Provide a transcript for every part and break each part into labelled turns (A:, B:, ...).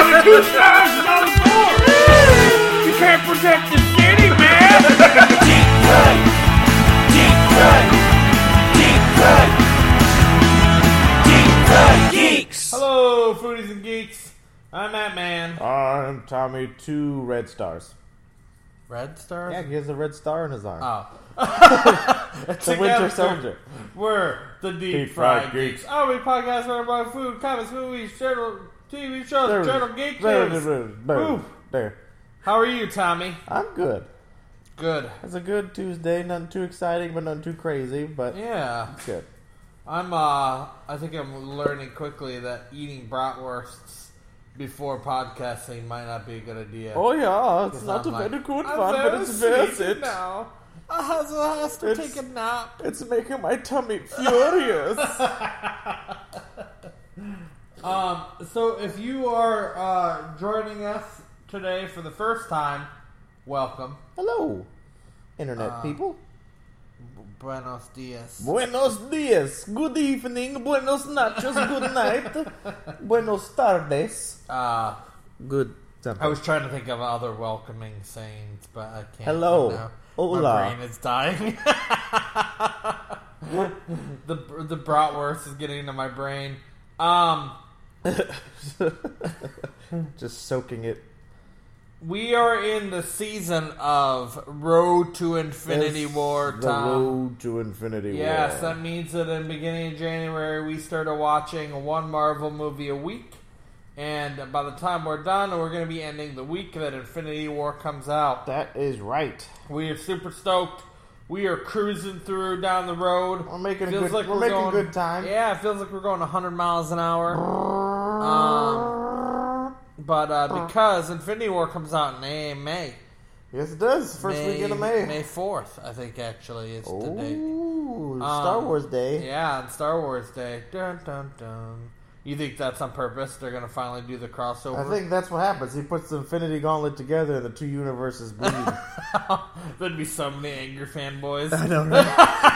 A: suicide's on the board. You can't protect the city, man.
B: Deep cut. Deep cut. Deep cut. Deep cut geeks.
C: Hello, foodies and geeks. I'm that man.
D: I'm Tommy. Um, Two red stars.
C: Red Star?
D: Yeah, he has a red star in his arm.
C: Oh.
D: the Winter Soldier.
C: We're the Deep,
D: Deep
C: Fried,
D: Fried
C: Geeks.
D: Geeks.
C: Our we podcast where about food, comics, movies, general TV shows, general geek
D: There,
C: news.
D: there, there,
C: Oof.
D: there.
C: How are you, Tommy?
D: I'm good.
C: Good.
D: It's a good Tuesday. Nothing too exciting, but nothing too crazy. But
C: Yeah.
D: it's good.
C: I'm, uh, I think I'm learning quickly that eating bratwursts before podcasting might not be a good idea.
D: Oh yeah, it's
C: Because
D: not
C: I'm
D: a
C: like,
D: very good
C: I'm
D: one, but
C: very
D: it's worth
C: sleepy
D: it.
C: Now. I have I have to
D: It's-
C: take a nap.
D: It's making my tummy furious.
C: Um, so if you are uh, joining us today for the first time, welcome.
D: Hello, internet
C: Uh.
D: people.
C: Buenos dias.
D: Buenos dias, good evening, buenos noches, good night, buenos tardes,
C: Uh, I
D: good something.
C: was trying to think of other welcoming sayings, but I can't.
D: Hello.
C: right now.
D: Hola.
C: My brain is dying. the the bratwurst is getting into my brain. Um,
D: Just soaking it.
C: we are in the season of Road to Infinity
D: Yes,
C: War.
D: The
C: Tom.
D: road to Infinity War.
C: Yes, that means that in the beginning of January we started watching one Marvel movie a week, and by the time we're done, we're going to be ending the week that Infinity War comes out.
D: That is right.
C: We are super stoked. We are cruising through down the road.
D: We're making a good- we're making
C: going,
D: good time.
C: Yeah, it feels like we're going 100 miles an hour. Um, but uh, because Infinity War comes out in A- May,
D: Yes, it does. First
C: May,
D: weekend of May.
C: May 4th, I think actually is the date.
D: Ooh,
C: Um,
D: Star Wars Day.
C: Yeah, on Star Wars Day. Dun dun dun. You think that's on purpose? They're gonna finally do the crossover.
D: I think that's what happens. He puts the Infinity Gauntlet together, and the two universes bleed.
C: There'd be so many angry fanboys.
D: I don't know.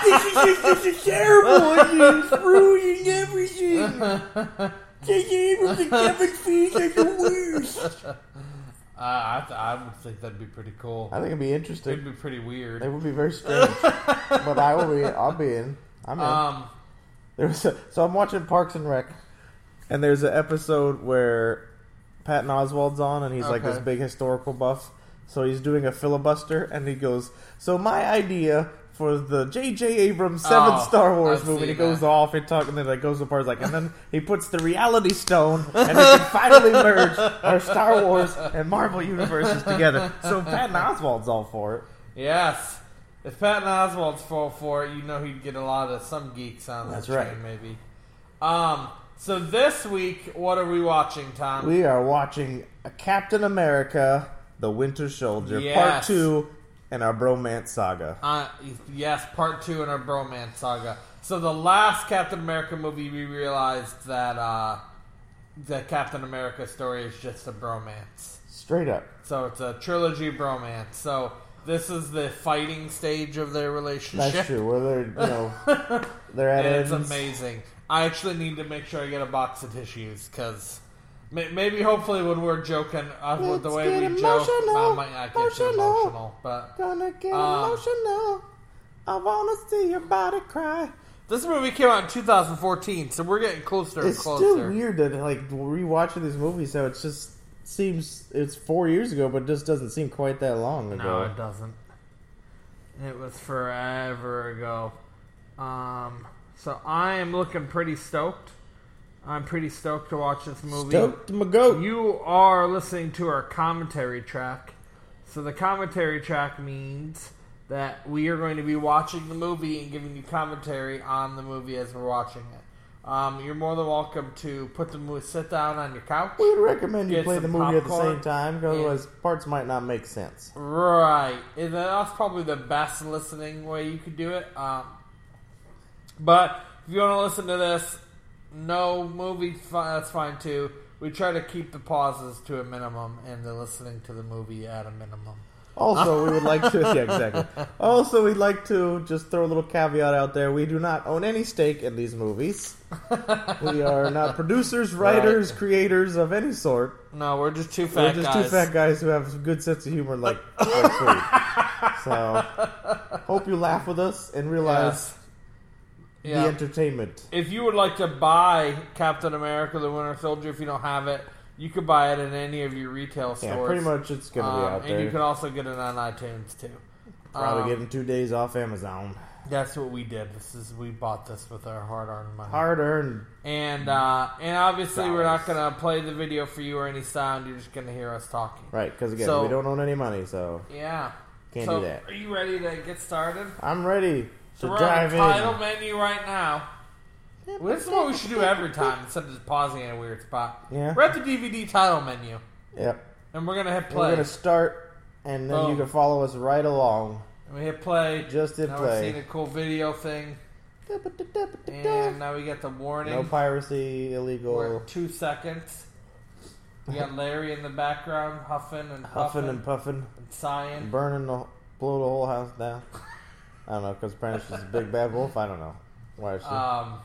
D: this is just terrible. It's ruining everything. J.J. Abrams and Kevin Feige are the worst.
C: Uh, I, th- I would think that'd be pretty cool.
D: I think it'd be
C: It'd
D: interesting.
C: be pretty
D: It
C: weird.
D: would be very strange, but I will be. I'll be in. I'm in.
C: Um,
D: There was a, so I'm watching Parks and Rec, and there's an episode where Patton Oswald's on, and he's like
C: Okay.
D: this big historical buff. So he's doing a filibuster, and he goes, "So my idea for the J.J. Abrams seventh
C: Oh,
D: Star Wars
C: I've
D: movie."
C: seen
D: And he goes
C: that.
D: off and talking, and then like goes to parts like, and then he puts the Reality Stone, and we can finally merge our Star Wars and Marvel universes together. So Patton Oswald's all for it.
C: yes. If Patton Oswald's full for it, you know he'd get a lot of some geeks on that
D: That's
C: train,
D: right.
C: maybe. Um, so this week, what are we watching, Tom?
D: We are watching Captain America: The Winter Soldier, Part
C: Yes.
D: Two, and our bromance saga.
C: Uh, yes, part two in our bromance saga. So the last Captain America movie, we realized that uh, the Captain America story is just a bromance.
D: Straight up,
C: So it's a trilogy bromance. So this is the fighting stage of their relationship.
D: that's true. Where they're you know they're at
C: And it's
D: ends.
C: amazing. I actually need to make sure I get a box of tissues because may- maybe, hopefully, when we're joking, uh, with the
D: Let's
C: way
D: get
C: we joke, I
D: emotional.
C: might not get too
D: Emotional.
C: emotional. But
D: Gonna get
C: Um,
D: emotional. I wanna see your body cry.
C: This movie came out in 2014, so we're getting closer and
D: It's still
C: closer.
D: weird that like rewatching these movies, so it just seems it's four years ago, but it just doesn't seem quite that long
C: No,
D: ago.
C: it doesn't. It was forever ago. Um, so I am looking pretty stoked. I'm pretty stoked to watch this movie.
D: Stoked my goat.
C: You are listening to our commentary track. So the commentary track means that we are going to be watching the movie and giving you commentary on the movie as we're watching it. Um, you're more than welcome to put the movie, sit down on your couch.
D: We'd recommend you
C: Get
D: play
C: some
D: the movie at the
C: popcorn.
D: same time, 'cause otherwise parts might not make sense.
C: Right. And that's probably the best listening way you could do it. Um, but if you want to listen to this, no movie, fi- that's fine too. We try to keep the pauses to a minimum and the listening to the movie at a minimum.
D: Also, we would like to. Yeah, exactly. Also, we'd like to just throw a little caveat out there. We do not own any stake in these movies. We are not producers, writers, creators of any sort.
C: No, we're just two fat
D: We're just
C: guys.
D: two fat guys who have a good sense of humor, like like food. So, hope you laugh with us and realize
C: Yeah.
D: the entertainment.
C: if you would like to buy Captain America: The Winter Soldier, if you don't have it, you could buy it in any of your retail stores.
D: Yeah, pretty much it's gonna
C: Um,
D: be out
C: and you can
D: there.
C: also get it on iTunes too.
D: Probably
C: um,
D: getting two days off Amazon.
C: That's what we did. This is we bought this with our hard-earned money.
D: Hard earned.
C: and uh, and obviously we're not
D: Dollars.
C: gonna play the video for you or any sound. You're just gonna hear us talking.
D: Right, because again,
C: So-
D: we don't own any money, so
C: Yeah.
D: Can't
C: so
D: do that.
C: Are you ready to get started?
D: I'm ready
C: So
D: to
C: we're on
D: dive
C: the
D: in.
C: title menu right now. Well, this is what we should do every time instead of just pausing in a weird spot.
D: Yeah.
C: We're at the DVD title menu,
D: Yep.
C: and we're gonna hit play.
D: We're gonna start, and then
C: Boom.
D: you can follow us right along.
C: And we hit play.
D: Just hit
C: now
D: play.
C: We're seeing a cool video thing, and
D: No
C: now we got the warning.
D: piracy,
C: We're
D: illegal
C: at two seconds. We got Larry in the background huffing and puffing
D: huffing and puffing,
C: and sighing.
D: burning the blow the whole house down. I don't know because Prentice is a big bad wolf. I don't know why is she.
C: Um,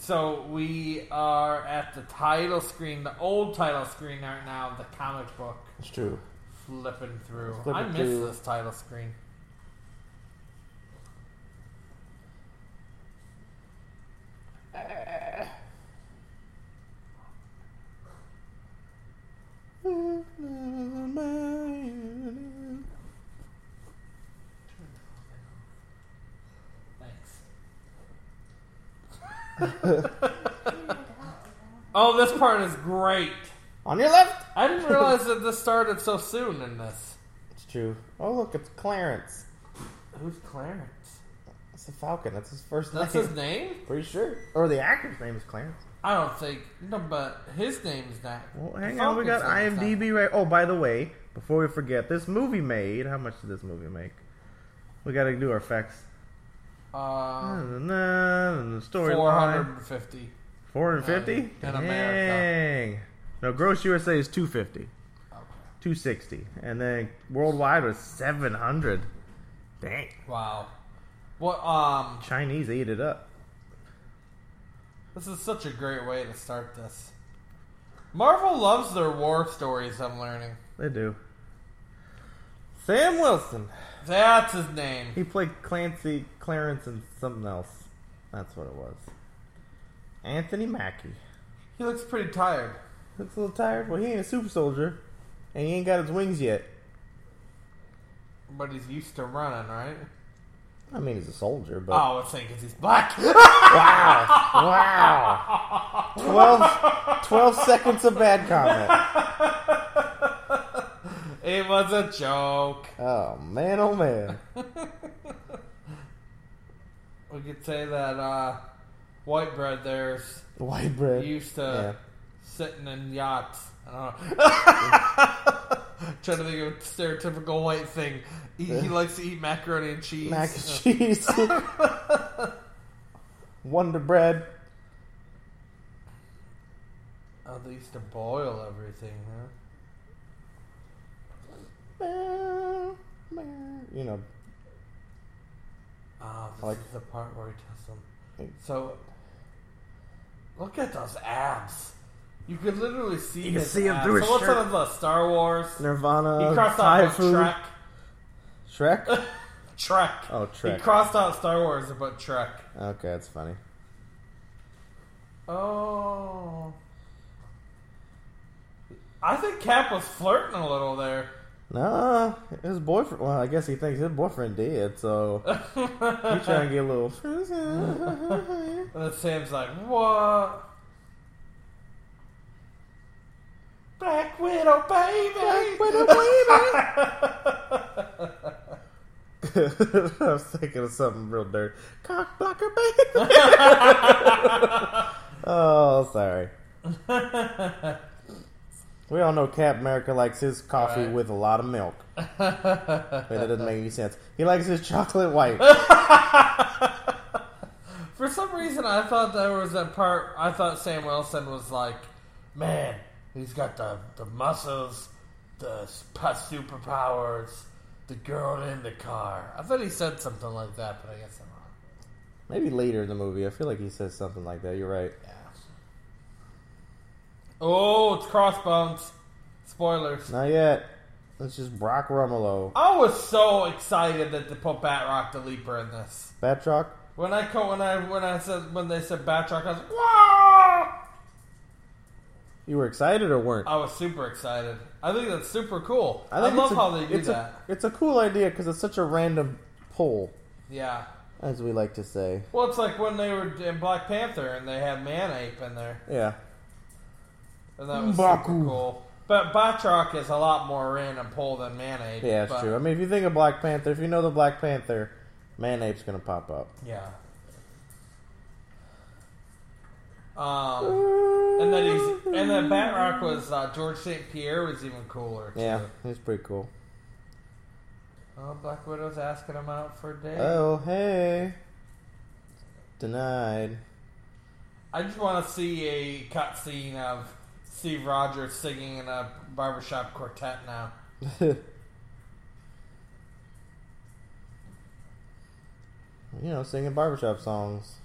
C: so we are at the title screen, the old title screen right now, of the comic book.
D: it's true.
C: Flipping through.
D: Flip
C: I
D: it
C: miss
D: through.
C: this title screen. Thanks. oh, this part is great.
D: On your left.
C: I didn't realize that this started so soon in this.
D: It's true. Oh look, it's Clarence.
C: Who's Clarence?
D: It's the Falcon. That's his first
C: That's
D: name.
C: his name?
D: Pretty sure. Or the actor's name is Clarence.
C: I don't think. No, but his name's not.
D: Well,
C: the
D: hang on, we got
C: Falcon's name is not.
D: IMDb right. Oh, by the way, before we forget, this movie made how much did this movie make? We got to do our facts.
C: Uh,
D: And the storyline
C: 450.
D: 450.
C: In America.
D: Dang. No, gross USA is 250,
C: Okay.
D: 260, and then worldwide was 700. Dang.
C: Wow. What? Um.
D: Chinese ate it up.
C: This is such a great way to start this. Marvel loves their war stories. I'm learning.
D: They do. Sam Wilson.
C: That's his name.
D: He played Clancy, Clarence, and something else. That's what it was. Anthony Mackie.
C: He looks pretty tired.
D: Looks a little tired. Well, he ain't a super soldier, and he ain't got his wings yet.
C: But he's used to running, right?
D: I mean, he's a soldier, but
C: Oh, I was saying 'cause he's black.
D: wow, wow, 12, 12 seconds of bad comment.
C: it was a joke.
D: Oh man, oh man.
C: We could say that uh, white bread there's
D: White bread.
C: used
D: yeah.
C: to sitting in yachts. I don't know. Trying to think of a stereotypical white thing. He, he likes to eat macaroni and cheese.
D: mac and cheese. Wonder bread.
C: Oh, they used to boil everything, huh?
D: You know,
C: Oh, this
D: I like-
C: is the part where he tells them. So, look at those abs. You could literally see.
D: can
C: his
D: see 'em
C: abs.
D: through
C: So
D: his
C: what's
D: shirt.
C: on his list? Star Wars.
D: Nirvana.
C: he crossed
D: Thai
C: off
D: food.
C: Trek.
D: Shrek.
C: Trek.
D: Oh,
C: He
D: Trek.
C: crossed out Star Wars and put Trek.
D: okay, that's funny.
C: Oh. I think Cap was flirting a little there.
D: Nah, his boyfriend. Well, I guess he thinks his boyfriend did, so he trying to get a little.
C: And then Sam's like, what? Black Widow, baby! Black
D: Widow, baby! I was thinking of something real dirty. Cock blocker, baby. oh, sorry. We all know Cap America likes his coffee
C: Right.
D: with a lot of milk. Wait, that doesn't make any sense. He likes his chocolate white.
C: For some reason, I thought there was that part. I thought Sam Wilson was like, man, he's got the, the muscles the s- pa- superpowers, the girl in the car. I thought he said something like that, but I guess I'm wrong.
D: Maybe later in the movie. I feel like he says something like that. You're right.
C: Yeah. Oh, it's Crossbones. Spoilers.
D: Not yet. Let's just Brock Rummelow.
C: I was so excited that they put Batrock the Leaper in this.
D: Batroc.
C: When I co- when I when I said when they said Batrock, I was like, "Whoa!"
D: You were excited or weren't?
C: I was super excited. I think that's super cool. I,
D: think
C: love
D: it's a-
C: how they do
D: it's a-
C: that.
D: it's a cool idea because it's such a random pull,
C: yeah.
D: as we like to say.
C: Well, it's like when they were in Black Panther and they had Manape in there,
D: Yeah.
C: and that was
D: M'Baku.
C: super cool. But Batroc is a lot more random pull than Manape.
D: Yeah, it's
C: but-
D: true. I mean, if you think of Black Panther, if you know the Black Panther, Manape's gonna pop up.
C: Yeah. Um, and then he's and then Batroc was uh, George St. Pierre was even cooler. Too.
D: Yeah, he's pretty cool.
C: Oh, Black Widow's asking him out for a date.
D: Oh hey, denied.
C: I just want to see a cutscene of Steve Rogers singing in a barbershop quartet now.
D: you know, singing barbershop songs.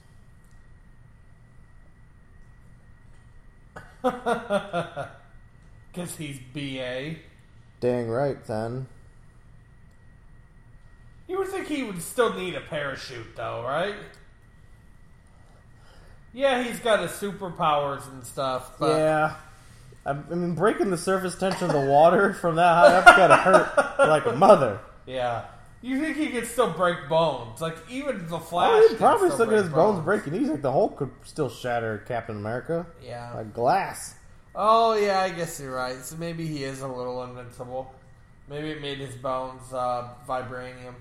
C: Because he's BA.
D: Dang right, son.
C: You would think he would still need a parachute, though, right? Yeah, he's got his superpowers and stuff, but
D: yeah. I I mean, breaking the surface tension of the water from that high up gotta hurt like a mother.
C: yeah. You think he could still break bones? Like even the Flash?
D: I
C: can
D: mean, Oh, probably still get
C: break
D: his bones breaking. He's like the Hulk could still shatter Captain America
C: Yeah.
D: like glass.
C: Oh yeah, I guess you're right. So maybe he is a little invincible. Maybe it made his bones uh, vibranium.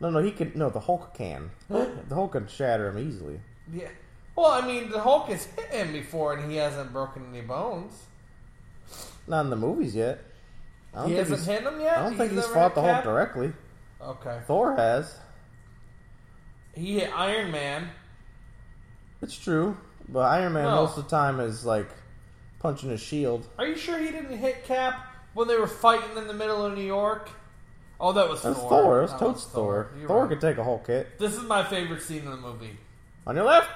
D: No, no, he can. No, the Hulk can. the Hulk can shatter him easily.
C: Yeah. Well, I mean, the Hulk has hit him before, and he hasn't broken any bones.
D: Not in the movies yet. I
C: He hasn't
D: he's-
C: hit him yet.
D: I don't think he's
C: never
D: fought
C: hit
D: the Hulk
C: Cap?
D: directly.
C: Okay.
D: Thor has.
C: He hit Iron Man.
D: It's true, but Iron Man
C: No.
D: most of the time is like punching his shield.
C: Are you sure he didn't hit Cap when they were fighting in the middle of New York? Oh, that was
D: That's
C: Thor.
D: Thor. That's
C: That
D: Toad's
C: was
D: Thor.
C: You're
D: Thor
C: right.
D: could take a Hulk hit.
C: This is my favorite scene in the movie.
D: On your left,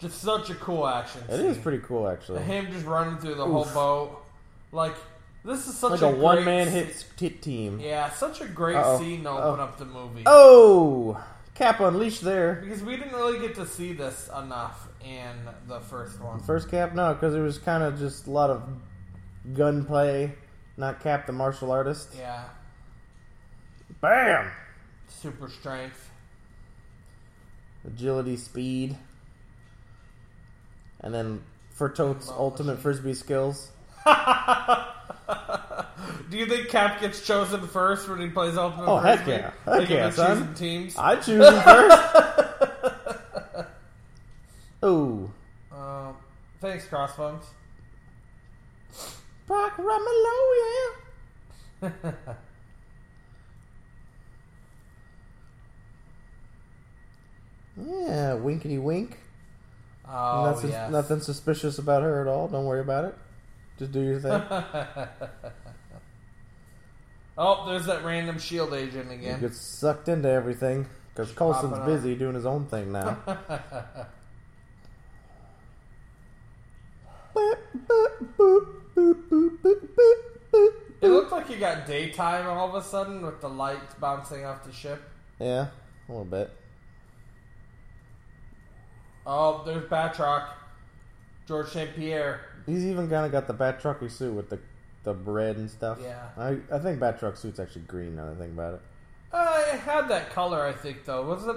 C: Just such a cool action.
D: it
C: scene.
D: is pretty cool actually.
C: Him just running through the whole boat. Like this is such
D: Like
C: a,
D: a one
C: great
D: man
C: sce-
D: hit hit team.
C: Yeah, such a great
D: Uh-oh.
C: scene to
D: Uh-oh.
C: open up the movie.
D: Oh, Cap unleashed there.
C: Because we didn't really get to see this enough in the first one.
D: First Cap, no, because it was kind of just a lot of gunplay. Not Cap, the martial artist.
C: Yeah,
D: Bam!
C: super strength.
D: Agility, speed, and then for Tote's
C: Love
D: ultimate
C: machine.
D: frisbee skills.
C: Do you think Cap gets chosen first when he plays Ultimate
D: Oh, heck
C: Frisbee?
D: yeah. Heck
C: Like, if
D: yeah,
C: they're
D: son.
C: choosing teams.
D: I choose him first. Ooh,
C: Uh, thanks, Crossbones.
D: Brock Rummelow, yeah. Yeah, winkety wink.
C: Oh,
D: nothing,
C: yes.
D: nothing suspicious about her at all. Don't worry about it. Just do your thing.
C: Oh, there's that random shield agent
D: You
C: again.
D: get sucked into everything because Colson's
C: popping up.
D: busy doing his own thing now. Boop, boop, boop, boop, boop, boop, boop, boop,
C: It
D: boop.
C: looked like you got daytime all of a sudden with the lights bouncing off the ship.
D: Yeah, a little bit.
C: Oh, there's Batroc. George St. Pierre.
D: He's even kind of got the Batroc suit with the the red and stuff.
C: Yeah.
D: I, I think Batroc suit's actually green now that I think about it.
C: Uh, it had that color, I think, though. Was it?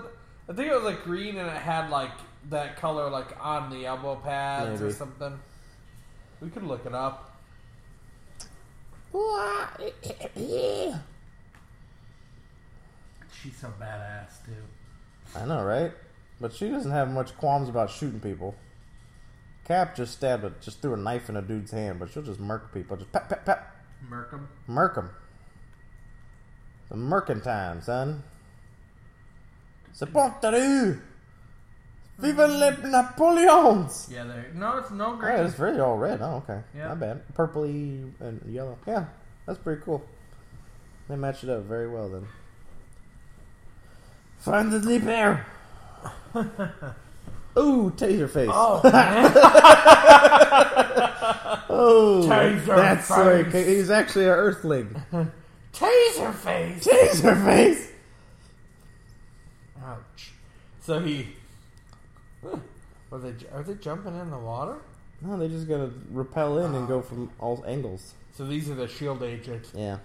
C: I think it was like green, and it had like that color, like on the elbow pads or
D: Maybe.
C: something. We could look it up. She's so badass, too.
D: I know, right? But she doesn't have much qualms about shooting people. Cap just stabbed a, just threw a knife in a dude's hand, but she'll just murk people. Just pep, pep, pep.
C: Merkham.
D: Murk 'em. The murking time, son. C'est bon, t'as eu. Vive les Napoleons!
C: Yeah, there. No, it's no
D: Alright,
C: green.
D: it's very all red. Oh, okay.
C: Yeah.
D: Not bad. Purpley and yellow. Yeah, That's pretty cool. They matched it up very well then. Find the deep air. Ooh, taser face. Oh,
C: Oh, man. Taser
D: Oh, that's where he
C: face.
D: ca- he's actually an Earthling.
C: Taser face.
D: taser face.
C: Ouch. So he. Were they, are they jumping in the water?
D: No, they just gotta repel in and go from all angles.
C: So these are the shield agents.
D: Yeah.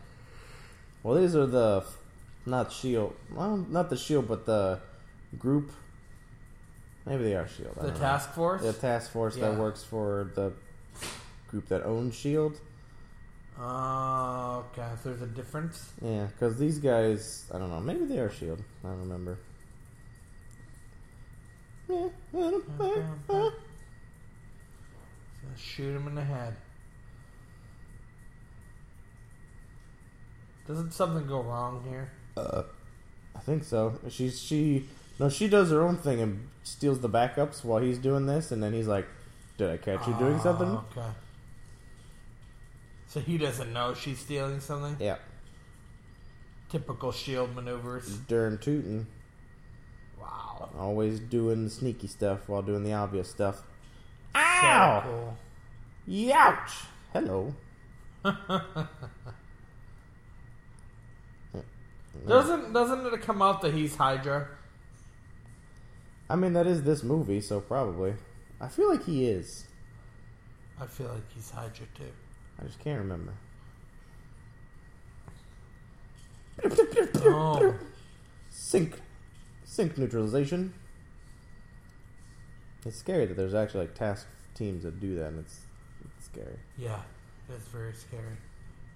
D: Well, these are the f- not shield, E well, not the shield, E but the group. Maybe they are shield. I
C: The
D: don't know.
C: task force?
D: The task force
C: Yeah.
D: that works for the group that owns shield.
C: Oh, okay. So there's a difference?
D: Yeah, because these guys, I don't know. Maybe they are shield. I don't remember. Yeah, I don't- eh, eh.
C: Gonna Shoot him in the head. Doesn't something go wrong here?
D: I think so. She's she no, she does her own thing and steals the backups while he's doing this, and then he's like, "Did I catch you doing something?"
C: Oh, okay. So he doesn't know she's stealing something?
D: Yeah,
C: Typical shield maneuvers.
D: darn tootin',
C: Wow.
D: always doing the sneaky stuff while doing the obvious stuff.
C: So
D: Ow!
C: cool.
D: Youch! Hello.
C: Doesn't doesn't it come out that he's Hydra?
D: I mean, that is this movie, so probably. I feel like he is.
C: I feel like he's Hydra too.
D: I just can't remember.
C: Oh,
D: Sync, sync neutralization. It's scary that there's actually like task teams that do that, and it's it's scary.
C: yeah, that's very scary.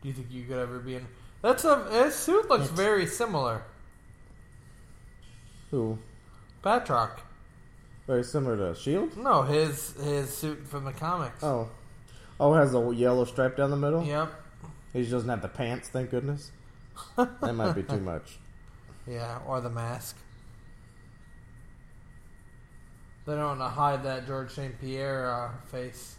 C: Do you think you could ever be in? That's a his suit looks very similar.
D: Who?
C: Batroc.
D: Very similar to Shield.
C: No, his his suit from the comics.
D: E Oh, oh, it has the yellow stripe down the middle.
C: Yep.
D: He just doesn't have the pants. Thank goodness. that might be too much.
C: Yeah, or the mask. They don't want to hide that George St. Pierre uh, face.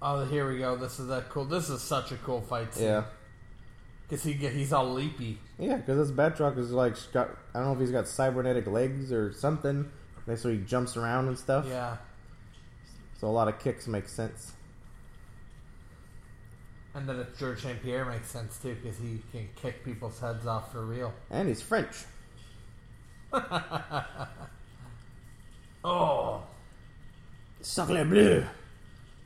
C: Oh, here we go. This is that cool. This is such a cool fight scene.
D: Yeah,
C: Cause he get, he's all leapy.
D: yeah, because this Batroc is like he's got I don't know if he's got cybernetic legs or something. and So he jumps around and stuff.
C: Yeah,
D: So a lot of kicks make sense.
C: and then it's George St. Pierre makes sense too, cause he can kick people's heads off for real.
D: And he's French.
C: Oh,
D: Sacre bleu.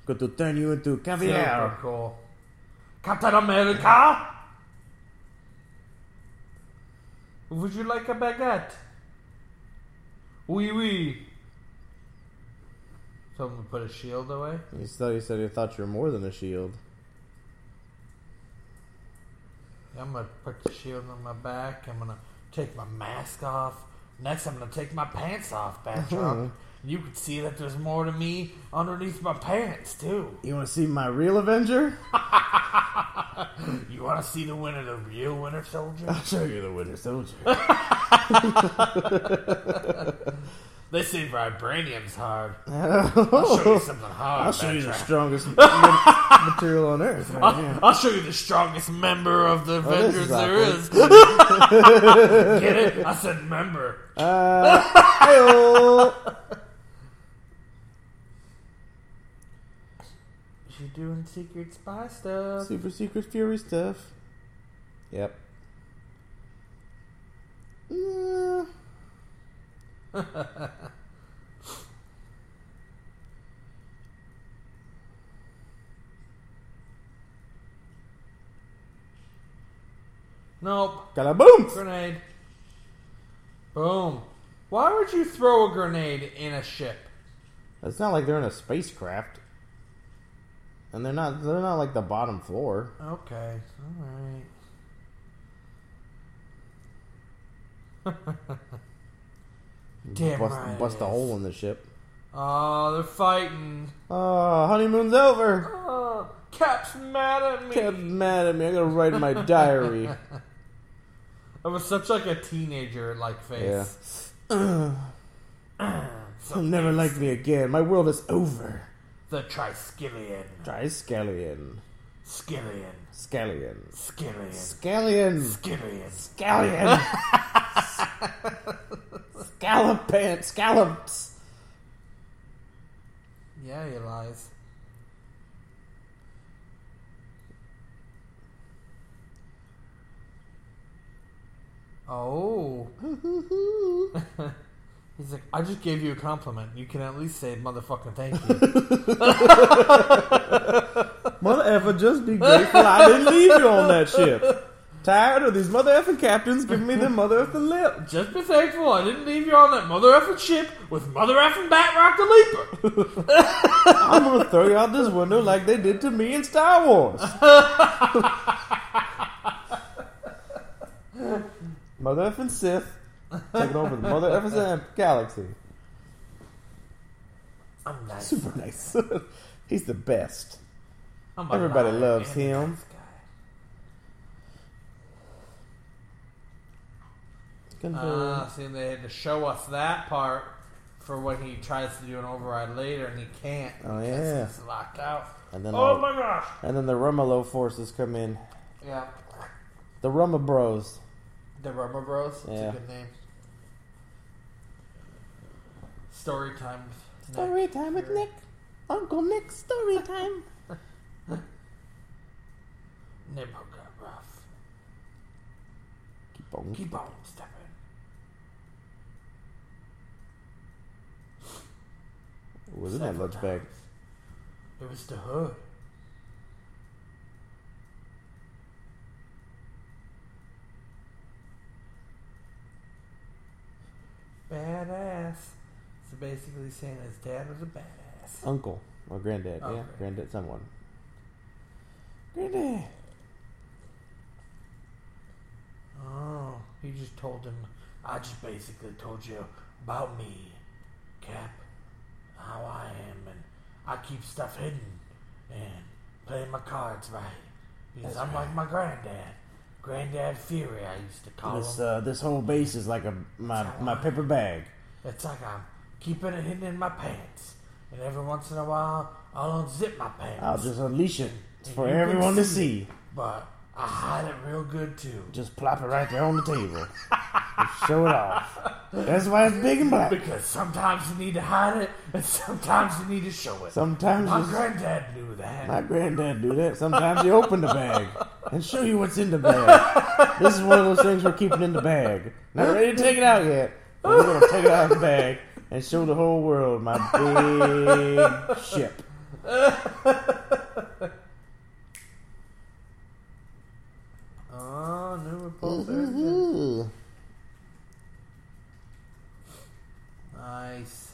D: Got to turn you into caviar.
C: super cool. Captain America! Would you like a baguette? Oui, oui. Someone put a shield away?
D: You said you said you thought you were more than a shield.
C: I'm gonna put the shield on my back. I'm gonna take my mask off. Next, I'm gonna take my pants off, Batroc. you can see that there's more to me underneath my pants, too.
D: You want to see my real Avenger?
C: You wanna see the winner, the real Winter Soldier?
D: I'll show you the Winter Soldier.
C: They say vibranium's hard. I'll show you
D: I'll
C: something hard.
D: show you the
C: Batroc.
D: strongest ma- material on Earth. Right here.
C: I'll show you the strongest member of the
D: this
C: Avengers
D: is
C: there is. Get it? I said member.
D: Uh, hey-oh.
C: She's doing secret spy stuff.
D: Super secret fury stuff. Yep. Uh,
C: Nope.
D: got a boom.
C: Grenade. Boom. Why would you throw a grenade in a ship?
D: It's not like they're in a spacecraft, and they're not. They're not like the bottom floor.
C: Okay. Alright. Damn
D: Bust,
C: right it
D: bust a
C: is.
D: hole in the ship.
C: Oh, they're fighting.
D: Oh, honeymoon's over.
C: Oh, Cap's mad at me.
D: Get mad at me. I gotta write in my diary.
C: That was such like a teenager like face.
D: Yeah.
C: So
D: He'll never like me again. My world is over.
C: the Triskelion.
D: Triskelion.
C: Skillion.
D: Scallion.
C: Skillion.
D: Scallion.
C: Skillion.
D: Scallion. Scallopant. Scallops.
C: Yeah, he lies. Oh. He's like, I just gave you a compliment. You can at least say motherfucking thank you.
D: Mother effer, just be grateful I didn't leave you on that ship. Tired of these mother effing captains giving me the mother effing lip.
C: Just be thankful I didn't leave you on that mother effing ship with mother effing Batrock the Leaper.
D: I'm gonna throw you out this window like they did to me in Star Wars. mother effing Sith taking over the mother effing galaxy.
C: I'm nice.
D: Super nice. He's the best.
C: I'm a
D: Everybody
C: liar
D: loves
C: and a
D: him.
C: nice guy.
A: Uh,
C: Ah, see, they had to show us that part for when he tries to do an override later and he can't.
D: Oh,
C: because
D: yeah.
C: He's locked out.
D: and then
A: Oh
D: the-
A: my gosh.
D: and then the Rumalo forces come in.
C: Yeah.
D: The Rumma Bros.
C: The Rubber Bros. It's
D: Yeah.
C: a good name. Story time. with Nick.
D: Story time with Nick. Uncle Nick, story time.
C: Nibble got rough.
D: Keep on.
C: Keep on stepping.
D: Was in that lunch bag?
C: It was the hood. Badass. So basically saying his dad was a badass.
D: Uncle or granddad?
C: Oh,
D: yeah,
C: granddad.
D: granddad, someone. Granddad.
C: Oh, he just told him, I just basically told you about me, Cap, how I am, and I keep stuff hidden and play my cards right. Because
D: That's
C: I'm like my granddad. Granddad Fury, I used to call him.
D: This uh, this whole base is like a my my paper bag.
C: It's like I'm keeping it hidden in my pants. And every once in a while, I'll unzip my pants.
D: I'll just unleash it for
C: You can
D: everyone to
C: see
D: see.
C: But I hide it real good, too.
D: Just plop it right there on the table. Just show it off. That's why it's big and black.
C: Because sometimes you need to hide it, and sometimes you need to show it.
D: Sometimes
C: my
D: it's-
C: granddad knew that.
D: My granddad do that. Sometimes he open the bag and show you what's in the bag. This is one of those things we're keeping in the bag. Not ready to take it out yet. But we're gonna take it out of the bag and show the whole world my big ship.
C: oh, new report.
D: Ooh.
C: Nice.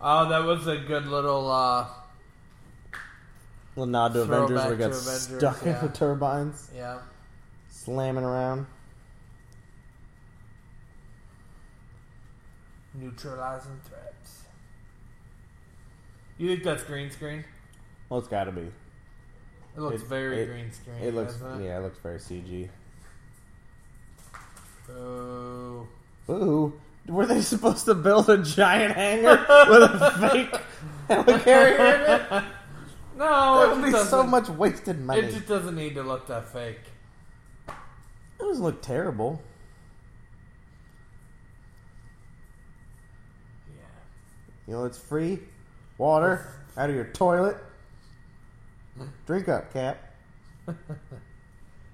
C: Oh, that was a good little, uh,
D: Little nod to
C: Throwback
D: Avengers. We got
C: to Avengers,
D: stuck
C: yeah.
D: in the turbines,
C: yeah.
D: slamming around.
C: Neutralizing threats. You think that's green screen?
D: Well, it's got to be.
C: It looks
D: It-
C: very
D: it-
C: green screen.
D: It looks,
C: doesn't it?
D: yeah, it looks very CG.
C: Boo.
D: Ooh, were they supposed to build a giant hangar with a fake helicarrier in it?
C: No,
D: That
C: it
D: would
C: just
D: be
C: doesn't,
D: so much wasted money.
C: It just doesn't need to look that fake.
D: doesn't look terrible.
C: Yeah.
D: You know, it's free water out of your toilet. Drink up, Cap.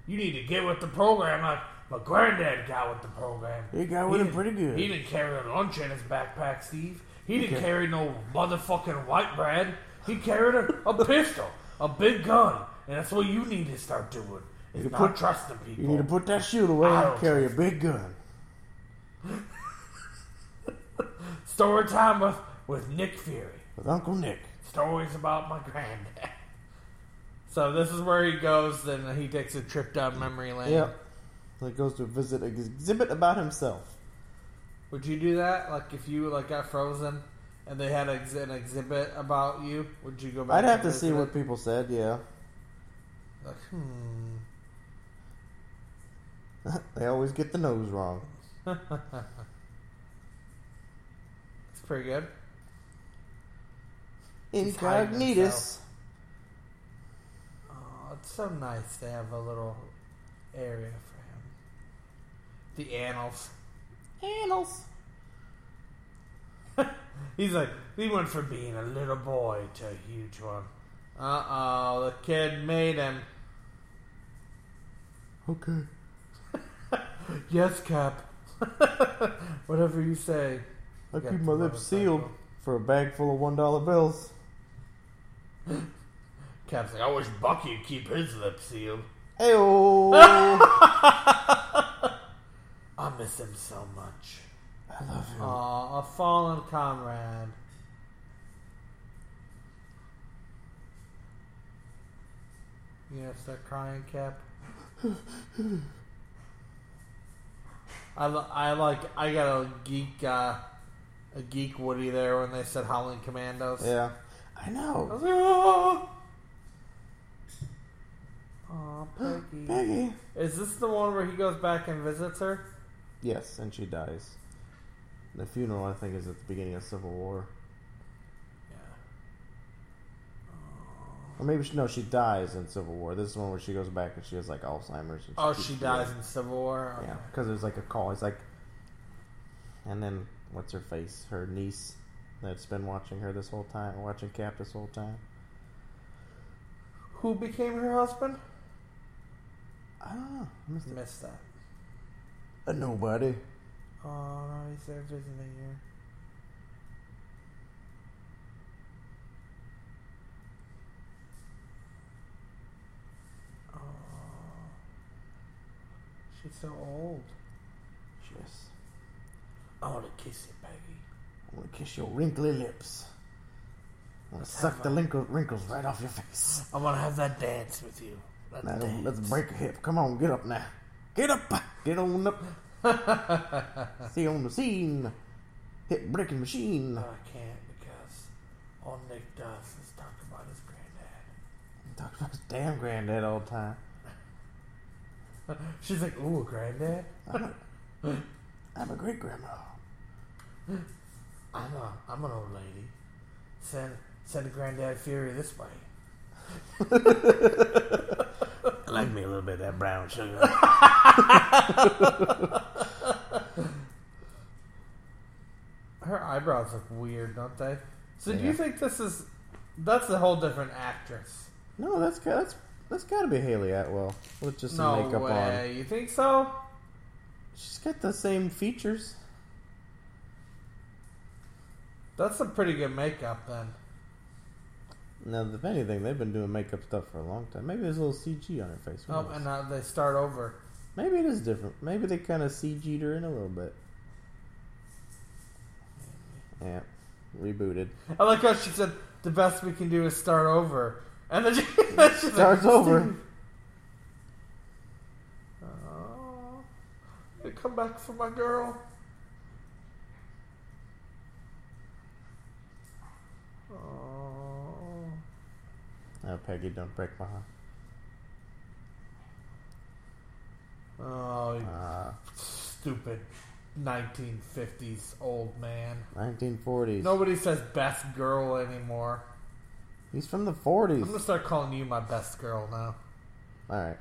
C: You need to get with the program like my granddad got with the program.
D: He got
C: He didn't- He didn't carry a lunch in his backpack, Steve. He didn't
D: Okay.
C: carry no motherfucking white bread. He carried a, a pistol, a big gun, and that's what you need to start doing. Is
D: You
C: not
D: put-
C: trusting people.
D: You need to put that shoot away
C: I
D: and
C: don't
D: carry a big gun.
C: Story time with with Nick Fury.
D: With Uncle Nick.
C: stories about my granddad. So this is where he goes, and he takes a trip down memory lane.
D: Yep. So he goes to visit an exhibit about himself.
C: Would you do that? Like if you like got frozen, and they had ex- an exhibit about you, would you go back?
D: I'd have
C: and
D: to
C: visit
D: see
C: it?
D: what people said, yeah.
C: Like, hmm.
D: They always get the nose wrong.
C: It's pretty good. hiding
D: Incognitus.
C: himself. Oh, it's so nice to have a little area for him. The annals. Annals. He's like, he went from being a little boy to a huge one. Uh oh, the kid made him.
D: Okay.
C: Yes, Cap. Whatever you say.
D: I
C: got
D: keep
C: the
D: my
C: motorcycle.
D: lips sealed for a bag full of one dollar bills.
C: Cap's like, I wish Bucky would keep his lips sealed.
D: Ayo!
C: I miss him so much. I love him. Aw, a fallen comrade. You gonna start crying, Cap? I, li- I like I got a geek uh, a geek Woody there when they said Howling Commandos.
D: yeah. I
C: I was
D: know.
C: like, oh, Aw, Peggy.
D: Peggy.
C: Is this the one where he goes back and visits her?
D: Yes, and she dies. The funeral, I think, is at the beginning of Civil War. Or maybe she, no, she dies in Civil War. This is the one where she goes back and she has like Alzheimer's. And
C: Oh,
D: keeps
C: she
D: doing it.
C: dies in Civil War.
D: Yeah, because there's like a call. It's like, and then what's her face? Her niece that's been watching her this whole time, watching Cap this whole time.
C: Who became her husband?
D: I don't know. I missed it.
C: Missed that.
D: A Ah, uh, nobody.
C: Oh, no, he's there visiting her. Oh. She's so old.
D: Yes.
C: I want to kiss you, Peggy.
D: I'm gonna kiss your wrinkly lips. I'm gonna
C: Let's
D: suck
C: have
D: the
C: a-
D: wrinkle, wrinkles right off your face.
C: I want to have that dance with you. Let's
D: Now
C: dance.
D: let's break a hip. Come on, get up now. Get up. Get on up. See on the scene. Hip breaking machine.
C: I can't because all Nick does is talk about his granddad.
D: Talk about his damn granddad all the time.
C: She's like, ooh, a granddad?
D: I'm a great grandma.
C: I'm a I'm an old lady. Send send Granddad Fury this way.
D: Like me a little bit of that brown sugar.
C: Her eyebrows look weird, don't they? So do you
D: Yeah.
C: think this is that's a whole different actress?
D: No, that's got that's that's got to be Haley Atwell with just some
C: No
D: makeup on.
C: way. You think so?
D: She's got the same features.
C: That's some pretty good makeup then.
D: Now, if anything, they've been doing makeup stuff for a long time. Maybe there's a little CG on her face. Who
C: Oh,
D: knows?
C: and now they start over.
D: Maybe it is different. Maybe they kind of CG'd her in a little bit. Yeah, rebooted.
C: I like how she said the best we can do is start over. And then she, she's like,
D: Starts over.
C: Oh, I come back for my girl. Oh,
D: Oh, Peggy, don't break my heart.
C: oh you
D: Ah,
C: stupid 1950s old man.
D: 1940s.
C: Nobody says best girl anymore.
D: He's from the
C: I'm
D: 40s.
C: gonna start calling you my best girl now.
D: All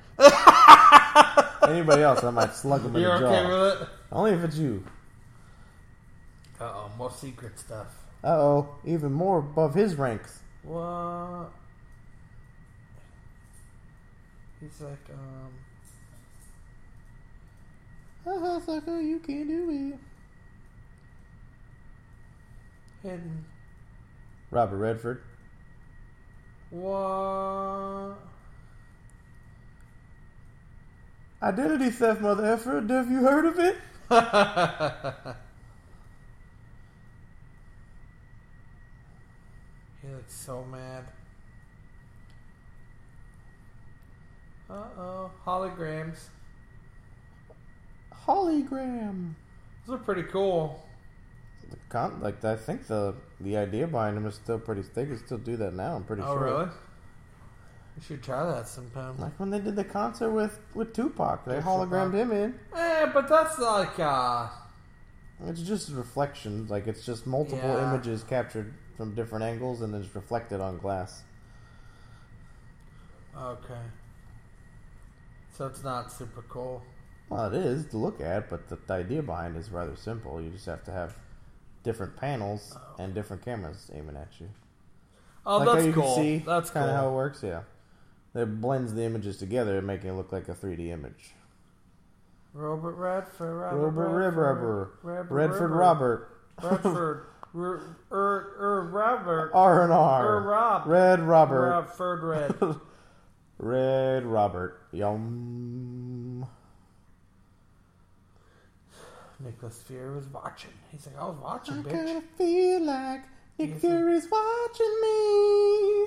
D: right. Anybody else, I might slug him in
C: You're
D: the
C: okay
D: jaw.
C: with it?
D: Only if it's you.
C: Uh oh, more secret stuff.
D: Uh oh, even more above his ranks.
C: What? He's like, um,
D: Haha, sucker, you can do it.
C: hidden.
D: Robert Redford.
C: What?
D: Identity theft, mother effort. Have you heard of it?
C: He looks so mad. Uh oh, holograms.
D: Hologram.
C: Those are pretty cool.
D: The con- like I think the the idea behind them is still pretty. They can still do that now. I'm pretty
C: Oh,
D: sure.
C: really? You should try that sometime.
D: Like when they did the concert with with Tupac, they
C: Tupac.
D: hologrammed him in.
C: Eh, but that's like, uh,
D: It's just a reflection. Like it's just multiple
C: Yeah.
D: images captured from different angles and then it's reflected on glass.
C: Okay. So it's not super cool.
D: Well, it is to look at, but the, the idea behind it is rather simple. You just have to have different panels and different cameras aiming at you.
C: Oh,
D: like how
C: that's
D: you
C: cool.
D: Can see
C: that's cool.
D: kind of how it works. Yeah, it blends the images together, and making it look like a 3D image.
C: Robert Redford. Robert,
D: Robert Redford,
C: Redford.
D: Redford Robert,
C: Redford. R- er, er, Robert.
D: R and
C: Er,
D: R,
C: Rob.
D: Red Robert,
C: Redford Red.
D: Red Robert. Yum.
C: Nicholas Fear was watching. He's like, I was watching,
D: I
C: bitch.
D: kinda feel like Nick
C: Yes, sir.
D: Fury's watching me.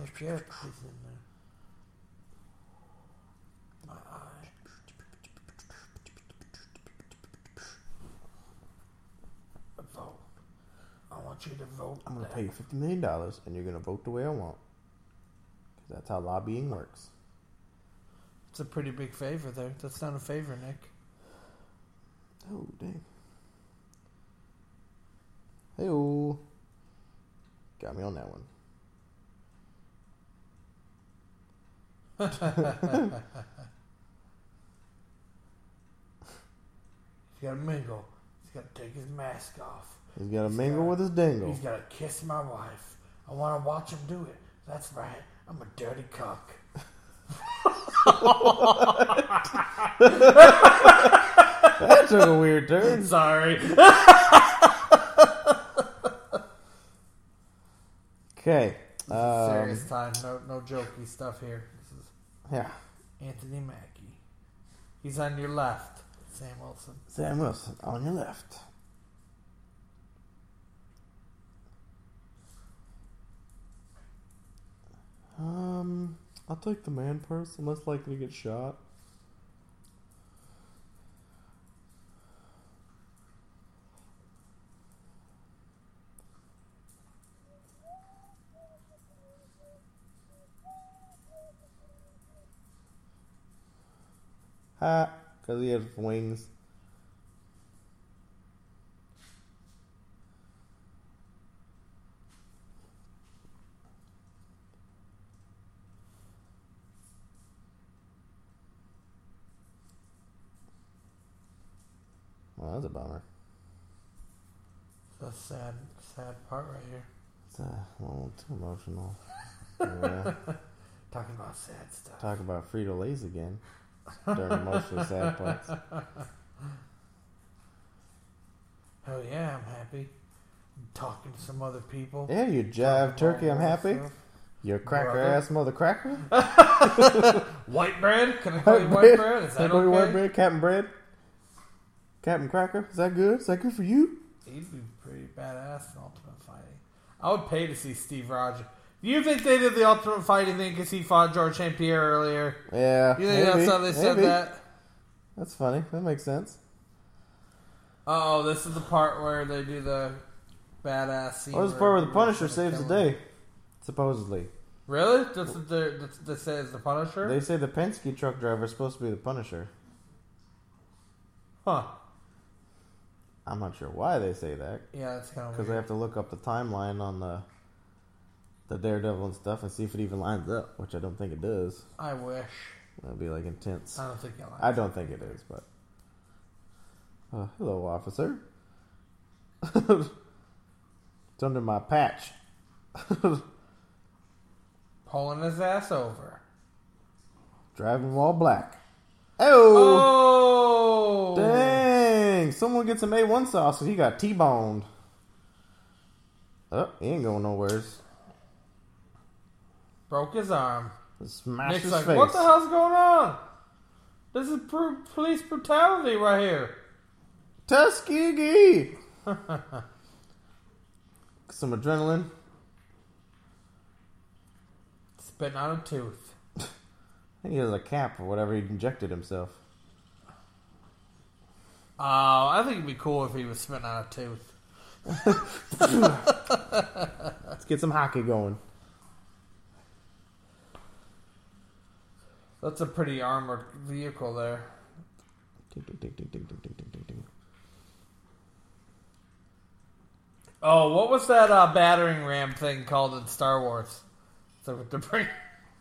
C: Nick Fury is in there. My eye. Vote. I want you to vote.
D: I'm gonna pay you fifty million dollars, and you're gonna vote the way I want. 'Cause that's how lobbying works.
C: It's a pretty big favor there. That's not a favor, Nick.
D: Oh dang. Hey Got me on that one.
C: He's got to mingle. He's got to take his mask off.
D: He's gotta mingle with his dingle.
C: He's got to kiss my wife. I want to watch him do it. That's right. I'm a dirty cock.
D: That took a weird turn.
C: Sorry.
D: Okay. Um,
C: Serious time. No, no jokey stuff here. This is
D: yeah.
C: Anthony Mackie. He's on your left. Sam Wilson.
D: Sam Wilson on your left. Um, I'll take the man first. I'm less likely to get shot. Ha! Because he has wings. Well, that's a bummer.
C: That's sad, sad part right here.
D: It's a little too emotional. Yeah.
C: Talking about sad stuff.
D: Talk about Frito Lay's again during emotionally sad parts.
C: Hell yeah, I'm happy. I'm talking to some other people.
D: Yeah, you jive turkey, I'm happy. You cracker
C: Brother.
D: ass mother cracker.
C: White bread? Can I call you white bread? Is that
D: Everybody
C: okay?
D: white bread, Captain Bread. Captain Cracker, is that good? Is that good for you?
C: He'd be pretty badass in Ultimate Fighting. I would pay to see Steve Rogers. Do you think they did the Ultimate Fighting thing because he fought George St. Pierre earlier?
D: Yeah.
C: You think that's how they said
D: maybe.
C: that?
D: That's funny. That makes sense.
C: Oh, this is the part where they do the badass scene.
D: Well, Oh, this part where the Punisher
C: he's gonna
D: saves the
C: kill him.
D: day, supposedly.
C: Really? That's what they're- that's what they say is the Punisher?
D: They say the Penske truck driver is supposed to be the Punisher.
C: huh.
D: I'm not sure why they say that.
C: Yeah, that's kind of
D: Because
C: weird.
D: I have to look up the timeline on the the Daredevil and stuff and see if it even lines up, which I don't think it does.
C: I wish.
D: That'd be like intense.
C: I don't think I like
D: I don't think it is, but uh, hello, officer. it's under my patch.
C: Pulling his ass over.
D: Driving while black. Oh,
C: Oh!
D: dang! Someone get some A1 sauce 'cause he got T-boned. Oh, he ain't going nowheres.
C: Broke his arm.
D: Smash
C: Nick's
D: his
C: like,
D: face.
C: what the hell's going on? This is pr- police brutality right here.
D: Tuskegee. Some adrenaline.
C: Spitting out a tooth.
D: I think he has a cap or whatever he injected himself.
C: Oh, I think it'd be cool if he was spitting out a tooth.
D: Let's get some hockey going.
C: That's a pretty armored vehicle there.
D: Ding, ding, ding, ding, ding, ding, ding, ding, ding, ding.
C: Oh, what was that uh, battering ram thing called in Star Wars? So with the bring.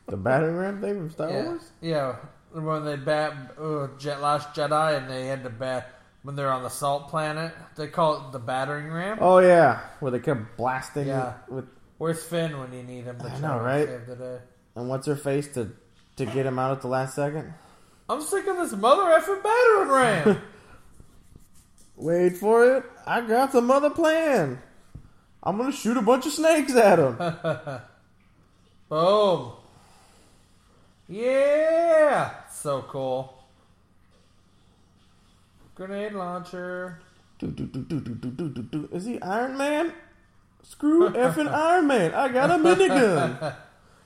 D: The battering ram thing from Star
C: Yeah,
D: Wars?
C: yeah. When they bat uh, Jet Last Jedi, and they had to bat when they're on the Salt Planet. They call it the battering ram.
D: Oh yeah, where they kept blasting
C: Yeah.
D: with
C: Where's Finn when you need him? To
D: I
C: try
D: know,
C: to
D: right?
C: save the day?
D: and what's her face to to get him out at the last second.
C: I'm sick of this mother effing battering ram.
D: Wait for it! I got some other plan. I'm gonna shoot a bunch of snakes at him.
C: Boom. Yeah. So cool. Grenade launcher.
D: Do, do, do, do, do, do, do, do, do. Is he Iron Man? Screw effing Iron Man! I got a minigun.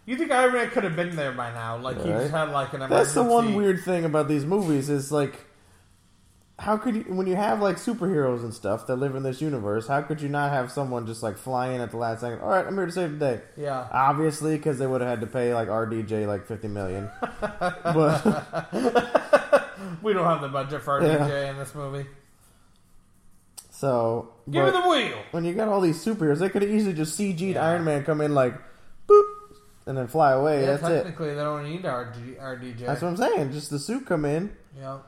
C: You think Iron Man could have been there by now? Like he just
D: Right.
C: had like an emergency.
D: That's the one weird thing about these movies is like, how could you when you have like superheroes and stuff that live in this universe? How could you not have someone just like fly in at the last second? All right, I'm here to save the day.
C: Yeah.
D: Obviously, because they would have had to pay like RDJ like fifty million. but
C: We don't have the budget for
D: Yeah.
C: RDJ in this movie.
D: so
C: Give
D: but
C: me the wheel.
D: when you got all these superheroes, they could have easily just CG'd
C: Yeah.
D: Iron Man come in like, boop, and then fly away.
C: Yeah,
D: that's it.
C: technically, they don't need RG, RDJ.
D: That's what I'm saying. Just the suit come in.
C: yeah.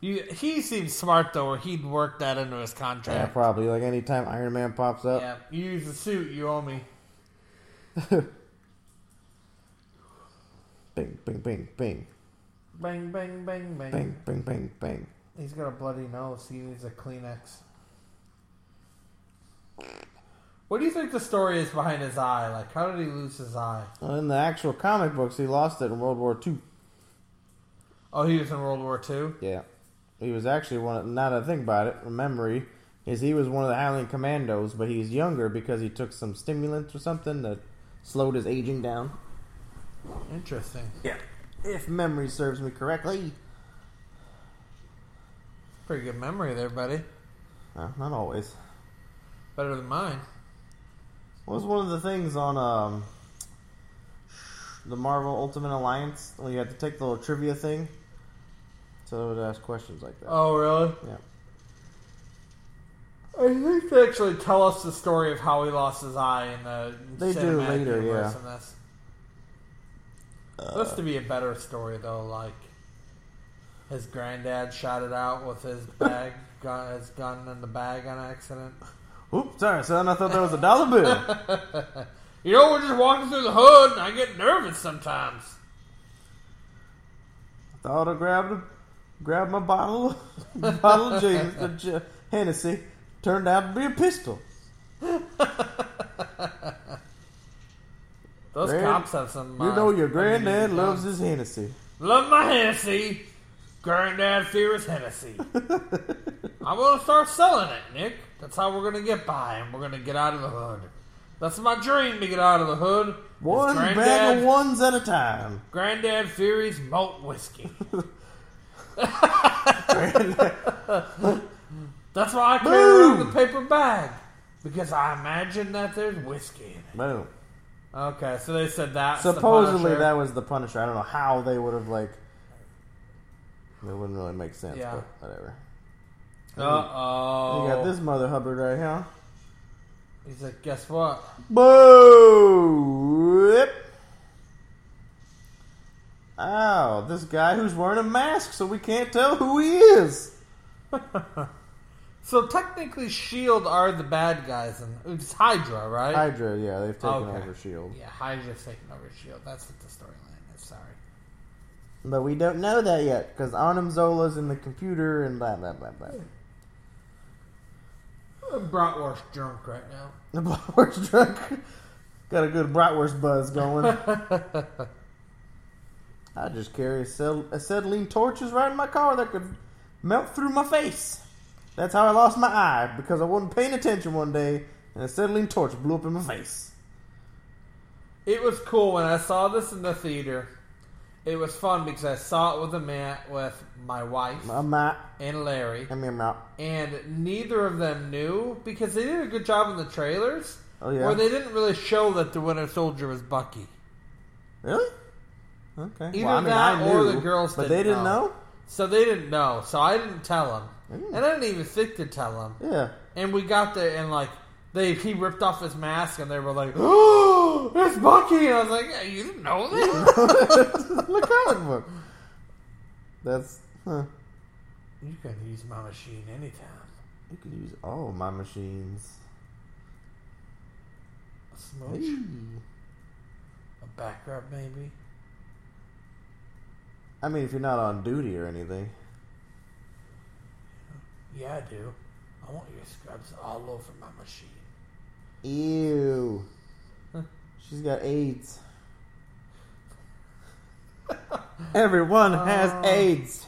C: You, he seems smart though, or he'd work that into his
D: Yeah,
C: contract.
D: probably like anytime Iron Man pops
C: Yeah,
D: up.
C: you use the suit, you owe me.
D: Bing, bing, bing, bing,
C: Bang, bang, bang, bang.
D: bing, bing, bing, bing.
C: He's got a bloody nose. He needs a Kleenex. What do you think the story is behind his eye? Like, how did he lose his eye?
D: Well, in the actual comic books, he lost it in World War II.
C: Oh, he was in World War II.
D: Yeah, he was actually one. Of, now that I think about it, from memory is he was one of the Howling Commandos, but he's younger because he took some stimulants or something that slowed his aging down.
C: Interesting.
D: Yeah, if memory serves me correctly.
C: Pretty good memory there, buddy.
D: Uh, not always.
C: Better than mine.
D: What was one of the things on um, the Marvel Ultimate Alliance when you had to take the little trivia thing? So they would ask questions like that.
C: Oh, really?
D: Yeah.
C: I think they actually tell us the story of how he lost his eye in the
D: They do
C: cinematic
D: later,
C: universe
D: yeah.
C: in this. Supposed to be a better story though, like his granddad shot it out with his bag, gun, his gun in the bag on accident.
D: Oops, sorry, son. I thought that was a dollar bill.
C: You know, we're just walking through the hood, and I get nervous sometimes.
D: Thought I grabbed a, grabbed my bottle bottle of James, the J- Hennessy. Turned out to be a pistol.
C: Those
D: Grand-
C: cops have some.
D: You
C: uh,
D: know your granddad
C: amazing
D: loves
C: guns.
D: his Hennessy.
C: Love my Hennessy. Granddad fears Hennessy. I'm gonna start selling it, Nick. That's how we're gonna get by, and we're gonna get out of the hood. That's my dream to get out of the hood. is
D: One bag of ones at a time.
C: Granddad Fury's malt whiskey. That's why I carry around
D: Boom.
C: the paper bag because I imagine that there's whiskey in it.
D: Boom.
C: Okay, so they said that.
D: Supposedly that was the Punisher. I don't know how they would have like. It wouldn't really make sense,
C: Yeah.
D: but whatever.
C: Uh oh.
D: You got this mother Hubbard right here.
C: He's like, guess what?
D: Boo! Whip. Ow, Oh, this guy who's wearing a mask, so we can't tell who he is.
C: So technically, Shield E are the bad guys, and it's Hydra, right?
D: Hydra, yeah, they've taken
C: Okay.
D: over Shield,
C: Yeah, Hydra's taking over Shield. E That's what the storyline is. Sorry.
D: but we don't know that yet because Arnim Zola's in the computer and blah blah blah blah.
C: I'm bratwurst drunk right now.
D: The bratwurst drunk got a good bratwurst buzz going. I just carry acet- acetylene torches right in my car that could melt through my face. That's how I lost my eye because I wasn't paying attention one day and acetylene torch blew up in my face.
C: It was cool when I saw this in the theater. It was fun because I saw it with a man with my wife
D: I'm out.
C: and Larry,
D: I mean, I'm out.
C: and neither of them knew because they did a good job in the trailers.
D: Oh, yeah?
C: Where they didn't really show that the Winter Soldier was Bucky.
D: Really? Okay.
C: Either
D: Well, I mean,
C: that
D: I
C: or
D: knew,
C: the girls
D: but
C: didn't
D: they didn't
C: know.
D: know.
C: So they didn't know. So I didn't tell them.
D: Mm.
C: And I didn't even think to tell him.
D: Yeah.
C: And we got there and like they he ripped off his mask and they were like, "Oh, it's Bucky!" And I was like, yeah, "You didn't know that?
D: Look comic book. That's huh.
C: you can use my machine anytime."
D: You could use all my machines.
C: A smooch,
D: Hey.
C: a back rub, maybe.
D: I mean, if you're not on duty or anything.
C: Yeah, I do. I want your scrubs all over my machine.
D: Ew. She's got AIDS. Everyone has AIDS.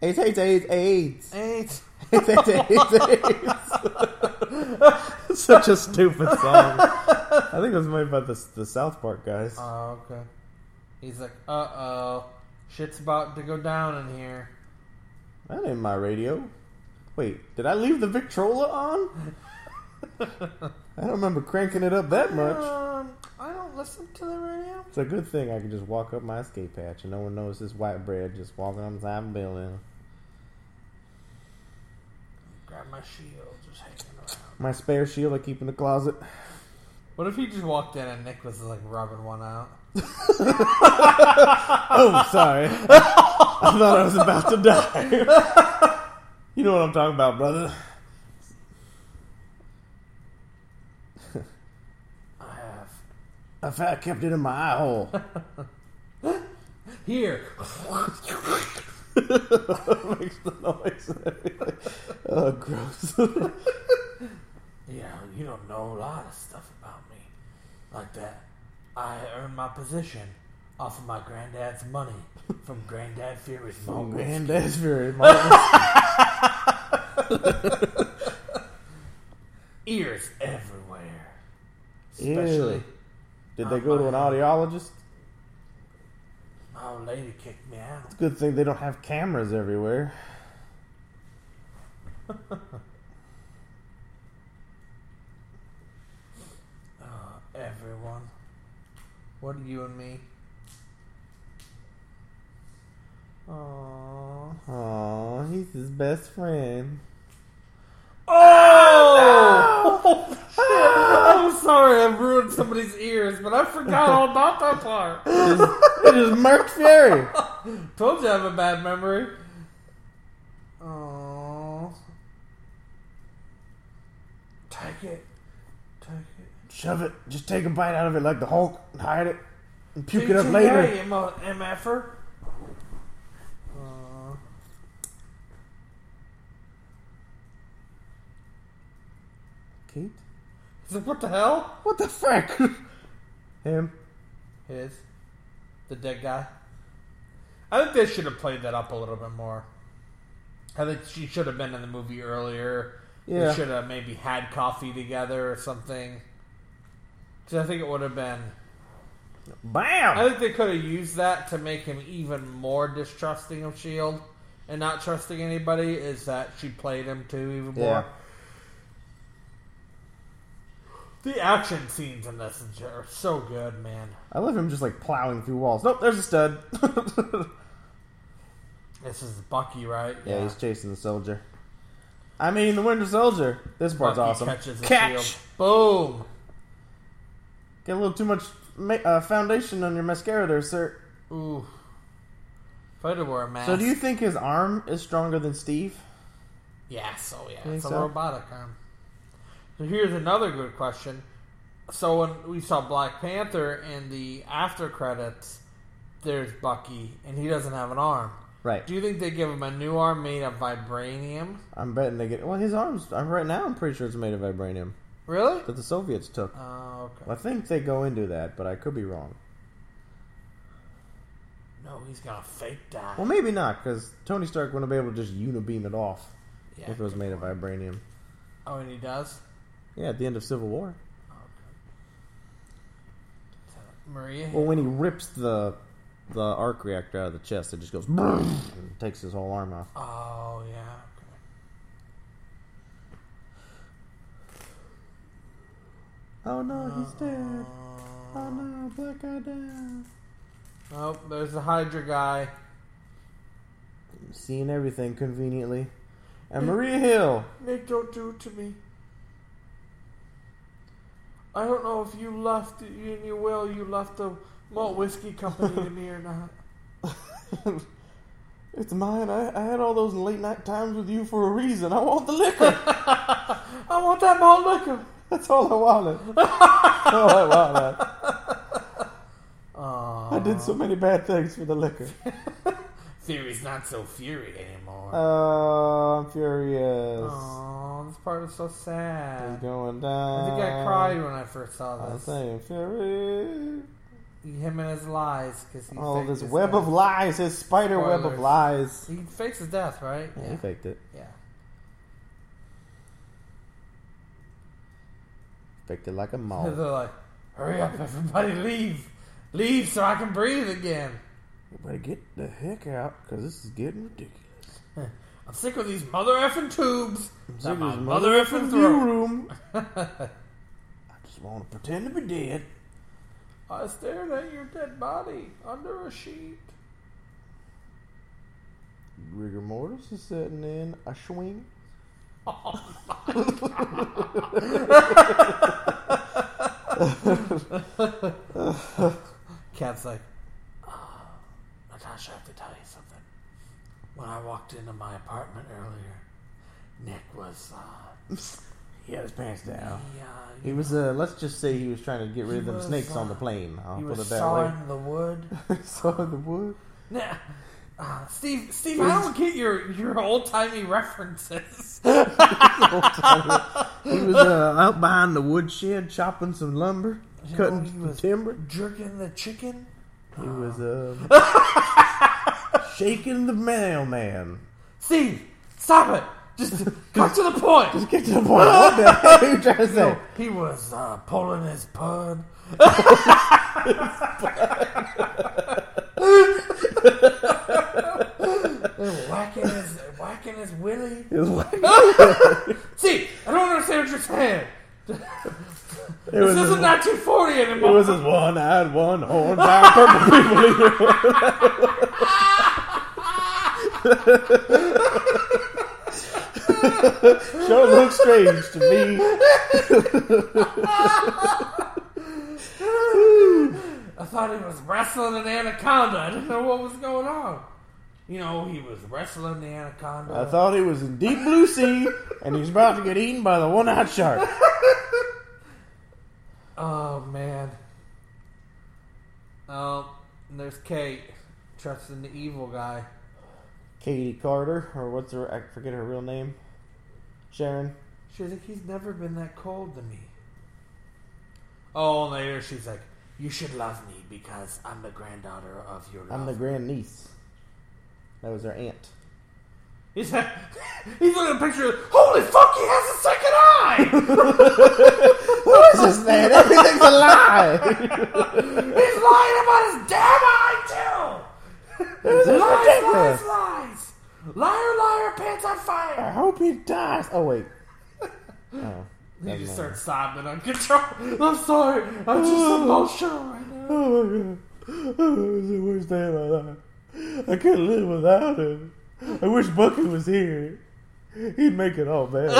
D: AIDS, AIDS, AIDS, AIDS.
C: Eight.
D: AIDS, AIDS, AIDS, AIDS. Such a stupid song. I think it was made by the, the South Park guys.
C: Oh, okay. He's like, "Uh oh, shit's about to go down in here."
D: That ain't my radio. Wait, did I leave the Victrola on? I don't remember cranking it up that much.
C: Um, I don't listen to the radio.
D: It's a good thing I can just walk up my skate patch and no one knows this white bread just walking on the side of the building.
C: Grab my shield, just hanging around.
D: My spare shield I keep in the closet.
C: What if he just walked in and Nick was like rubbing one out?
D: Oh, sorry. I thought I was about to die. you know what I'm talking about, brother.
C: I have.
D: I fat kept it in my eye hole.
C: Here.
D: Makes the noise. oh, gross.
C: yeah, you don't know a lot of stuff about me. Like that. I earned my position off of my granddad's money from Granddad Fury's
D: Oh,
C: mom.
D: man, that's very much.
C: Ears everywhere.
D: Ew.
C: Especially,
D: Did they go to an audiologist?
C: my old lady kicked me out.
D: Good thing they don't have cameras everywhere.
C: Oh, everyone. What are you and me? Aww.
D: Aw, he's his best friend.
C: Oh! I'm sorry, I ruined somebody's ears, but I forgot all about that part.
D: It is Mark Fury.
C: Told you I have a bad memory. Oh. Take it. Take it.
D: Shove it. Just take a bite out of it like the Hulk and hide it and puke it up
C: TTA,
D: later.
C: M- MFer. Aw.
D: Kate?
C: He's like, what the hell?
D: What the frick? Him?
C: His. The dead guy. I think they should have played that up a little bit more. I think she should have been in the movie earlier.
D: Yeah.
C: They should have maybe had coffee together or something. 'Cause I think it would have been. I
D: Bam!
C: think they could have used that to make him even more distrusting of Shield E and not trusting anybody. Is that she played him too even more?
D: Yeah.
C: The action scenes in this are so good, man.
D: I love him just like plowing through walls. Nope, there's a stud.
C: This is Bucky, right?
D: yeah, he's chasing the soldier. I mean, the Winter Soldier. This part's
C: Bucky
D: awesome.
C: catches the
D: Catch!
C: shield. Boom.
D: Get a little too much ma- uh, foundation on your mascara there, sir.
C: Ooh. If I had to wear a mask.
D: So, do you think his arm is stronger than Steve?
C: Yes, oh yeah.
D: Think
C: It's a
D: so?
C: robotic arm. So here's another good question. So when we saw Black Panther in the after credits, there's Bucky, and he doesn't have an arm.
D: Right.
C: Do you think they give him a new arm made of vibranium?
D: I'm betting they get. Well, his arms. I'm right now. I'm pretty sure it's made of vibranium
C: Really?
D: that the Soviets took.
C: Oh, okay.
D: I think they go into that, but I could be wrong.
C: No, he's gonna fake that.
D: Well, maybe not, because Tony Stark wouldn't be able to just unibeam it off
C: Yeah.
D: if it was made of vibranium.
C: Oh, and he does.
D: Yeah, at the end of Civil War.
C: Maria.
D: Well, when he rips the the arc reactor out of the chest, it just goes boom and takes his whole arm off.
C: Oh yeah. Okay.
D: Oh no, he's dead. Oh
C: Oh,
D: no, black guy down.
C: oh, there's the Hydra guy.
D: Seeing everything conveniently.
C: Mm.
D: and Maria Hill.
C: Nick, don't do it to me. I don't know if you left in your will you left the malt whiskey company to me or not.
D: it's mine. I, I had all those late night times with you for a reason. I want the liquor.
C: I want that malt liquor.
D: That's all I wanted. That's all I wanted. I
C: Aww.
D: did so many bad things for the liquor.
C: Theory's not so fury anymore.
D: Uh, I'm furious.
C: Aw, this part is so
D: It's
C: sad.
D: going
C: I
D: down.
C: think I cried when I first saw
D: I'm
C: this.
D: saying fury.
C: Him and his lies, because he
D: All
C: faked
D: this
C: his
D: web
C: death.
D: of lies, his spider web of
C: Spoilers.
D: lies.
C: He fakes his death, right?
D: Yeah, he faked it.
C: Yeah.
D: Faked it like a
C: And
D: mole.
C: They're like, hurry up, everybody, leave, leave, so I can breathe again.
D: Better get the heck out, because this is getting ridiculous.
C: I'm sick of these mother effing tubes.
D: sick
C: That
D: of
C: my
D: this
C: mother effing
D: View
C: throat.
D: room. I just want to pretend to be dead.
C: I stared at your dead body under a sheet.
D: Rigor mortis is setting in. A swing.
C: Cat's like, "Ah, Natasha, I have to tell you something. When I walked into my apartment earlier, Nick was, uh,
D: He had his pants down.
C: he, uh,
D: He was, uh, let's just say he was trying to get rid of them
C: was,
D: snakes on the
C: uh,
D: plane. I'll
C: he
D: put
C: was
D: it that way.
C: sawing the wood.
D: Sawing the wood.
C: Nah. Uh, Steve, Steve, I don't get your, your old timey references.
D: He was uh, out behind the woodshed chopping some lumber, cutting
C: he
D: some
C: was-
D: timber.
C: Jerking the chicken?
D: He was um, shaking the mailman.
C: Steve, stop it! Just cut to the point!
D: Get to the point. What the hell are you trying to say?
C: He was uh, pulling his pud. And whacking his whacking his willy.
D: It was like-
C: See, I don't understand what you're saying.
D: it
C: This
D: was
C: isn't
D: his-
C: 1940
D: it
C: anymore.
D: was his one-eyed, one-horned, purple people eater. Sure looks strange to me.
C: I thought he was wrestling an anaconda. I didn't know what was going on. You know, he was wrestling the anaconda.
D: I thought he was in deep blue sea, and he was about to get eaten by the one-eyed shark.
C: Oh man. Oh, and there's Kate trusting the evil guy.
D: Katie Carter, or what's her? I forget her real name. Sharon.
C: She's like, he's never been that cold to me. Oh, and later she's like, you should love me because I'm the granddaughter of your.
D: I'm the
C: lover."
D: grand niece. That was her aunt.
C: He's like, he's looking at a picture. Holy fuck! He has a second eye.
D: What is this man? Everything's a lie.
C: he's lying about his damn eye
D: This
C: too. lies,
D: is ridiculous.
C: lies, lies. Liar, liar, pants on fire.
D: I hope he dies. Oh wait. Oh.
C: You
D: never
C: just start
D: mind.
C: sobbing uncontrollably. I'm sorry. I'm just emotional right now.
D: Oh my god. Oh, it was the worst day of my life. I couldn't live without him. I wish Bucky was here. He'd make it all better.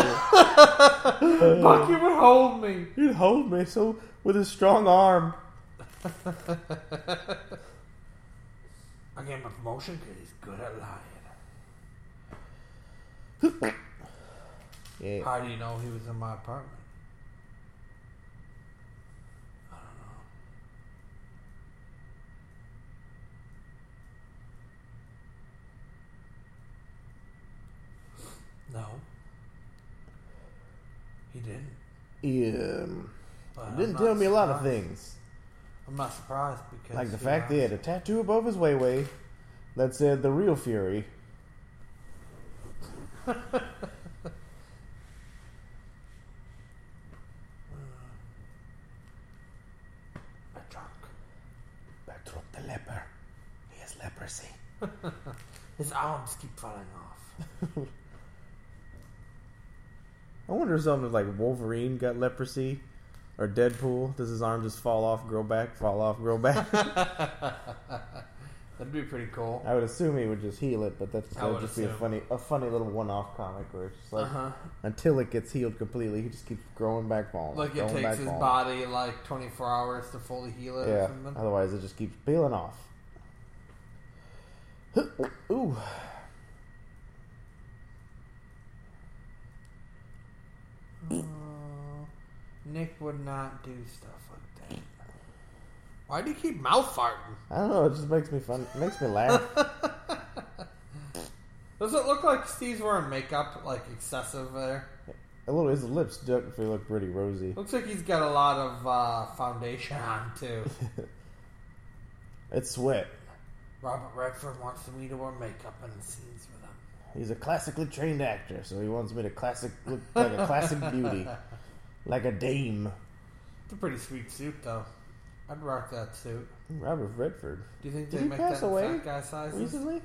C: Bucky would hold me.
D: He'd hold me so with his strong arm.
C: I gave him a promotion because he's good at lying.
D: Yeah.
C: How do you know he was in my apartment? I don't know. No. He didn't.
D: Yeah.
C: but I'm
D: Um, Didn't
C: not
D: tell me a lot of
C: surprised.
D: things.
C: I'm not surprised because
D: Like the
C: you
D: fact
C: know,
D: that he had a tattoo above his way way that said the real Fury.
C: Petrarch.
D: Backdrop the leper. He has leprosy.
C: His arms keep falling off.
D: I wonder if something like Wolverine got leprosy or Deadpool. Does his arm just fall off, grow back, fall off, grow back?
C: That'd be pretty cool.
D: I would assume he would just heal it, but that's
C: I
D: that would
C: would
D: just be a
C: assume.
D: funny, a funny little one-off comic where it's just like
C: Uh-huh.
D: until it gets healed completely, he just keeps growing back bone.
C: Like it
D: growing back
C: takes his
D: bone.
C: body like 24 hours to fully heal it or
D: Yeah.
C: something.
D: Otherwise, it just keeps peeling off. Ooh.
C: Nick would not do stuff like that. Why do you keep mouth farting?
D: I don't know. It just makes me fun. It makes me laugh.
C: Does it look like Steve's wearing makeup like excessive there?
D: a little. His lips definitely look pretty rosy.
C: Looks like he's got a lot of uh, foundation on too.
D: It's sweat.
C: Robert Redford wants me to wear makeup in the scenes with him.
D: He's a classically trained actor, so he wants me to classic look like a classic beauty, like a dame.
C: It's a pretty sweet suit though. I'd rock that suit.
D: Robert Redford
C: Do you think
D: Did
C: they
D: he
C: make
D: pass
C: that in
D: away
C: fat guy sizes?
D: recently.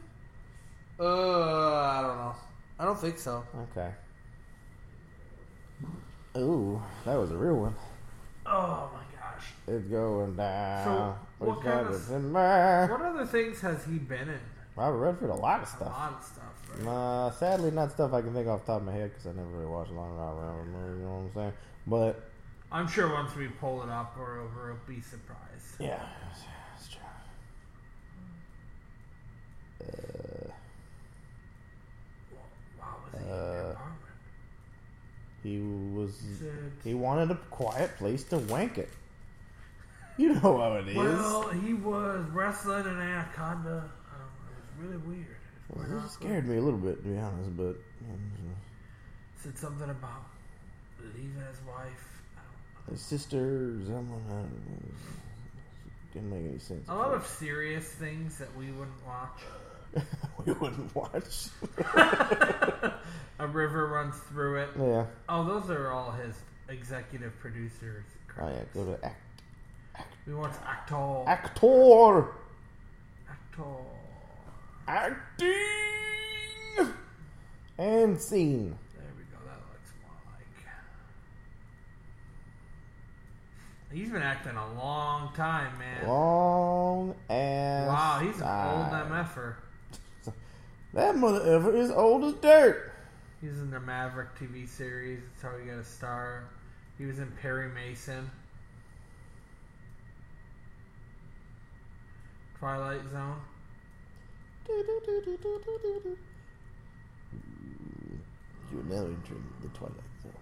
C: Uh, I don't know. I don't think so.
D: Okay.
C: Hmm.
D: Ooh, that was a real one.
C: Oh my gosh.
D: It's going down.
C: So, what
D: It's
C: kind
D: not
C: of-
D: December.
C: What other things has he been in?
D: Robert Redford, a lot of
C: A
D: stuff.
C: lot of stuff. Right?
D: Uh, sadly, not stuff I can think off the top of my head because I never really watched a lot of Robert Redford movies. You know what I'm saying? But
C: I'm sure once we pull it up or over, we'll be surprised.
D: yeah, it's true.
C: Wow, was he in that apartment?
D: Uh, He was.
C: Six.
D: He wanted a quiet place to wank it. You know how it is.
C: Well, he was wrestling an anaconda. Um, it was really weird. It was
D: Well,
C: weird.
D: it scared me a little bit, to be honest, but
C: Said something about leaving his wife.
D: his sister, someone, I don't know. It Didn't make any sense.
C: A lot of serious things that we wouldn't watch.
D: we wouldn't watch.
C: A river runs through it.
D: yeah.
C: Oh, those are all his executive producers.
D: Oh yeah. Go to act,
C: We watched Actol.
D: actor,
C: Actol.
D: acting, and scene.
C: There we go. That looks more like. He's been acting a long time, man.
D: Long and
C: wow, he's an old er. MFer.
D: That mother ever is old as dirt.
C: He was in the Maverick TV series. That's how he got a star. He was in Perry Mason. Twilight Zone.
D: You're now entering the twilight zone.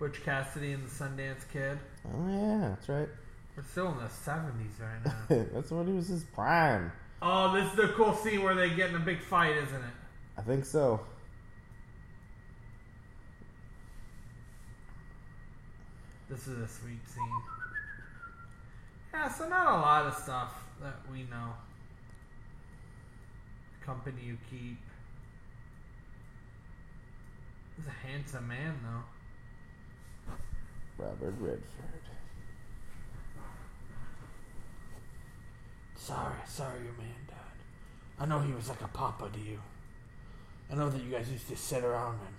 C: Butch Cassidy and the Sundance Kid.
D: Oh yeah, that's right.
C: We're still in the 70s right now.
D: that's when he was his prime.
C: Oh, this is the cool scene where they get in a big fight, isn't it?
D: I think so.
C: This is a sweet scene. Yeah, so not a lot of stuff that we know. Company you keep. He's a handsome man, though.
D: Robert Redford.
C: Sorry, sorry, your man died. I know he was like a papa to you. I know that you guys used to sit around and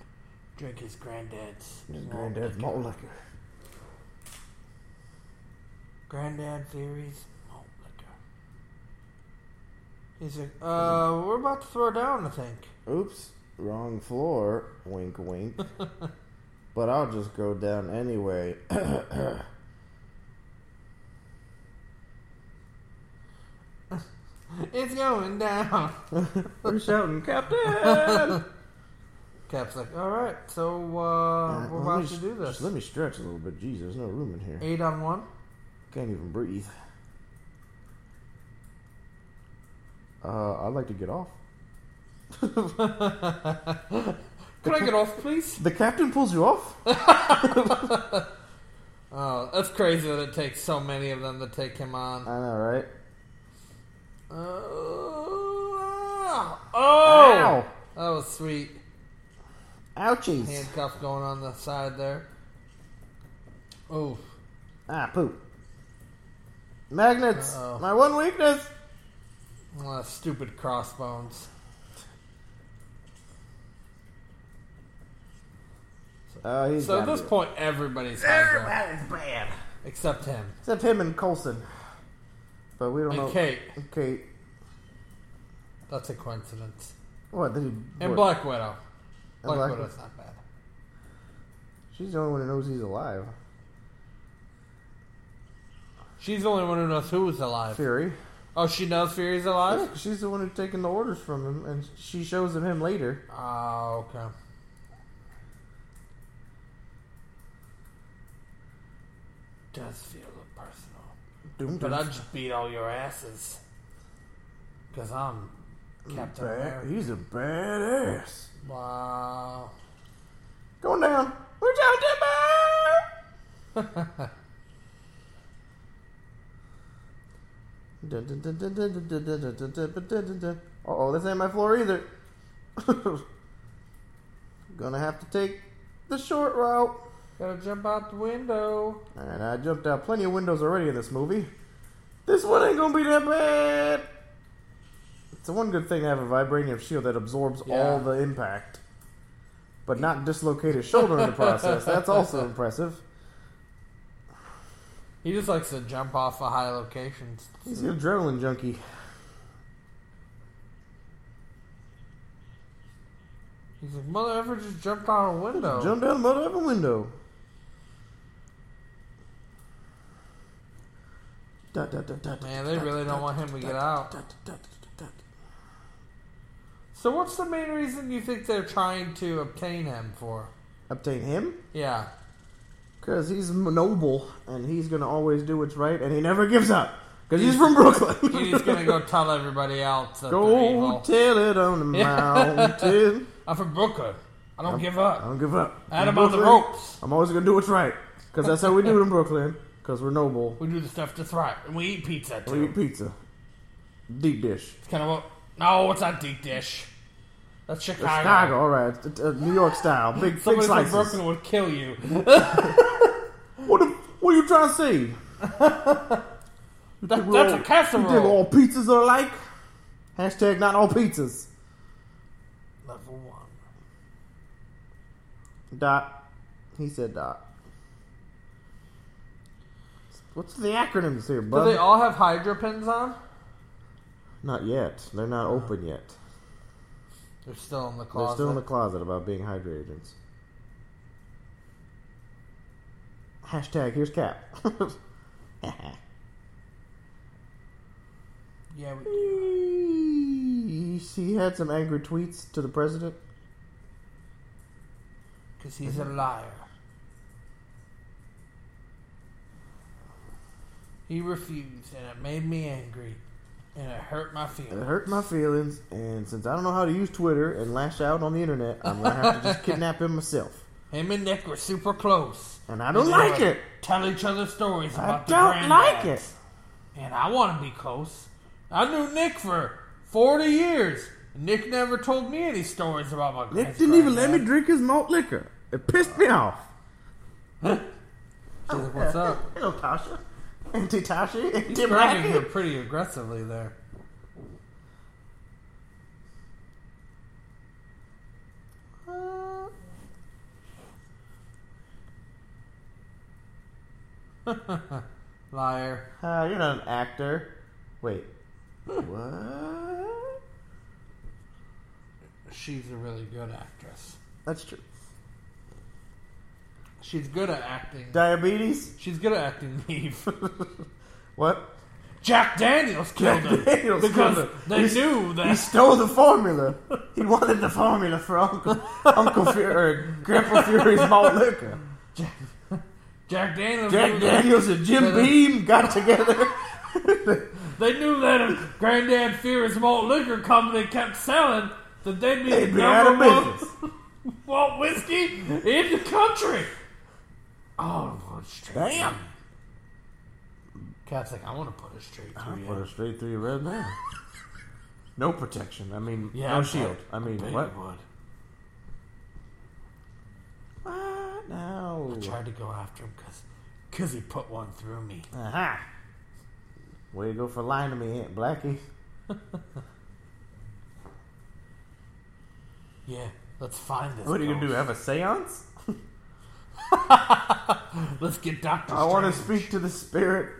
C: drink his granddad's.
D: His granddad's malt liquor.
C: Granddad theories. Oh, Malt liquor. He's like, uh, we're about to throw down, I think.
D: Oops, wrong floor. Wink, wink. but I'll just go down anyway.
C: It's going down.
D: We're shouting, Captain!
C: Cap's like, all right, so uh, we're about to do this.
D: Just let me stretch a little bit. Jeez, there's no room in here.
C: Eight on one.
D: Can't even breathe. Uh, I'd like to get off.
C: Could I get off, please?
D: The captain pulls you off?
C: Oh, that's crazy that it takes so many of them to take him on.
D: I know, right?
C: Uh, oh,
D: Ow!
C: that was sweet.
D: Ouchies!
C: Handcuff going on the side there. Oh,
D: Ah, poop. Magnets!
C: Uh-oh.
D: My one weakness!
C: uh, stupid crossbones.
D: Uh, he's
C: So at
D: gotta
C: this
D: be-
C: point, everybody's handcuffed
D: Everybody's bad.
C: except him
D: Except him and Colson. But we don't
C: and
D: know.
C: Kate.
D: Kate.
E: That's a coincidence.
D: What did he?
E: And
D: what?
E: Black Widow. Black,
D: Black
E: Widow's not bad.
D: She's the only one who knows he's alive.
E: She's the only one who knows who was alive.
D: Fury.
E: Oh, she knows Fury's alive?
D: Yeah, she's the one who's taking the orders from him, and she shows him him later.
E: Oh, okay. Does feel a little personal.
D: Doom
E: But I
D: Doom.
E: just beat all your asses. Because I'm Captain
D: Bad-
E: America.
D: he's a badass.
E: Wow.
D: Going down. Watch out, Timber! Uh oh, this ain't my floor either. Gonna have to take the short route.
E: Gotta jump out the window.
D: And I jumped out plenty of windows already in this movie. This one ain't gonna be that bad. It's the one good thing I have a vibranium shield that absorbs all
E: Yeah.
D: the impact, but not dislocate his shoulder in the process. That's also impressive.
E: He just likes to jump off of high locations.
D: He's an adrenaline junkie.
E: He's like, mother ever just jumped out a window.
D: Jump down the mother of a window. Dot, dot, dot, dot,
E: Man,
D: dot,
E: they
D: dot,
E: really
D: dot,
E: don't want him to get
D: dot,
E: out.
D: dot, dot, dot, dot.
E: So what's the main reason you think they're trying to obtain him for?
D: Obtain him?
E: Yeah.
D: Because he's m- noble and he's going to always do what's right and he never gives up. Because he's from Brooklyn.
E: He's gonna go tell everybody else that they're
D: Go
E: evil.
D: tell it on the mountain.
E: I'm from Brooklyn. I don't give up.
D: I don't give up.
E: Add
D: I'm
E: him on the
D: Brooklyn.
E: ropes.
D: I'm always going to do what's right. Because that's how we do it in Brooklyn. Because we're noble.
E: we do the stuff that's right, and we eat pizza too.
D: We eat pizza. Deep dish.
E: It's kind of what? No, it's not deep dish. That's Chicago.
D: Chicago, all right. It's, uh, New York style. Big, big
E: Somebody from
D: slices.
E: Brooklyn would kill you.
D: What, the, what are you trying to say? You think we're
E: that's
D: all-
E: a casserole.
D: You think all pizzas are alike? Hashtag not all pizzas.
E: Level one.
D: Dot. He said dot. What's the acronyms here,
E: Do they
D: bud?
E: all have Hydra pins on?
D: not yet. They're not open yet.
E: They're still in the
D: They're
E: closet.
D: still in the closet about being hydro agents. Hashtag here's Cap.
E: yeah, we do.
D: she had some angry tweets to the president.
E: Because he's a liar. He refused, and it made me angry, and it hurt my
D: It
E: feelings.
D: hurt my feelings, and since I don't know how to use Twitter and lash out on the internet, I'm gonna have to just kidnap him myself.
E: Him and Nick were super close.
D: And I don't
E: They
D: like
E: would
D: it.
E: Tell each other stories
D: I
E: about the
D: don't like it.
E: granddads. And I want to be close. I knew Nick for 40 years. Nick never told me any stories about my
D: Nick
E: his
D: didn't even let me
E: granddad.
D: drink his malt liquor. It pissed me off.
E: She's like, What's up?
D: Hello, Tasha. Auntie Tasha. Auntie
E: He's grabbing her
D: Blackie.
E: pretty aggressively there. Liar.
D: Uh, you're not an actor. Wait. what?
E: She's a really good actress.
D: That's true.
E: She's good at acting.
D: Diabetes?
E: She's good at acting, Neve.
D: What?
E: Jack Daniels killed
D: Jack
E: him
D: Daniels
E: because
D: killed him.
E: they
D: He's-
E: knew
D: He
E: that
D: stole the formula. He wanted the formula for Uncle Uncle Fury, or Grandpa Fury's malt liquor.
E: Jack Daniels.
D: Jack
E: knew
D: Daniels and Jim Beam got together.
E: That, they knew that if Granddad Fury's malt liquor company kept selling, that they'd be the
D: They'd be out of
E: number one
D: business.
E: malt whiskey in the country. Oh, Lord, straight.
D: Damn.
E: Cat's like, I want to put it straight through you.
D: Put her straight through your red now. No protection. I mean,
E: Yeah,
D: no
E: I'm
D: shield. I mean,
E: bet
D: what?
E: you would.
D: What? No.
E: Tried to go after him because he put one through me.
D: Aha. Way to go for lying to me, Aunt Blackie.
E: Yeah, let's find this.
D: What are you gonna do?
E: ghost.
D: Have a seance?
E: Let's get Doctor.
D: I want to speak to the spirit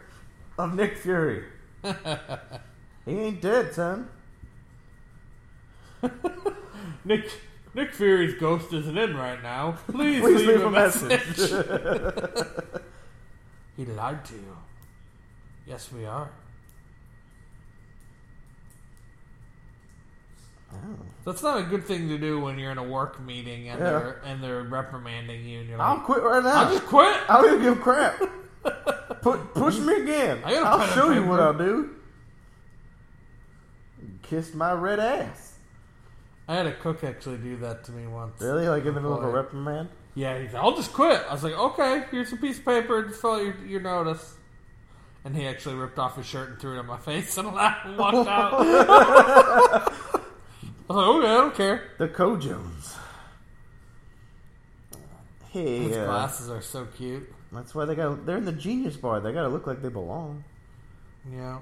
D: of Nick Fury. he ain't dead, son.
E: Nick Nick Fury's ghost isn't in right now. Please,
D: Please
E: leave, a message. he lied to you. Yes, we are.
D: Oh.
E: That's not a good thing to do when you're in a work meeting and
D: Yeah.
E: they're and they're reprimanding you. And you're
D: I'll
E: like,
D: quit right
E: I'll
D: now.
E: just quit.
D: I don't even give a crap. Put, push me again.
E: I got a pen
D: I'll
E: and
D: show you what
E: paper.
D: I'll do. Kiss my red ass.
E: I had a cook actually do that to me once.
D: Really? Like in the middle of a
E: Boy.
D: reprimand?
E: Yeah, he's like, I'll just quit. I was like, okay, here's a piece of paper. Just fill out your, your notice. And he actually ripped off his shirt and threw it in my face and laughed and walked out. I was like, okay, I don't care.
D: The Co Jones. Hey,
E: His
D: uh,
E: glasses are so cute.
D: that's why they got. They're in the Genius Bar. They gotta look like they belong.
E: Yeah.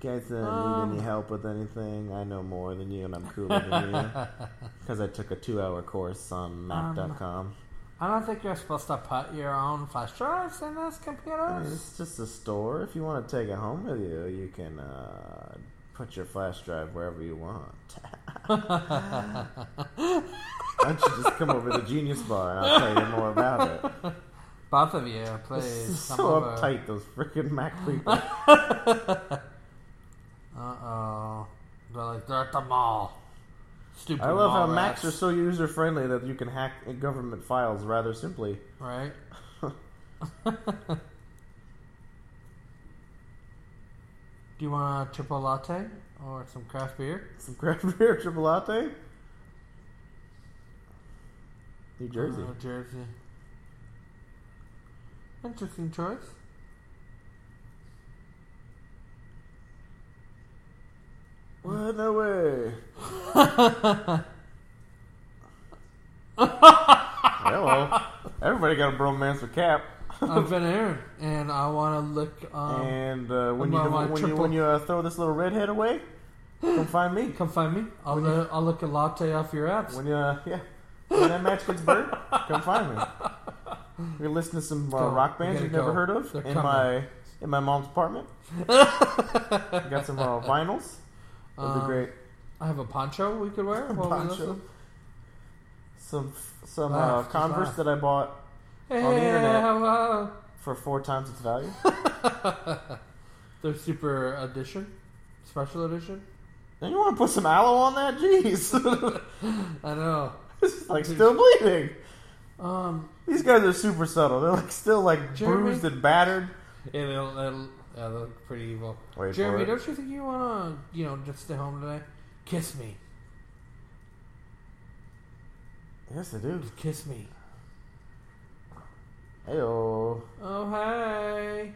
D: You guys uh,
E: Um.
D: need any help with anything? I know more than you, and I'm cooler than you because I took a two-hour course on Map.com.
E: I don't think you're supposed to put your own flash drives in this
D: I mean,
E: computer.
D: it's just a store. If you want to take it home with you, you can uh, put your flash drive wherever you want. Why don't you just come over to the Genius Bar and I'll tell you more about it?
E: Both of you,
D: This
E: please.
D: is so uptight, those freaking Mac people.
E: Uh oh. They're like, they're at the mall. Stupid
D: I love how
E: mall
D: Macs are
E: rats.
D: so user friendly that you can hack government files rather simply.
E: Right? Do you want a triple latte or some craft beer?
D: Some craft beer, triple latte? New Jersey.
E: Uh, Jersey. Interesting choice.
D: What? No way. Hello. Everybody got a bromance with Cap.
E: I've been Aaron, and I want to look. Um,
D: and uh, when, you,
E: I'm on my
D: when you
E: triple-
D: when you uh, throw this little redhead away, come find me.
E: Come find me. I'll, lo- I'll look a latte off your abs.
D: When you uh, yeah, when that match gets burnt, come find me. You're listening to some uh,
E: Go.
D: rock
E: We
D: bands
E: gotta
D: you've never
E: go.
D: heard of
E: They're
D: in
E: coming.
D: my in my mom's apartment. got some uh, vinyls. That'd be
E: Um,
D: great.
E: I have a poncho we could wear while we
D: Poncho.
E: listen.
D: Some some
E: Laugh,
D: uh,
E: just
D: Converse
E: laugh.
D: that I bought
E: Hey,
D: the internet.
E: hello.
D: for four times its value.
E: They're super edition, special edition.
D: Then you want to put some aloe on that? Jeez,
E: I know.
D: it's like still bleeding.
E: Um,
D: These guys are super subtle. They're like still like
E: Jeremy?
D: bruised and battered.
E: Yeah, they look, they look, yeah, they look pretty evil.
D: Wait for
E: Jeremy,
D: it.
E: don't you think you want to, you know, just stay home today? Kiss me.
D: Yes, they do.
E: Kiss me.
D: Heyo.
E: Oh, hey.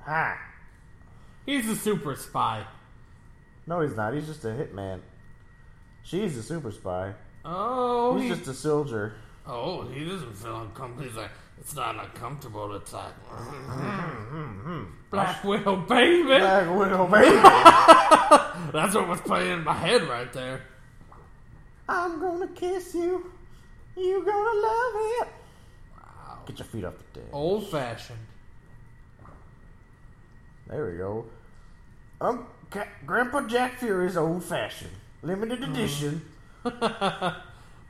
D: Ha.
E: He's a super spy.
D: No, he's not. He's just a hitman. She's a super spy.
E: Oh,
D: He's
E: he-
D: just a soldier.
E: oh, he doesn't feel uncomfortable. He's like, it's not uncomfortable to talk. Black Widow, baby.
D: Black Widow, baby.
E: That's what was playing in my head right there.
D: I'm gonna kiss you. You gonna love it. Get your feet up the deck.
E: Old fashioned.
D: There we go. Um, Ca- Grandpa Jack Fury's old fashioned, limited
E: Mm-hmm.
D: edition.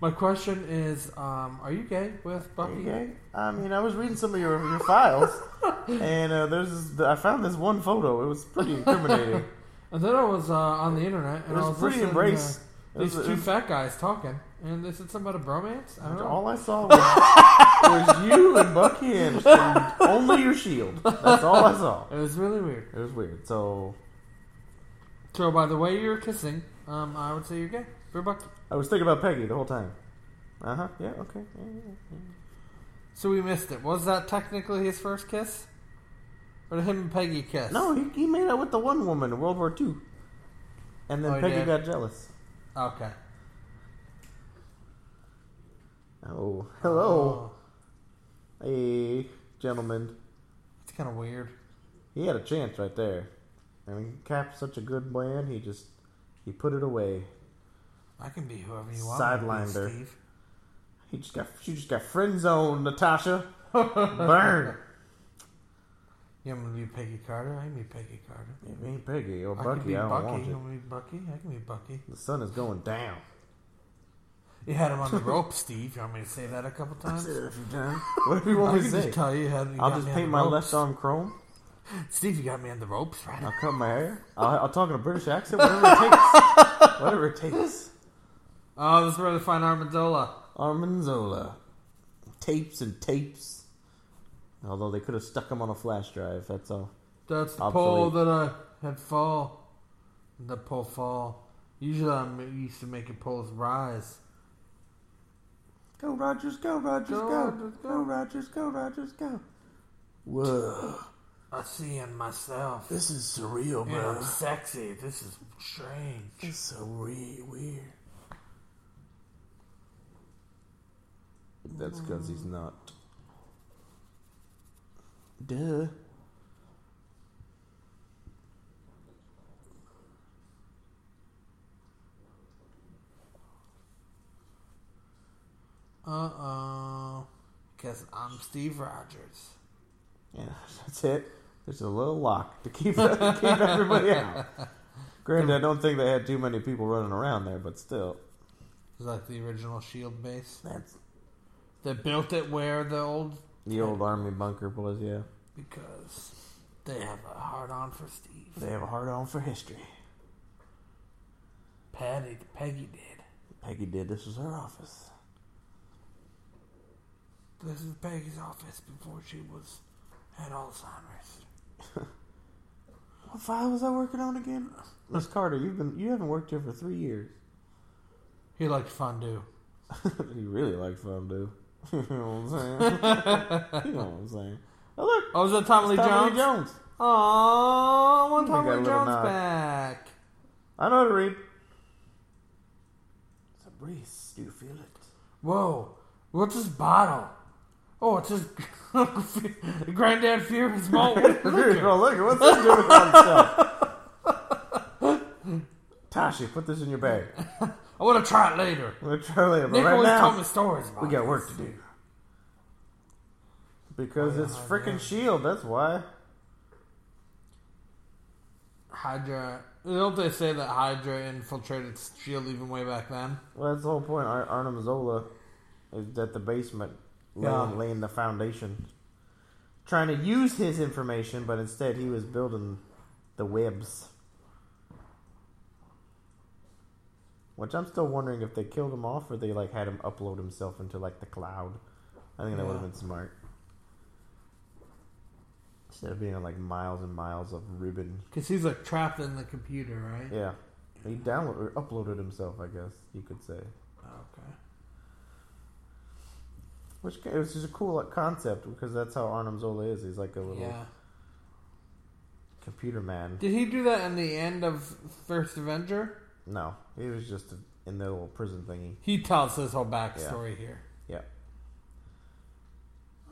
E: My question is, um, are you gay with Bucky?
D: Okay. I mean, I was reading some of your, your files, and uh, there's this, I found this one photo. It was pretty incriminating.
E: And then I was uh, on the internet and
D: It was
E: I was
D: pretty
E: listening
D: embrace. It
E: to
D: was-
E: uh, these
D: it
E: two
D: was-
E: fat guys talking, and they said something about a bromance. I don't know.
D: All I saw was, was you and Bucky and and only your shield. That's all I saw.
E: It was really weird.
D: It was weird. So
E: So by the way you're kissing, um, I would say you're gay for Bucky.
D: I was thinking about Peggy the whole time. Uh huh. Yeah. Okay. Yeah, yeah.
E: So we missed it. Was that technically his first kiss, or did him and Peggy kiss?
D: No, he, he made out with the one woman in World War II, and then
E: Oh, he
D: Peggy
E: did?
D: got jealous.
E: Okay.
D: Oh, hello,
E: Oh.
D: hey gentleman.
E: it's kind of weird.
D: He had a chance right there. I mean, Cap's such a good man. He just he put it away.
E: I can be whoever you want. me to be,
D: Sidelined her.
E: Steve.
D: He just got she just got friend zoned, Natasha. Burn.
E: You want me to be Peggy Carter? I can be Peggy Carter.
D: It ain't Peggy or
E: I can be
D: Bucky. I, don't
E: Bucky.
D: want
E: You
D: you.
E: want me to be Bucky? I can be Bucky.
D: The sun is going down.
E: You had him on the rope, Steve. You want me to say that a couple times?
D: What do you
E: I
D: want me to
E: can
D: say?
E: just tell you how you
D: I'll
E: got
D: just
E: me on
D: paint
E: the
D: my
E: ropes.
D: left Uh-huh. arm chrome.
E: Steve, you got me on the ropes, right?
D: I'll cut my hair. I'll, I'll talk in a British accent. Whatever it takes. Whatever it takes.
E: Oh, this is where they find Armadillo.
D: Armanzola. Tapes and tapes. Although they could have stuck them on a flash drive. That's all.
E: That's the
D: Obsolete.
E: pole that I uh, had fall. The pole fall. Usually I'm used to making poles rise.
D: Go Rogers, go Rogers,
E: Go,
D: go.
E: Rodgers, go.
D: Go Rogers, go Rogers, go. Whoa.
E: I see in myself.
D: This is surreal,
E: Man,
D: bro.
E: I'm sexy. This is strange.
D: It's so re- weird. That's because he's not. Duh.
E: Uh oh. Because I'm Steve Rogers.
D: Yeah, that's it. There's a little lock to keep, to keep everybody out. Granted, I don't think they had too many people running around there, but still.
E: Is that the original shield base?
D: That's
E: They built it where the old
D: the old army bunker was, yeah.
E: because they have a hard on for Steve.
D: They have a hard on for history.
E: Patty Peggy did.
D: Peggy did. This was her office.
E: This is Peggy's office before she was had Alzheimer's.
D: What file was I working on again? Miss Carter, you've been you haven't worked here for three years.
E: He liked fondue.
D: you really like fondue. you know what I'm saying? you know what I'm saying? Oh look,
E: Oh, was that Tommy Lee
D: Tommy Lee
E: Jones?
D: Jones.
E: Aww, I
D: Oh, we
E: want Tommy
D: got a
E: Lee
D: little
E: Jones
D: nod.
E: back.
D: I know how to read. It's a breeze. Do you feel it?
E: Whoa, what's this bottle? Oh, it's his Granddad Fury's malt liquor.
D: oh look, what's this doing about itself? Tashi, put this in your bag.
E: I want to try it later.
D: I'm gonna try later, but
E: Nick
D: right
E: always
D: now
E: told me stories about
D: we got
E: this.
D: work to do. Because it's
E: Oh, yeah,
D: freaking
E: yeah.
D: shield. That's why.
E: Hydra. Don't they say that Hydra infiltrated Shield E even way back then?
D: Well, that's the whole point. Ar- Arnim Zola is at the basement, laying,
E: Yeah.
D: laying the foundation, trying to use his information, but instead he was building the webs. Which I'm still wondering if they killed him off or they like had him upload himself into like the cloud. I think that would have
E: Yeah.
D: been smart. Instead of being on like miles and miles of ribbon.
E: Because he's like trapped in the computer, right?
D: Yeah. He downloaded or uploaded himself, I guess you could say.
E: Okay.
D: Which it was just a cool like, concept because that's how Arnim Zola is. He's like a little
E: Yeah.
D: computer man.
E: Did he do that in the end of First Avenger?
D: No, he was just in the little prison thingy.
E: He tells his whole backstory here.
D: Yeah.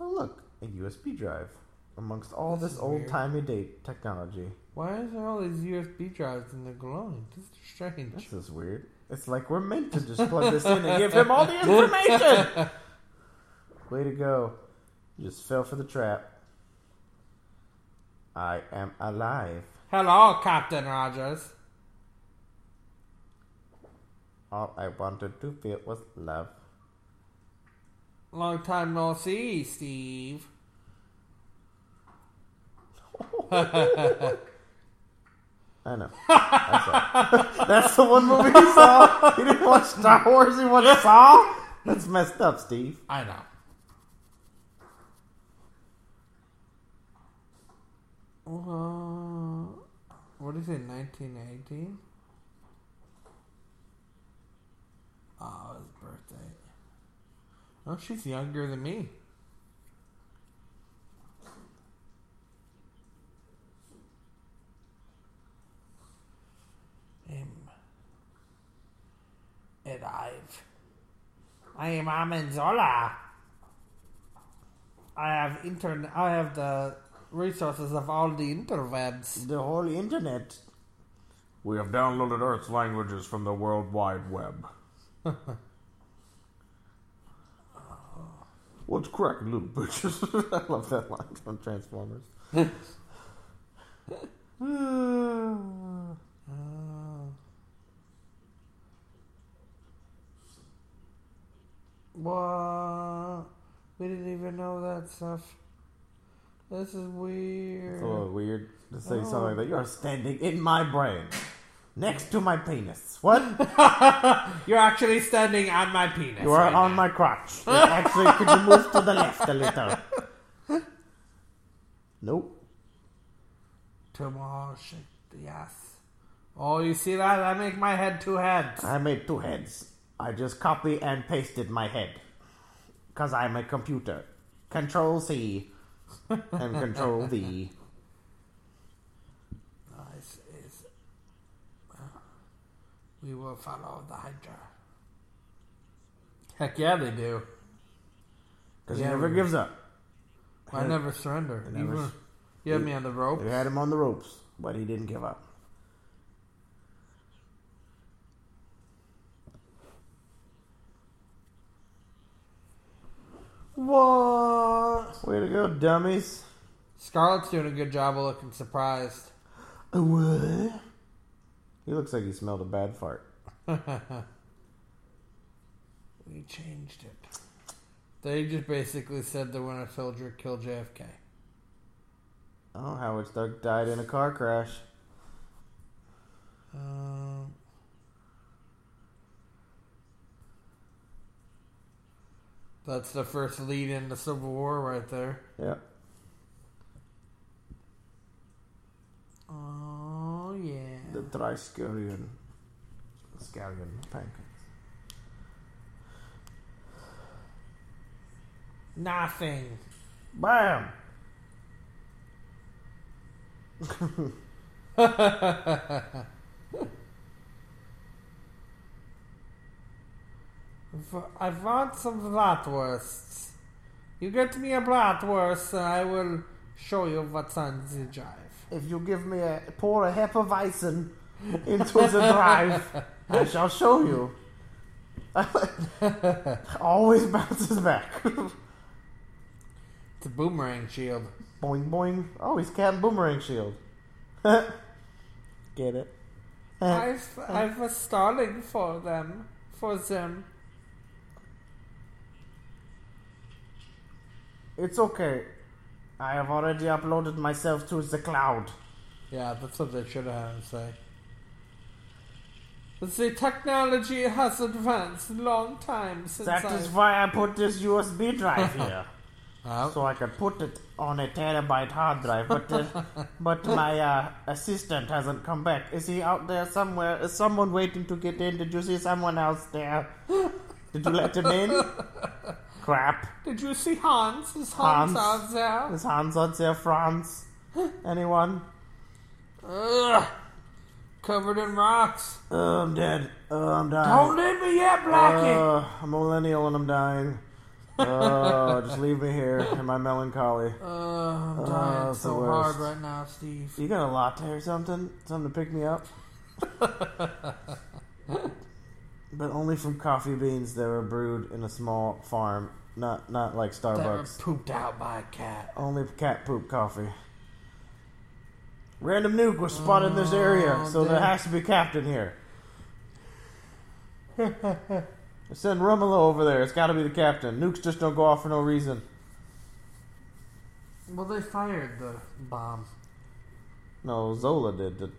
D: Oh look, a USB drive. Amongst all
E: This
D: this,
E: is weird.
D: old timey date technology,
E: Why is there all these USB drives in the glowing? This is strange.
D: this is weird. It's like we're meant to just plug this in and give him all the information. Way to go! You just fell for the trap. I am alive.
E: Hello, Captain Rogers.
D: All I wanted to feel was love.
E: Long time no see, Steve.
D: I know. That's the one movie he saw. He didn't watch Star Wars. He watched Saw. That's messed up, Steve.
E: I know. Uh, what is it, 1918? Oh, his birthday. Oh, she's younger than me. Um, and I've. I am Amenzola. I have intern. I have the resources of all the interwebs.
D: The whole internet.
F: We have downloaded Earth's languages from the World Wide Web. What's cracking, little bitches?
D: I love that line from Transformers.
E: What? We didn't even know that stuff. This is weird.
D: It's a little weird to say something like that. You are standing in my brain, next to my penis. What?
E: You're actually standing on my penis.
D: You are
E: right
D: on
E: now.
D: my crotch. Actually, could you move to the left a little? Nope.
E: Tomorrow, shake the ass. Oh, you see that? I make my head two heads.
D: I made two heads. I just copy and pasted my head. Because I'm a computer. Control C and Control V.
E: This is. uh, We will follow the Hydra. Heck yeah, they do.
D: Because
E: Yeah,
D: he never
E: we-
D: gives up.
E: I never surrender. You,
D: never
E: were-
D: s-
E: you had me on the rope.
D: You had him on the ropes, but he didn't give up.
E: What?
D: Way to go, dummies.
E: Scarlett's doing a good job of looking surprised.
D: Uh, What? He looks like he smelled a bad fart.
E: We changed it. They just basically said the Winter Soldier killed JFK.
D: Oh, Howard Stark died in a car crash.
E: Um, that's the first lead into Civil War right there.
D: Yeah.
E: Oh
D: The
E: yeah.
D: Triskelion. Scallion pancakes.
E: Nothing.
D: Bam!
E: V- I want some bratwursts. You get me a bratwurst, and I will show you what's on the drive.
D: If you give me a pour a hep of Weizen into the drive, I shall show you. Always bounces back.
E: It's a boomerang shield.
D: boing boing. Always cat boomerang shield. Get it?
E: I I was stalling for them, for them.
D: It's okay. I have already uploaded myself to the cloud.
E: Yeah, that's what they should have had him say. The technology has advanced long time since
D: That
E: I.
D: is why I put this USB drive here.
E: Oh.
D: So I could put it on a terabyte hard drive, but uh, but my uh, assistant hasn't come back. Is he out there somewhere? Is someone waiting to get in? Did you see someone else there? Did you let him in? Crap!
E: Did you see Hans? Is
D: Hans.
E: Hans, out there?
D: Is Hans out there, Franz? Anyone?
E: Ugh. Covered in rocks.
D: Oh, I'm dead. Oh, I'm dying.
E: Don't leave me yet, Blackie.
D: Uh, I'm a millennial and I'm dying. Oh, just leave me here in my melancholy.
E: Uh, I'm
D: uh,
E: dying
D: it's the
E: so
D: worst.
E: hard right now, Steve.
D: You got a latte or something? Something to pick me up? but only from coffee beans that were brewed in a small farm, not not like
E: That were
D: Starbucks.
E: pooped out by a cat.
D: Only cat poop coffee. Random nuke was spotted in this area,
E: Oh,
D: so there
E: damn.
D: has to be captain here. Send Rumolo over there. It's got to be the captain. Nukes just don't go off for no reason.
E: Well, they fired the bomb.
D: No, Zola did to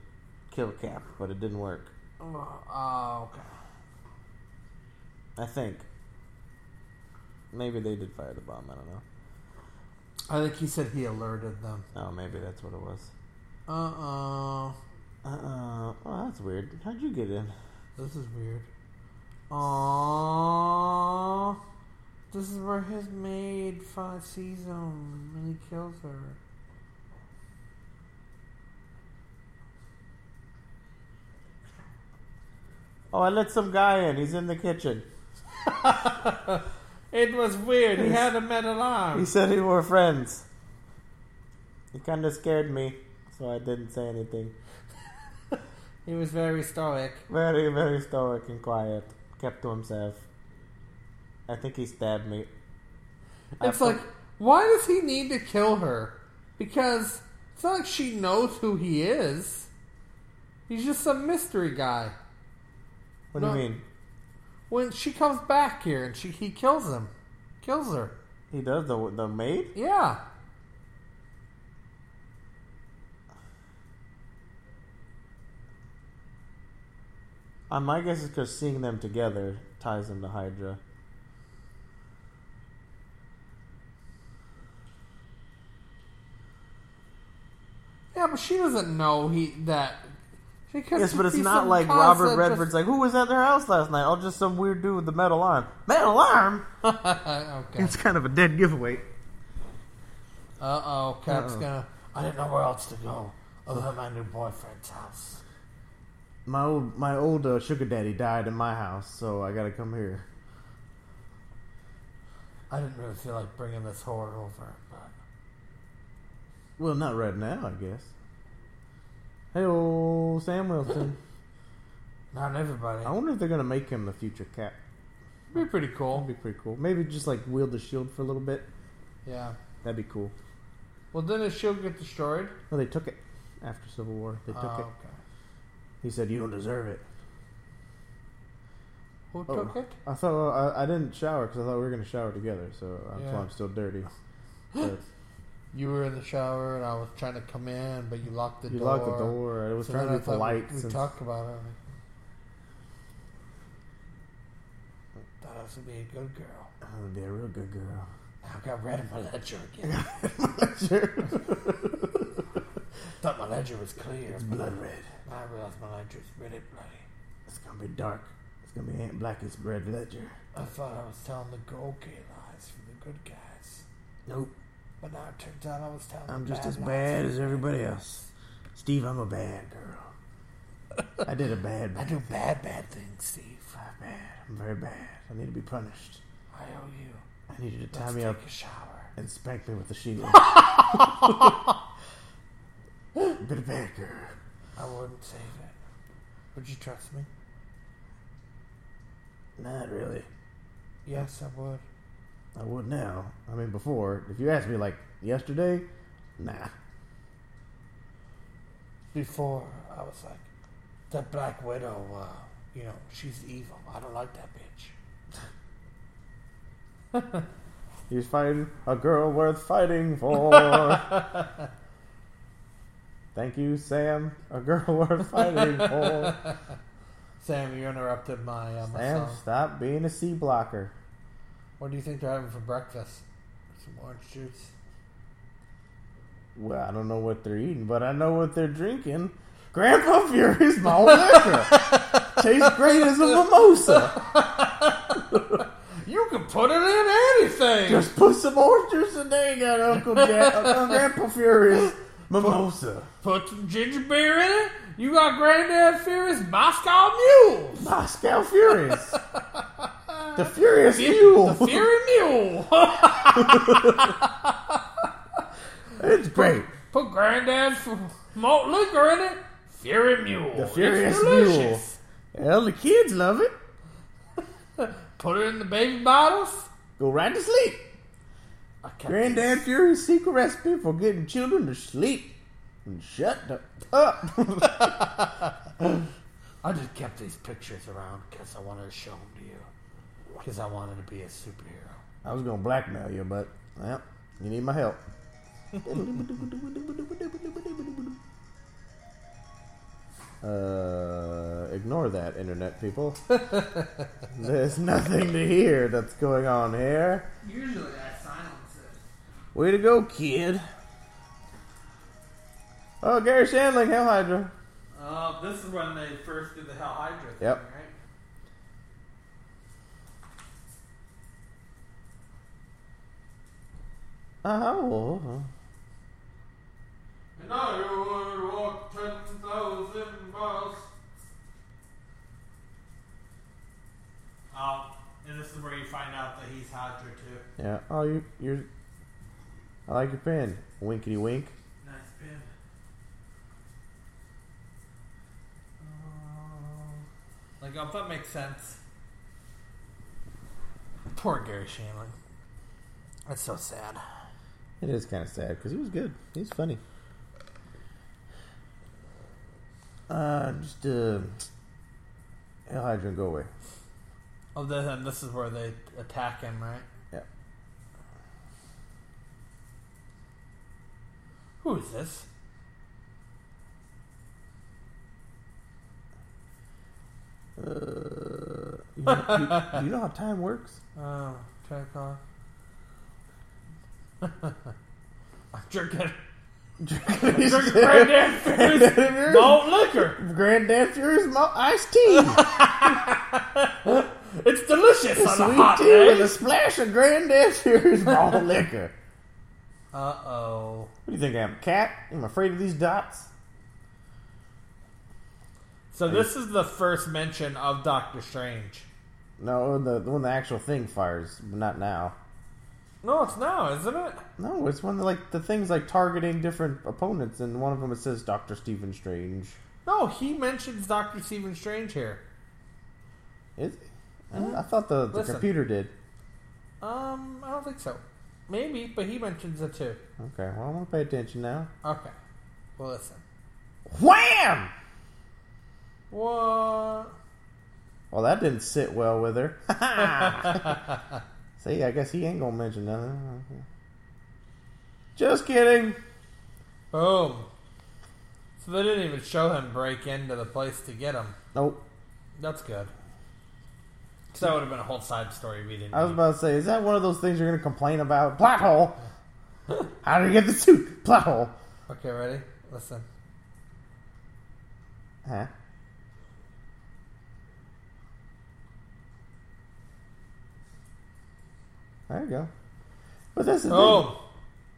D: kill Cap, but it didn't work.
E: Oh, oh, okay.
D: I think. Maybe they did fire the bomb. I don't know.
E: I think he said he alerted them.
D: Oh, maybe that's what it was.
E: Uh oh.
D: Uh, well, that's weird. How'd you get in?
E: This is weird. Aww. This is where his maid fi- sees him and he kills her.
D: Oh, I let some guy in. He's in the kitchen.
E: It was weird. He
D: He's-
E: had a metal arm.
D: He said he were friends. He kind of scared me, so I didn't say anything.
E: He was very stoic.
D: Very, very stoic and quiet. Kept to himself. I think he stabbed me.
E: It's like, why does he need to kill her? Because It's not like she knows who he is. He's just some mystery guy.
D: What
E: No.
D: do you mean?
E: When she comes back here and she he kills him, kills her.
D: He does the the maid.
E: Yeah.
D: Uh, my guess is because seeing them together ties him to Hydra.
E: Yeah, but she doesn't know he that. She could
D: Yes, but it's
E: just be
D: not
E: some
D: like
E: cause
D: Robert
E: that
D: Redford's like, who was at their house last night? Oh, just some weird dude with the metal arm. Metal arm?
E: just- okay.
D: kind of a dead giveaway.
E: Uh oh, Cap's
D: Uh-oh.
E: gonna. I didn't know where else to go other than my new boyfriend's house.
D: My old my old uh, sugar daddy died in my house, so I gotta come here.
E: I didn't really feel like bringing this whore over, but
D: Well, not right now, I guess. Hey, old Sam Wilson.
E: not everybody.
D: I wonder if they're gonna make him the future Cap.
E: It'd be pretty cool.
D: That'd be pretty cool. Maybe just like wield the shield for a little bit.
E: Yeah.
D: That'd be cool.
E: Well, didn't his shield get destroyed?
D: No, they took it after Civil War. They took
E: Oh,
D: it.
E: okay.
D: He said, "You don't deserve it."
E: Who
D: Oh.
E: took it?
D: I thought well, I, I didn't shower because I thought we were gonna shower together, so that's
E: Yeah.
D: why I'm still dirty. But
E: You were in the shower, and I was trying to come in, but you locked the
D: you
E: door.
D: locked the door. I was
E: So
D: trying to
E: then
D: be
E: I thought we-
D: polite.
E: We,
D: since-
E: talked about it. Thought I was gonna be a good girl.
D: I'm gonna be a real good girl.
E: Now I got rid of my ledger again.
D: Sure.
E: Thought my ledger was clear. but
D: Blood red.
E: Now I realized my ledger is really bloody.
D: It's gonna be dark. It's gonna be Aunt Blackie's red ledger.
E: I thought I was telling the gold gay lies from the good guys,
D: Nope.
E: but now it turns out I was telling.
D: I'm
E: the
D: just
E: bad
D: as
E: lies.
D: bad as everybody else. Steve, I'm a bad girl. I did a bad,
E: I
D: bad,
E: do bad, bad things, Steve.
D: bad. I'm very bad. I need to be punished.
E: I owe you.
D: I need you to tie
E: Let's
D: me
E: take
D: up
E: a shower.
D: and spank me with the shield. Bit of bad girl.
E: I wouldn't save it. Would you trust me?
D: Not really.
E: Yes, I would.
D: I would now. I mean, before, if you asked me like yesterday, nah.
E: before I was like, that Black Widow, uh, you know, she's evil. I don't like that bitch.
D: He's fighting a girl worth fighting for. Thank you, Sam. A girl worth fighting for.
E: Sam, you interrupted my, uh, my
D: Sam,
E: song.
D: stop being a C blocker.
E: What do you think they're having for breakfast? Some orange juice.
D: Well, I don't know what they're eating, but I know what they're drinking. Grandpa Fury's my own liquor. Tastes great as a mimosa.
E: You can put it in anything.
D: Just put some orange juice in there. You got Uncle, ja- Uncle Grandpa Fury's mimosa.
E: put some ginger beer in it. You got Granddad Fury's Moscow Mule.
D: Moscow Furious. The Furious Mule.
E: Fury Mule.
D: it's great.
E: put Granddad's malt liquor in it. Fury Mule.
D: The
E: It's
D: Furious Mule.
E: delicious.
D: Hell, the kids love it.
E: Put it in the baby bottles.
D: Go right to sleep.
E: I can't
D: Granddad Fury's secret recipe for getting children to sleep and shut the up.
E: I just kept these pictures around because I wanted to show them to you. Because I wanted to be a superhero.
D: I was gonna blackmail you, but well, you need my help. uh, ignore that, internet people. There's nothing to hear that's going on here.
E: Usually I silence it.
D: Way to go, kid. Oh, Gary Shandling, Hell Hydra.
E: Uh, this is when they first did the Hell Hydra thing,
D: Yep.
E: right?
D: Oh,
E: And I would walk 10,000 miles. Oh, and this is where you find out that he's Hydra too.
D: yeah. Oh, you, you're. I like your pen. Winkety wink.
E: Nice pin. Like, oh, that makes sense. Poor Gary Shanley. That's so sad.
D: It is kind of sad because he was good. He's funny. Uh, just uh, Hell Hydrant, go away.
C: Oh, then this is where they attack him, right?
D: Yeah.
C: Who is this?
D: Uh, you, know, you, you know how time works?
C: Oh, try to call. I'm drinking. Drinking Grand Dancer's malt Oh, liquor.
D: Granddad Fury's mo- iced tea,
C: It's delicious on a
D: sweet
C: hot
D: tea with
C: day.
D: a splash of Granddad Fury's malt liquor.
C: Uh oh.
D: What do you think I am, a cat? I'm afraid of these dots.
C: So this is the first mention of Doctor Strange.
D: No, when the when the actual thing fires, but not now.
C: No, it's now, isn't it?
D: No, it's one of the, like the things like targeting different opponents, and one of them it says Doctor Stephen Strange.
C: No, he mentions Doctor Stephen Strange here.
D: Is it? I don't- I thought the, the
C: Listen.
D: computer did.
C: Um, I don't think so. Maybe, but he mentions it too.
D: Okay, well I'm gonna pay attention now.
C: Okay. Well, listen.
D: Wham!
C: What?
D: Well, that didn't sit well with her. See, I guess he ain't gonna mention nothing. Just kidding.
C: Boom. So they didn't even show him break into the place to get him.
D: Nope.
C: That's good. Because that would have been a whole side story we didn't.
D: I was
C: need.
D: about to say, is that one of those things you're gonna complain about? Plot hole. How did he get the suit? Plot hole.
C: Okay, ready? Listen.
D: Huh? There you go. But that's the thing.
E: Oh.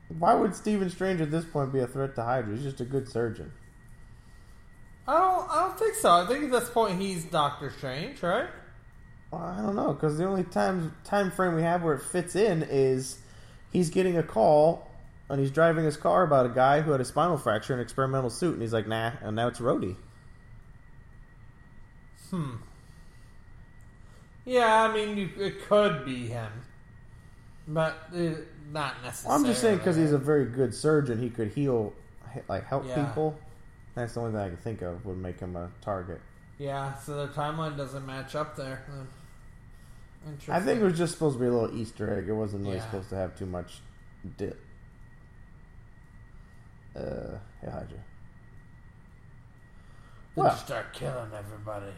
C: Boom.
D: Why would Stephen Strange at this point be a threat to Hydra? He's just a good surgeon.
C: I don't. I don't think so. I think at this point he's Doctor Strange, right?
D: Well, I don't know because the only time time frame we have where it fits in is he's getting a call and he's driving his car about a guy who had a spinal fracture in an experimental suit, and he's like, "Nah," and now it's Rhodey.
C: Yeah. I mean, you, it could be him, but uh, not
D: Well,
C: necessarily.
D: I'm just saying because he's a very good surgeon, he could heal, he- like help
C: Yeah.
D: people. That's the only thing I can think of would make him a target.
C: Yeah. So their timeline doesn't match up there. Hmm. Interesting.
D: I think it was just supposed to be a little Easter egg. It wasn't really
C: Yeah.
D: supposed to have too much dip. Uh, hey Hydra.
C: They
D: Well.
C: just start killing everybody.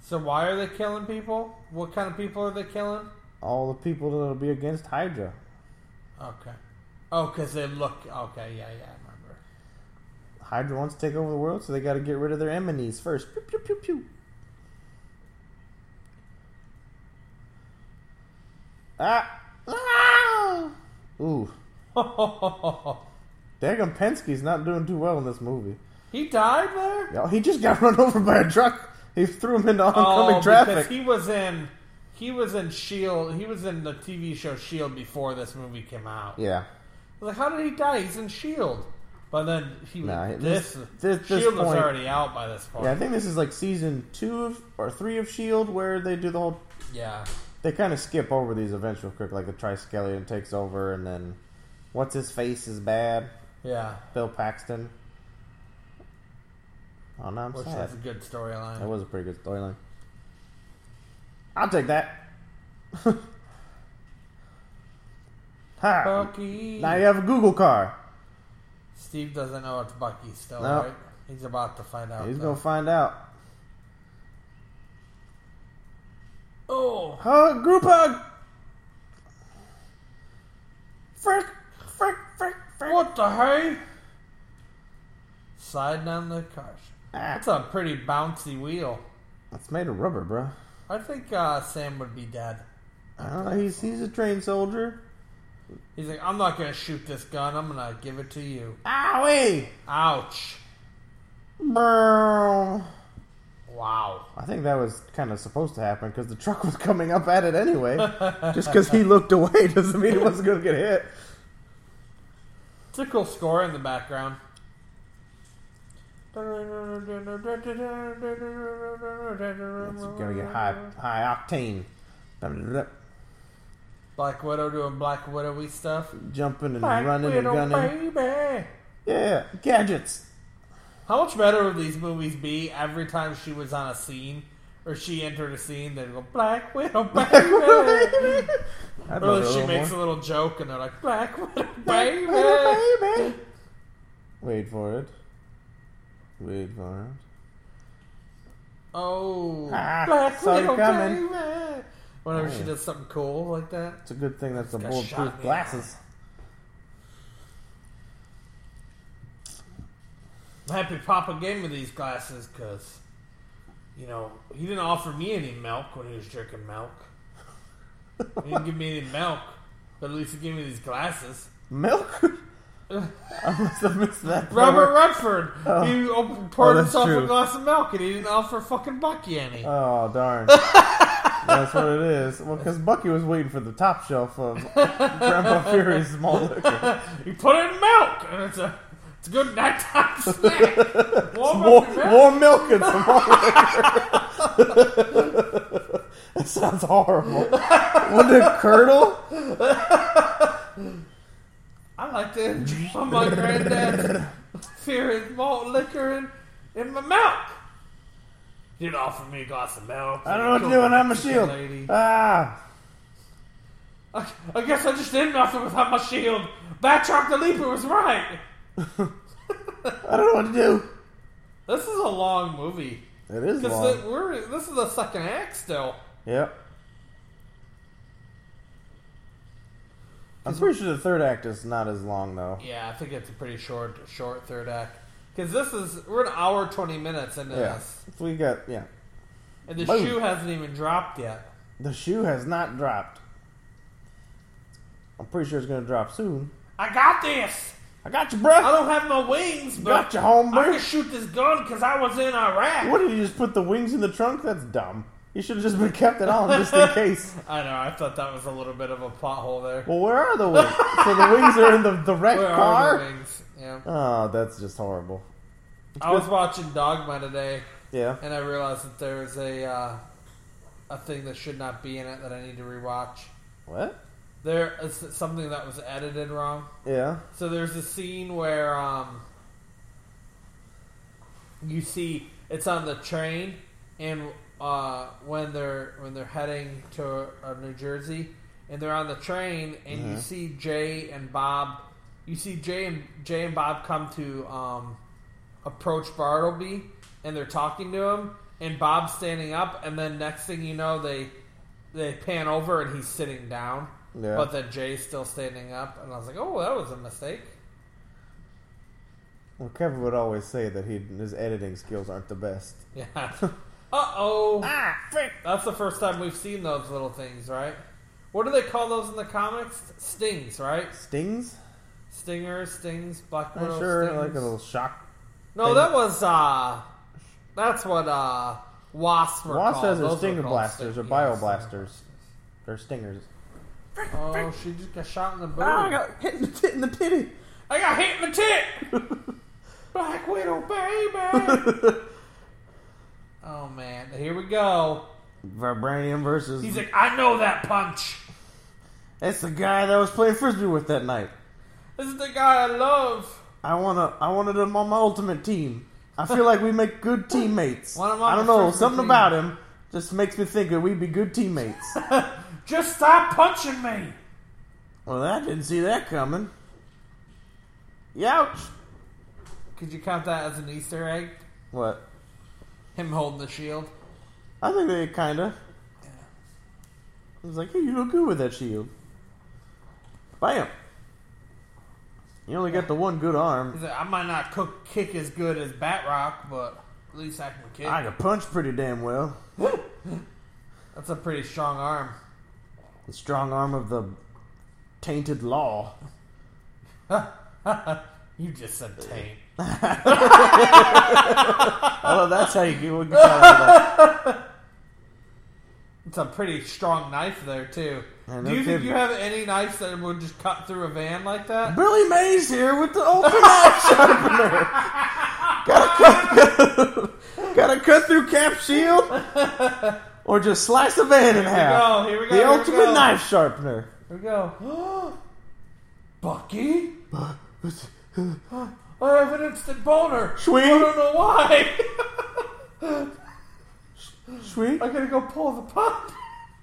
C: So why are they killing people? What kind of people are they killing?
D: All the people that'll be against Hydra.
C: Okay. Oh, because they look. Okay, yeah, yeah, I remember.
D: Hydra wants to take over the world, so they got to get rid of their enemies first. Pew, pew, pew, pew. Ah! ah! Ooh. Dagon Penske's not doing too well in this movie.
C: he died there.
D: Yo, he just got run over by a truck. He threw him into oncoming
C: oh,
D: traffic.
C: because he was in. He was in Shield. E He was in the TV show Shield E before this movie came out.
D: yeah.
C: I was Like, how did he die? He's in Shield. E But then he was.
D: Nah, at
C: this,
D: least- this- this
C: Shield E was
D: point-
C: already out by this point.
D: Yeah, I
C: Yeah.
D: think this is like season two of or three of Shield, E where they do the whole. They kind of skip over these events real quick, like the Triskelion takes over, and then what's his face is bad,
C: Yeah.
D: Bill Paxton. Oh no, I'm
C: Which
D: sad.
C: was a good
D: That
C: storyline.
D: was a pretty good storyline. I'll take that. ha!
C: Bucky.
D: Now you have a Google car.
C: Steve doesn't know it's Bucky still,
D: No.
C: right? He's about to find out.
D: He's
C: though.
D: gonna find out.
C: oh,
D: Hug, group hug. Frick, frick, frick, frick.
C: what the hey? Slide down the car.
D: Ah,
C: That's a pretty bouncy wheel.
D: it's made of rubber, bro.
C: I think uh, Sam would be dead.
D: I don't know. He's he's a trained soldier.
C: He's like, I'm not gonna shoot this gun. I'm gonna give it to you.
D: Owie!
C: Ouch!
D: Bro.
C: Wow.
D: I think that was kind of supposed to happen because the truck was coming up at it anyway. Just because he looked away doesn't mean he wasn't going to get hit.
C: It's a cool score in the background.
D: It's going to get high high octane.
C: Black Widow doing Black Widowy stuff.
D: Jumping and
C: Black
D: running and
C: Widow,
D: gunning.
C: baby.
D: Yeah, gadgets.
C: How much better would these movies be every time she was on a scene or she entered a scene? They'd go Black Widow, Black Widow. or
D: I'd love it a
C: Oh, she
D: little
C: makes
D: more.
C: a little joke and they're like Black Widow,
D: Baby,
C: baby.
D: baby. Wait for it. Wait for it.
C: Oh,
D: Ah,
C: Black
D: saw
C: Widow,
D: you coming. Oh.
C: baby. Whenever she
D: Hey.
C: does something cool like that.
D: It's a good thing that's the
C: Got shot in
D: bulletproof
C: the
D: glasses.
C: Happy Papa gave me these glasses because, you know, he didn't offer me any milk when he was drinking milk. He didn't give me any milk, but at least he gave me these glasses.
D: Milk? I must have missed that.
C: Robert
D: part.
C: Redford, he op- poured
D: Oh, that's
C: himself a
D: true.
C: glass of milk and he didn't offer fucking Bucky any.
D: Oh, darn. That's what it is. Well, because Bucky was waiting for the top shelf of Grandpa Fury's small liquor.
C: he put it in milk, and it's a it's a good nighttime snack. Warm up
D: More,
C: your milk.
D: more milk and some more liquor. that sounds horrible. Wouldn't it curdle?
C: I like to enjoy my granddad's fear and malt liquor in, in my milk. He'd offer me a glass of milk.
D: I don't know what to do when I'm a shield.
C: Lady.
D: Ah,
C: I, I guess I just did nothing without my shield. Batroc the Leaper was right.
D: I don't know what to do.
C: This is a long movie.
D: It is long.
C: Because we're this is the second act still.
D: Yep. I'm pretty sure the third act is not as long though.
C: Yeah, I think it's a pretty short short third act. Because this is we're an hour twenty minutes into
D: Yeah,
C: this,
D: we got yeah.
C: and the
D: Boom.
C: shoe hasn't even dropped yet.
D: The shoe has not dropped. I'm pretty sure it's gonna drop soon.
C: I got this.
D: I got you,
C: I
D: bruh.
C: don't have my wings, but
D: Got you, homie.
C: I can shoot this gun because I was in Iraq.
D: What did you just put the wings in the trunk? That's dumb. You should have just been kept it on just in case.
C: I know. I thought that was a little bit of a pothole there.
D: Well, where are the wings? so the wings are in the, the wrecked
C: Where are the
D: car.
C: wings? Yeah.
D: Oh, that's just horrible.
C: I was watching Dogma today,
D: Yeah.
C: and I realized that there is a uh, a thing that should not be in it that I need to rewatch.
D: What?
C: There is something that was edited wrong.
D: Yeah.
C: So there's a scene where um, you see it's on the train, and uh, when they're when they're heading to uh, New Jersey, and they're on the train, and you see Jay and Bob, you see Jay and Jay and Bob come to um, approach Bartleby, and they're talking to him, and Bob's standing up, and then next thing you know, they they pan over and he's sitting down,
D: Yeah.
C: but then Jay's still standing up, and I was like, oh, that was a mistake.
D: Well, Kevin would always say that he his editing skills aren't the best.
C: Yeah. uh oh.
D: Ah, frick!
C: That's the first time we've seen those little things, right? What do they call those in the comics? Stings, right?
D: Stings?
C: Stingers, stings, black
D: I'm
C: widow
D: sure,
C: stings.
D: like a little shock.
C: no,
D: thing.
C: that was uh, that's what uh, wasps were
D: Wasp
C: called. Those
D: has her
C: were
D: stinger
C: called
D: blasters or
C: sting- yeah,
D: bio
C: stinger
D: blasters. They're stingers.
C: blasters. Oh, she just got shot in the booty.
D: Ah, hit in the tit in the pity.
C: I got hit in the tit. Black Widow, baby. oh man, here we go.
D: Vibranium versus.
C: He's like, I know that punch.
D: It's the guy that I was playing frisbee with that night.
C: This is the guy I love.
D: I wanna, I wanted him on my ultimate team. I feel like we make good teammates.
C: Want him on
D: I don't
C: the
D: know,
C: frisbee
D: something
C: team.
D: about him just makes me think that we'd be good teammates.
C: Just stop punching me.
D: well, I didn't see that coming. Youch!
C: Could you count that as an Easter egg?
D: What?
C: Him holding the shield.
D: I think they kinda. I was like, hey, you look good with that shield. Bam! You only got the one good arm.
C: He's like, I might not cook, kick as good as Batroc, but at least I can kick.
D: I can punch pretty damn well.
C: That's a pretty strong arm.
D: The strong arm of the tainted law.
C: You just said taint.
D: Oh, that's how you get what you call it.
C: It's a pretty strong knife there too.
D: Yeah,
C: Do
D: no
C: you think
D: kidding.
C: you have any knives that would just cut through a van like that?
D: Billy Mays here with the ultimate knife sharpener. gotta, cut, gotta cut through Cap Shield or just slice a van in half.
C: go, here we go,
D: The
C: here we
D: ultimate
C: go.
D: knife sharpener.
C: Here we go. Bucky? I have an instant boner.
G: Sweet.
C: I don't know why.
G: Sweet.
C: I gotta go pull the pump.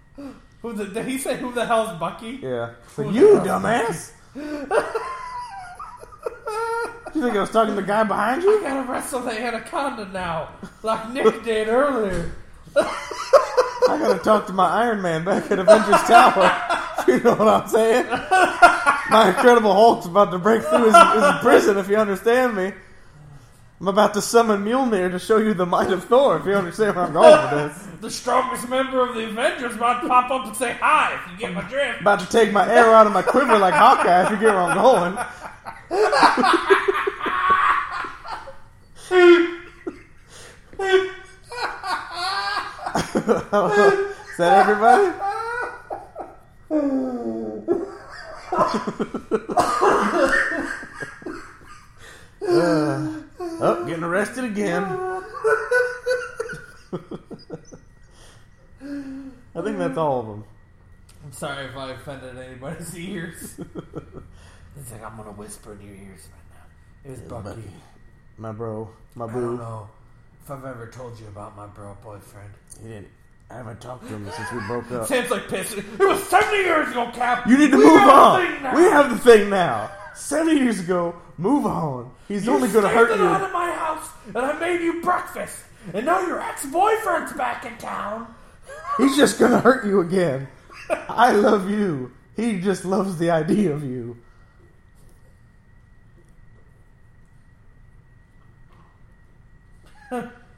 C: Who the, did he say? Who the hell's Bucky?
G: Yeah.
D: For you, dumbass. you think I was talking to the guy behind you?
C: I gotta wrestle the anaconda now, like Nick did earlier.
D: I gotta talk to my Iron Man back at Avengers Tower. You know what I'm saying? My Incredible Hulk's about to break through his, his prison, if you understand me. I'm about to summon Mjolnir to show you the might of Thor, if you understand where I'm going with this.
C: The strongest member of the Avengers might pop up and say hi if you get my drift.
D: About to take my arrow out of my quiver like Hawkeye, if you get where I'm going. Is that everybody? oh, getting arrested again. I think that's all of them.
C: I'm sorry if I offended anybody's ears. He's like, I'm gonna whisper in your ears right now. It was Bucky.
D: My bro, my
C: I don't
D: boo.
C: know if I've ever told you about my bro boyfriend.
D: He didn't. I haven't talked to him since we broke up.
C: Sam's like pissed. It was 70 years ago, Cap.
D: You need to
C: We
D: move
C: have a
D: on.
C: thing now.
D: We have the thing now. Seventy years ago, move on. He's only going to
C: sneaked
D: hurt
C: it out
D: you.
C: of my house, and I made you breakfast, and now your ex-boyfriend's back in town.
D: He's just going to hurt you again. I love you. He just loves the idea of you.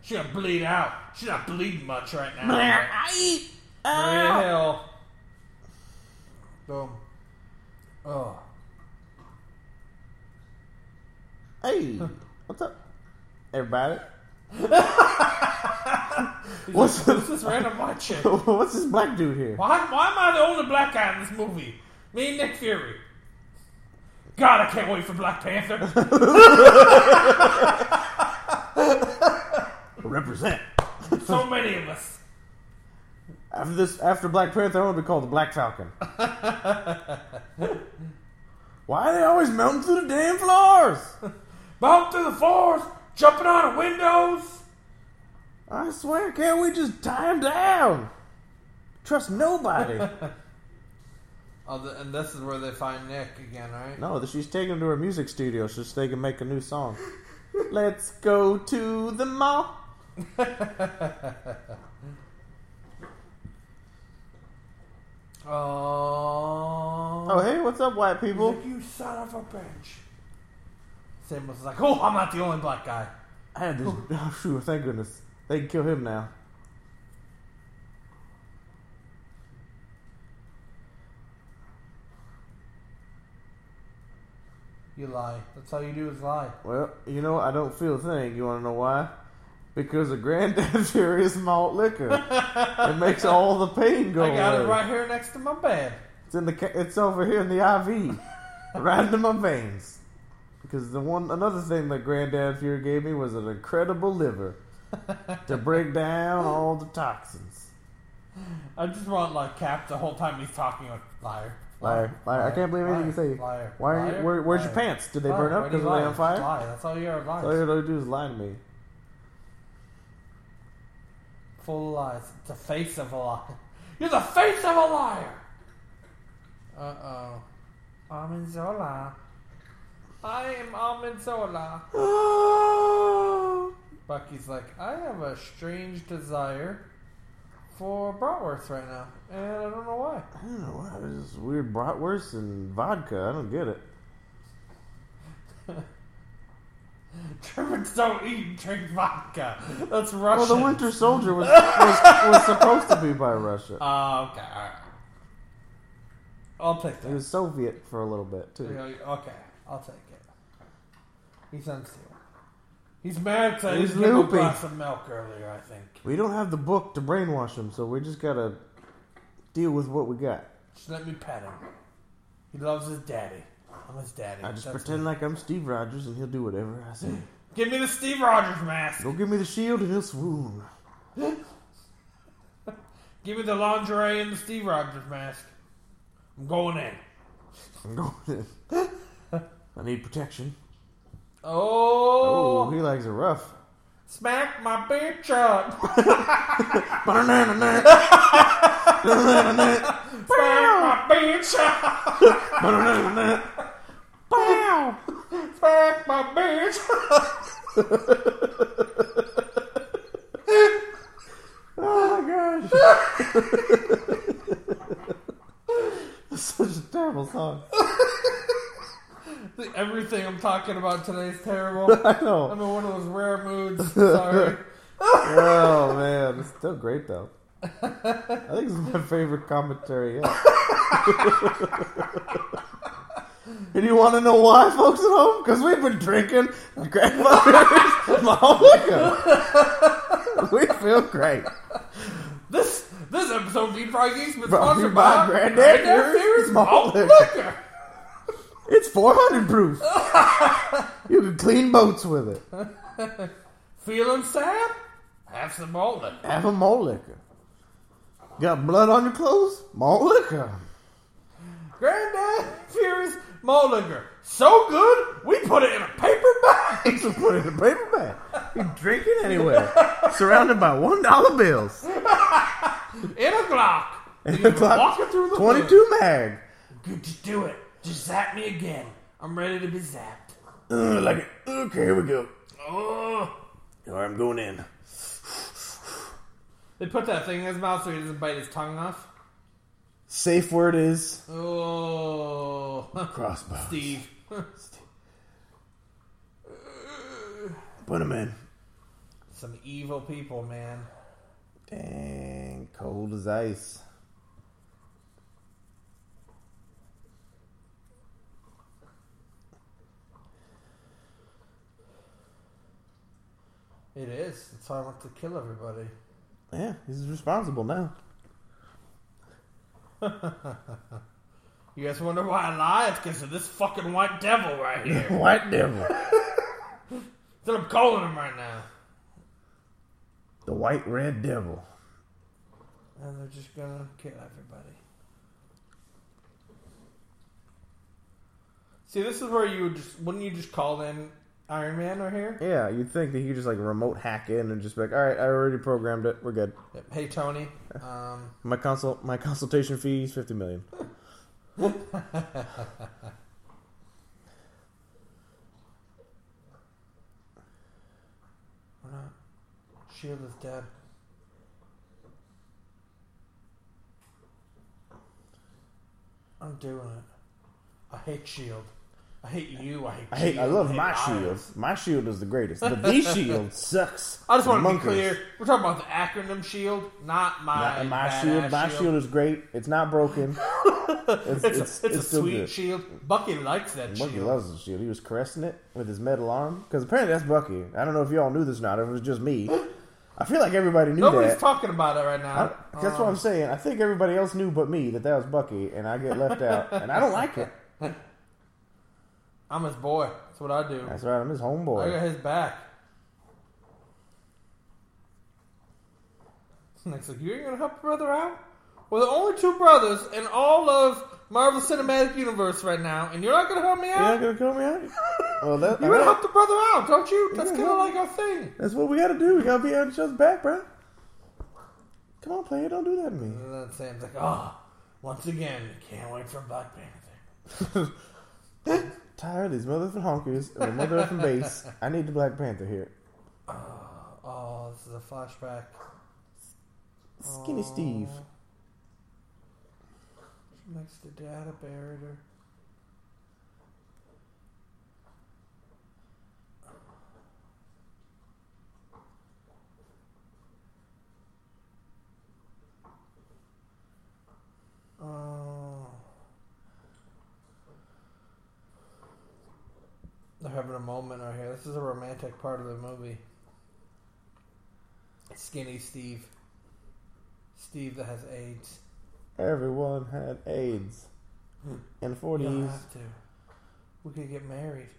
C: She's gonna bleed out. She's not bleeding much right now. Real. Boom. Oh.
D: Hey, what's up, everybody? what's
C: Who's
D: this?
C: this random white chick? Why,
D: What's this black dude here?
C: why am I the only black guy in this movie? Me and Nick Fury. God, I can't wait for Black Panther.
D: Represent.
C: so many of us.
D: After this, after Black Panther, I want to be called the Black Falcon. Why are they always melting through the damn floors?
C: Bouncing through the floors, jumping out of windows.
D: I swear, can't we just tie him down? Trust nobody.
C: Oh, the, and this is where they find Nick again, right?
D: no, that she's taking him to her music studio so they can make a new song. Let's go to the mall.
C: Oh.
D: Oh, hey, what's up, white
C: He's
D: people?
C: like, you son of a bitch. Sam was like, oh, I'm not the only black guy.
D: I had this. Oh, shoot, thank goodness. They can kill him now.
C: You lie. That's all you do is lie.
D: Well, you know, I don't feel a thing. You want to know why? Because of Granddad Furious malt liquor. it makes all the pain go
C: I got
D: away.
C: it right here next to my bed.
D: It's in the. ca- It's over here in the IV, right into my veins. Because the one another thing that Granddad Fury gave me was an incredible liver to break down all the toxins.
C: I just want, like, Cap the whole time he's talking, like, liar.
D: Liar, liar! I can't believe anything you say.
C: Liar.
D: Why are
C: Liar.
D: you? Where, where's your
C: Liar.
D: pants? Did they
C: Liar.
D: burn up
C: Why do
D: because
C: you
D: they
C: lie?
D: on fire?
C: Just Lie. That's all you are, lies.
D: All you gotta do is lie to me.
C: Full of lies. It's the face of a liar. You're the face of a liar! Uh-oh. Almanzola. I am Almanzola. Bucky's like, I have a strange desire for bratwurst right now, and I don't know why.
D: I don't know why. There's this weird bratwurst and vodka. I don't get it.
C: Germans don't eat and drink vodka. That's Russian.
D: Well, the Winter Soldier was was, was supposed to be by Russia.
C: Oh, okay, alright. I'll take
D: It
C: that.
D: was Soviet for a little bit too.
C: Yeah, Okay, I'll take it. He's unstable. He's mad so
D: He's
C: he's loopy.
D: loopy.
C: brought some milk earlier, I think.
D: We don't have the book to brainwash him, so we just gotta deal with what we got.
C: Just let me pet him. He loves his daddy. I'm his daddy.
D: I just
C: That's
D: pretend like I'm Steve Rogers and he'll do whatever I say.
C: me. Give me the Steve Rogers mask.
D: Go give me the shield and he'll swoon.
C: Give me the lingerie and the Steve Rogers mask. I'm going in.
D: I'm going in. I need protection.
E: Oh,
D: Oh, he likes it rough.
E: smack my bitch up.
D: Oh,
E: smack my bitch up.
D: Wow.
E: Smack my bitch up.
D: Oh my gosh. Such a terrible song.
E: Everything I'm talking about today is terrible.
D: I
E: I'm
D: know.
E: in one of those rare moods. Sorry.
D: Oh man, it's still great though. I think it's my favorite commentary yet. and you want to know why, folks at home? Because we've been drinking grandmother's mom liquor. we feel great.
E: This this episode of Deep Fry Geeks was
D: Brought to you
E: sponsored
D: by
E: by
D: Granddad Beer's
E: Beer's
D: Malt
E: Malt
D: Liquor.
E: Liquor.
D: It's 400 proof. you can clean boats with it.
E: Feeling sad? Have some malt liquor.
D: Have a malt liquor. Got blood on your clothes? Malt liquor.
E: Granddad Beer's Malt Liquor. So good, we put it in a paper bag.
D: Thanks for putting it in a paper bag. You drink it anyway. Surrounded by one dollar bills.
E: In a Glock.
D: And a Glock
E: Walking through the woods.
D: Twenty-two mag.
E: Good to do it. Just zap me again. I'm ready to be zapped.
D: Ugh, like it. Okay, here we go.
E: Oh.
D: All right, I'm going in.
E: They put that thing in his mouth so he doesn't bite his tongue off.
D: Safe word is
E: Oh.
D: crossbow.
E: Steve.
D: Put him in.
E: Some evil people, man.
D: Dang, cold as ice.
E: It is. That's why I want to kill everybody.
D: Yeah, he's responsible now.
E: You guys wonder why I lie? It's because of this fucking white devil right here.
D: White devil.
E: That's what I'm calling him right now.
D: the white red devil.
E: And they're just gonna kill everybody. See, this is where you would just wouldn't you just call in Iron Man right here?
D: Yeah, you'd think that he could just like remote hack in and just be like, all right, I already programmed it. We're good.
E: Yep. Hey Tony, um,
D: My consult, my consultation fee is fifty million.
E: we're not. Shield is dead. I'm doing it. I hate Shield. I hate you. I hate.
D: I hate, I
E: Shield,
D: love my
E: Iron.
D: shield. My shield is the greatest, but the shield sucks.
E: I just want to be
D: Munkers.
E: clear. We're talking about the acronym Shield, not my
D: My, my
E: badass
D: shield, my
E: shield.
D: shield is great. It's not broken. It's, it's,
E: It's, a, it's, a
D: it's still
E: sweet
D: good.
E: shield. Bucky likes that
D: Bucky
E: shield.
D: loves the shield. He was caressing it with his metal arm because apparently that's Bucky. I don't know if y'all knew this or not. If it was just me, I feel like everybody knew
E: Nobody's
D: that.
E: talking about it right
D: I-
E: now.
D: that's what I'm saying. I think everybody else knew but me that that was Bucky, and I get left out, and I don't like it.
E: I'm his boy. That's what I do.
D: That's right. I'm his
E: I got
D: homeboy.
E: his back. Snake's like, you ain't gonna help your brother out? We're the only two brothers in all of Marvel Cinematic Universe right now, and you're not gonna help me
D: You're
E: out?
D: not gonna call me out. Well, that,
E: You're gonna help the brother out, don't you? That's
D: Yeah,
E: kind of
D: help.
E: like our thing.
D: That's what we gotta do. We gotta be on each other's back, bro. Come on, player, don't do that to me.
E: And then Sam's like, oh, once again, can't wait for Black Panther.
D: Tired of these motherfucking honkers and the motherfucking bass. I need the Black Panther here.
E: Ah, Oh, this is a flashback.
D: Skinny Steve.
E: She makes the data buried her. Oh. They're having a moment right here. This is a romantic part of the movie. Skinny Steve. Steve that has AIDS.
D: Everyone had AIDS. In the
E: We don't
D: 40s.
E: have to. We could get married.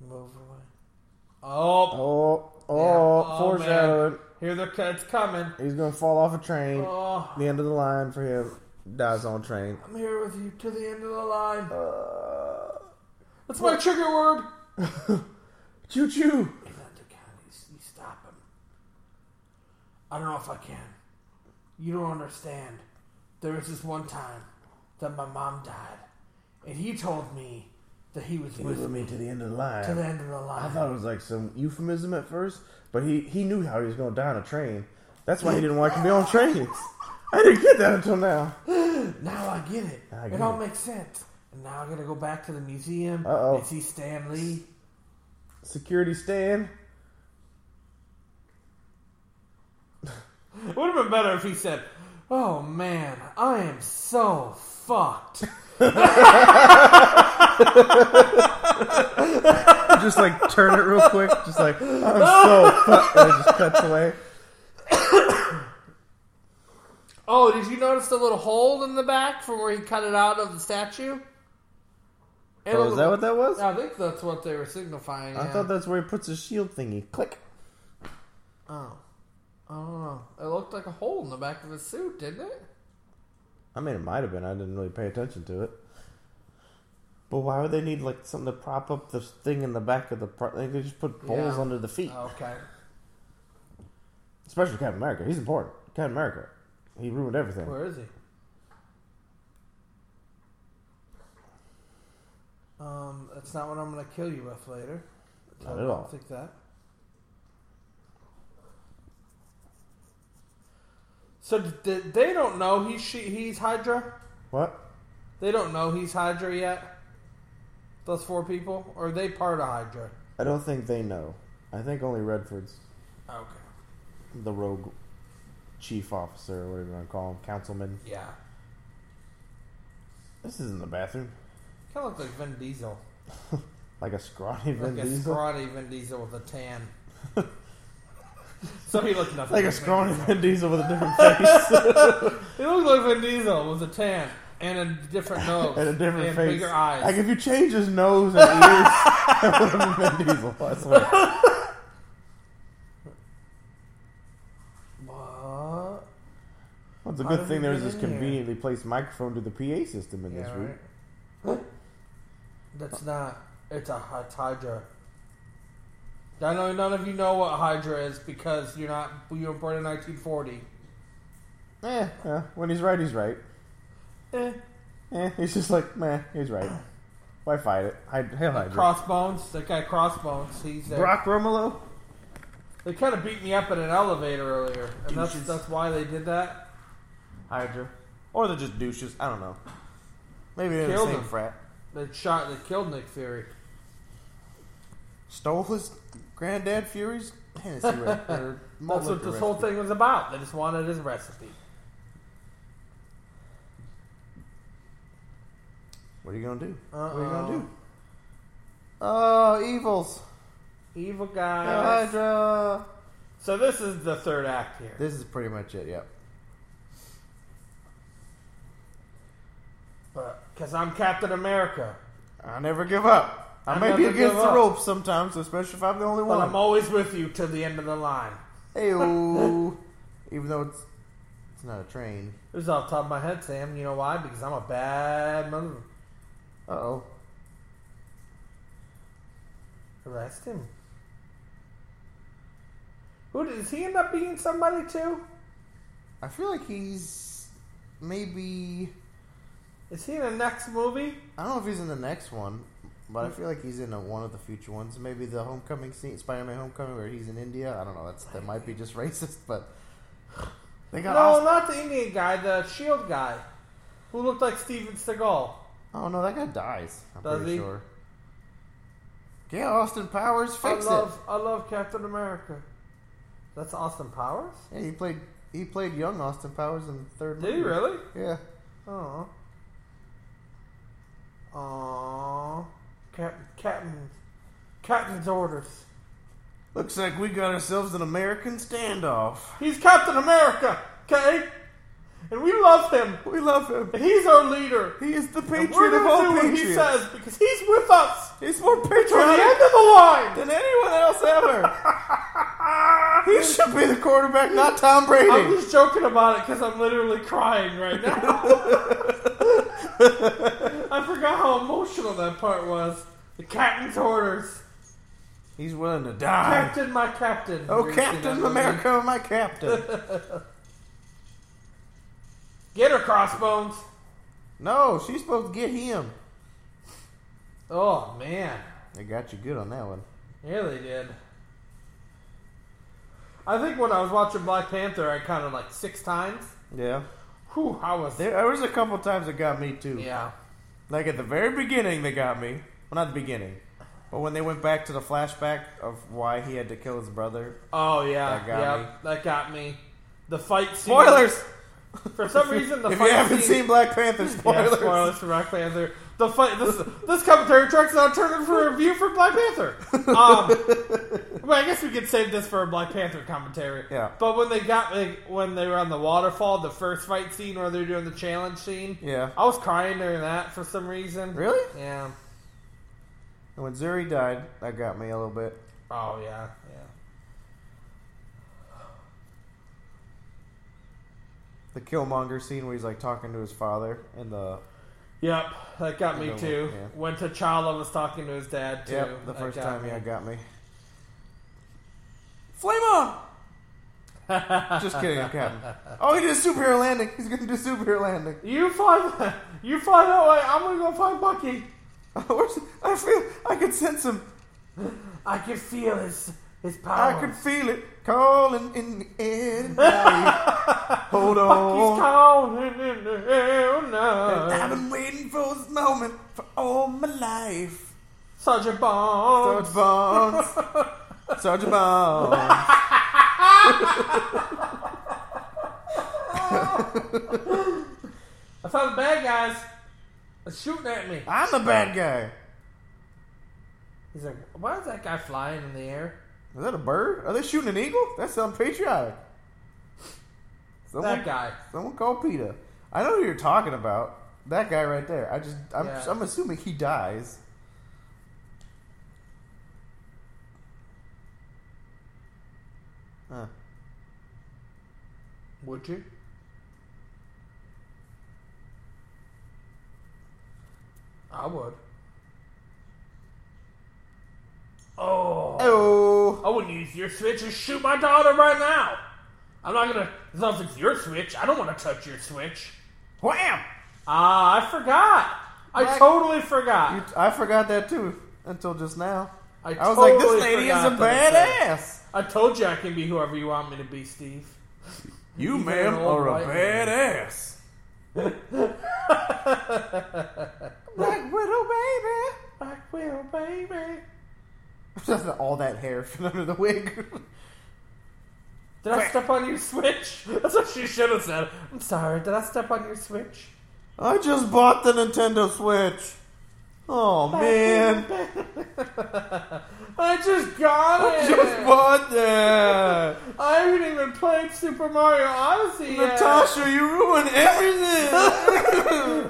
E: Move away. Oh,
D: Oh, oh,
E: Yeah. Oh,
D: foreshadowing.
E: here the cuts coming.
D: He's gonna fall off a train.
E: Oh,
D: The end of the line for him. Dies on a train.
E: I'm here with you to the end of the line.
D: Uh,
E: That's my trigger word.
D: Choo choo.
C: Orlando Counties, you stop him. I don't know if I can. You don't understand. There was this one time that my mom died, and he told me that he was with
D: With
C: me
D: me to the end of the line.
C: to the end of the line.
D: I thought it was like some euphemism at first, but he, he knew how he was going to die on a train. That's why he didn't want to be on trains. I didn't get that until now.
C: Now I get it.
D: I
C: it
D: get
C: all
D: it.
C: makes sense. And now I gotta go back to the museum
D: Uh-oh.
C: and see Stan Lee.
D: Security stand.
C: It would have been better if he said, Oh man, I am so fucked.
D: Just like turn it real quick. Just like, I'm so fucked. And it just cuts away.
C: oh, did you notice the little hole in the back from where he cut it out of the statue?
D: Oh, is that what that was?
C: I think that's what they were signifying.
D: I
C: yeah.
D: thought that's where he puts his shield thingy. Click.
C: Oh. I don't know. It looked like a hole in the back of his suit, didn't it?
D: I mean, it might have been. I didn't really pay attention to it. But why would they need like something to prop up the thing in the back of the? Pro- they could just put bowls
C: Yeah. Oh.
D: under the feet.
C: Okay.
D: Especially Captain America. He's important. Captain America. He ruined everything.
C: Where is he? Um, that's not what I'm gonna kill you with later. So
D: Not
C: I
D: at
C: don't
D: all.
C: Think that. So th- th- they don't know he's she, he's Hydra.
D: What?
C: They don't know he's Hydra yet. Those four people, or are they part of Hydra?
D: I don't think they know. I think only Redford's
C: Okay.
D: the rogue chief officer, or whatever you want to call him, councilman.
C: Yeah.
D: This is in the bathroom.
C: Kind of looks like Vin Diesel.
D: Like a scrawny Vin
C: like
D: Diesel.
C: a scrawny Vin Diesel with a tan. so he looked nothing
D: like a
C: Vin
D: scrawny
C: Diesel.
D: Vin Diesel with a different face
C: He looked like Vin Diesel with a tan and a different nose
D: and a different
C: and
D: face.
C: bigger eyes.
D: Like if you change his nose and ears, that would have been Vin Diesel. I swear.
C: What?
D: Well, it's a
C: How
D: good
C: did
D: thing
C: he
D: there was
C: get
D: this
C: in here?
D: conveniently placed microphone to the PA system in
C: Yeah,
D: this
C: right.
D: room.
C: That's not. It's a hy- it's Hydra. I know none of you know what Hydra is because you're not. You were born in 1940.
D: Eh, yeah, when he's right, he's right.
C: Eh.
D: Eh, he's just like, man, he's right. Why fight it? Hide, he'll hide. it.
C: Crossbones. That guy Crossbones. He's there.
D: Brock Romolo?
C: They kind of beat me up in an elevator earlier, and that's
D: Douches.
C: that's why they did that.
D: Hydra. Or they're just douches. I don't know. Maybe they're
C: Killed
D: the same
C: him.
D: frat.
C: They shot. They killed Nick Fury.
D: Stole his granddad Fury's Hennessy recipe. That's
C: That's what this whole thing was about. They just wanted his recipe.
D: What are you gonna do?
C: Uh-oh.
D: What are you gonna do? Oh, evils.
C: Evil guys.
D: Hydra.
C: So this is the third act here.
D: This is pretty much it. Yep.
C: Because I'm Captain America,
D: I never give up. I,
C: I
D: may be
C: never
D: against
C: give
D: the
C: up.
D: ropes sometimes, especially if I'm the only
C: but I'm
D: one.
C: always with you till the end of the line.
D: Heyo. Even though it's it's not a train.
C: It was off the top of my head, Sam. You know why? Because I'm a bad mother.
D: Uh oh.
C: Arrest him. Who did, does he end up being somebody too?
D: I feel like he's maybe.
C: Is he in the next movie?
D: I don't know if he's in the next one, but I feel like he's in a, one of the future ones. Maybe the Homecoming scene, Spider-Man: Homecoming, where he's in India. I don't know. That's that might be just racist, but they got.
C: No,
D: Os-
C: not the Indian guy, the Shield E guy, who looked like Steven Seagal.
D: oh no, that guy dies. I'm
C: Does
D: pretty
C: he?
D: sure. Yeah, Austin Powers, fix
C: I love, I love Captain America. That's Austin Powers.
D: it. Yeah, he played. He played young Austin Powers in the third.
C: Did he
D: movie.
C: really?
D: Yeah.
C: Oh. Aww. Captain, Captain, Captain's orders.
D: Looks like we got ourselves an American standoff.
C: He's Captain America, okay? And we love him.
D: We love him.
C: And he's our leader.
D: He is the
C: And
D: patriot
C: we're
D: of all
C: gonna do what
D: patriots.
C: he says because he's with us
D: He's more
C: to the
D: patriotic
C: end of the line.
D: than anyone else ever. he should be the quarterback, not Tom Brady.
C: I'm just joking about it because I'm literally crying right now. I forgot how emotional that part was. The captain's orders.
D: He's willing to die.
C: Captain, my captain.
D: Oh,
C: You've seen that
D: Captain
C: movie.
D: America, my captain.
C: Get her crossbones.
D: No, she's supposed to get him.
C: Oh man,
D: They got you good on that one.
C: yeah, they did. I think when I was watching Black Panther, I counted like six times.
D: Yeah.
C: Whew, I was
D: There, there was a couple times that got me too.
C: Yeah.
D: Like at the very beginning, they got me. Well, not the beginning, but when they went back to the flashback of why he had to kill his brother.
C: Oh yeah.
D: That got
C: yeah.
D: me.
C: That got me. The fight scene.
D: Spoilers.
C: For some reason, the
D: if
C: fight
D: you haven't
C: scene.
D: seen Black Panther,
C: Yeah,
D: spoilers.
C: spoilers for Black Panther. The fight. This this commentary track's not turning for a review for Black Panther. Um, well, I guess we could save this for a Black Panther commentary.
D: Yeah.
C: But when they got like, when they were on the waterfall, the first fight scene where they're doing the challenge scene.
D: Yeah.
C: I was crying during that for some reason.
D: Really?
C: Yeah.
D: And when Zuri died, that got me a little bit.
C: Oh yeah. Yeah.
D: The Killmonger scene where he's like talking to his father and the
C: Yep, that got me
D: Another
C: too.
D: one, yeah.
C: When T'Challa was talking to his dad too.
D: yep, the
C: that
D: first
C: got
D: time
C: me.
D: yeah got me. Flame on! Just kidding, I'm Captain. Oh, he did a superhero landing. He's gonna do a superhero landing.
C: You fly, that, you fly that way. I'm gonna go find Bucky.
D: Where's- I feel I can sense him.
C: I can feel his his power.
D: I can feel it calling in the air. tonight. Hold
C: He's
D: on.
C: calling in the hell now.
D: I've been waiting for this moment for all my life.
C: Sergeant Bond.
D: Sergeant Bonds. Sergeant Bonds.
C: I found the bad guys. They're shooting at me.
D: I'm the bad guy.
C: He's like, why is that guy flying in the air?
D: Is that a bird? Are they shooting an eagle? That's unpatriotic. Someone,
C: That guy.
D: Someone call PETA. I know who you're talking about. That guy right there. I just, I'm,
C: Yeah.
D: I'm assuming he dies. Huh.
C: Would you? I would. Oh.
D: Oh,
C: I wouldn't use your switch to shoot my daughter right now. I'm not gonna. As long as it's your switch, I don't want to touch your switch.
D: wham!
C: Ah, I forgot. I
D: Right.
C: totally forgot.
D: You- I forgot that too until just now.
C: I,
D: I was
C: totally
D: like, this lady is
C: forgot
D: a
C: that I said-
D: badass.
C: I told you I can be whoever you want me to be, Steve.
D: You,
C: Even
D: ma'am,
C: an old
D: are a
C: white man.
D: badass. Black Widow, baby.
C: Black Widow, baby.
D: Just all that hair from under the wig.
C: Did I step on your switch? That's what she should have said. I'm sorry. Did I step on your switch?
D: I just bought the Nintendo Switch. Oh man,
C: I just got it.
D: just bought that.
C: I haven't even played Super Mario Odyssey yet.
D: Natasha, you ruined everything.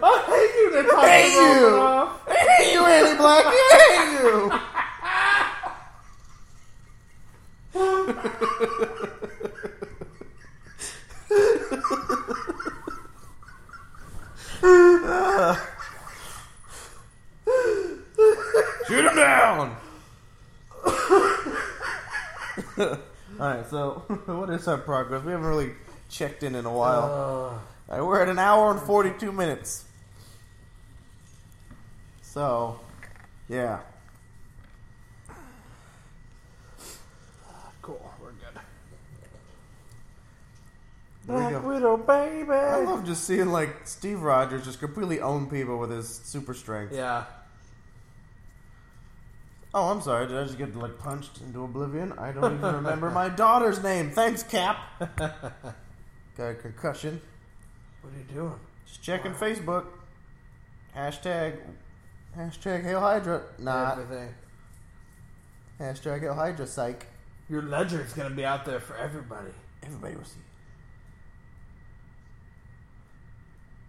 C: I hate you, Natasha.
D: I hate you.
C: Romanoff.
D: I hate you, Annie Black. I hate you.
G: Shoot him down!
D: All right, so what is our progress? We haven't really checked in in a while. All right, we're at an hour and forty-two minutes. So, yeah,
C: Cool, we're good.
D: There we go.
C: Widow, baby.
D: I love just seeing like Steve Rogers just completely own people with his super strength.
C: yeah.
D: Oh, I'm sorry. Did I just get like punched into oblivion? I don't even remember my daughter's name. Thanks, Cap. Got a concussion.
C: What are you doing?
D: Just checking Facebook. Hashtag. Hashtag Hail Hydra. Not.
C: Everything.
D: Hashtag Hail Hydra. Psych.
C: Your ledger's gonna be out there for everybody.
D: Everybody will see.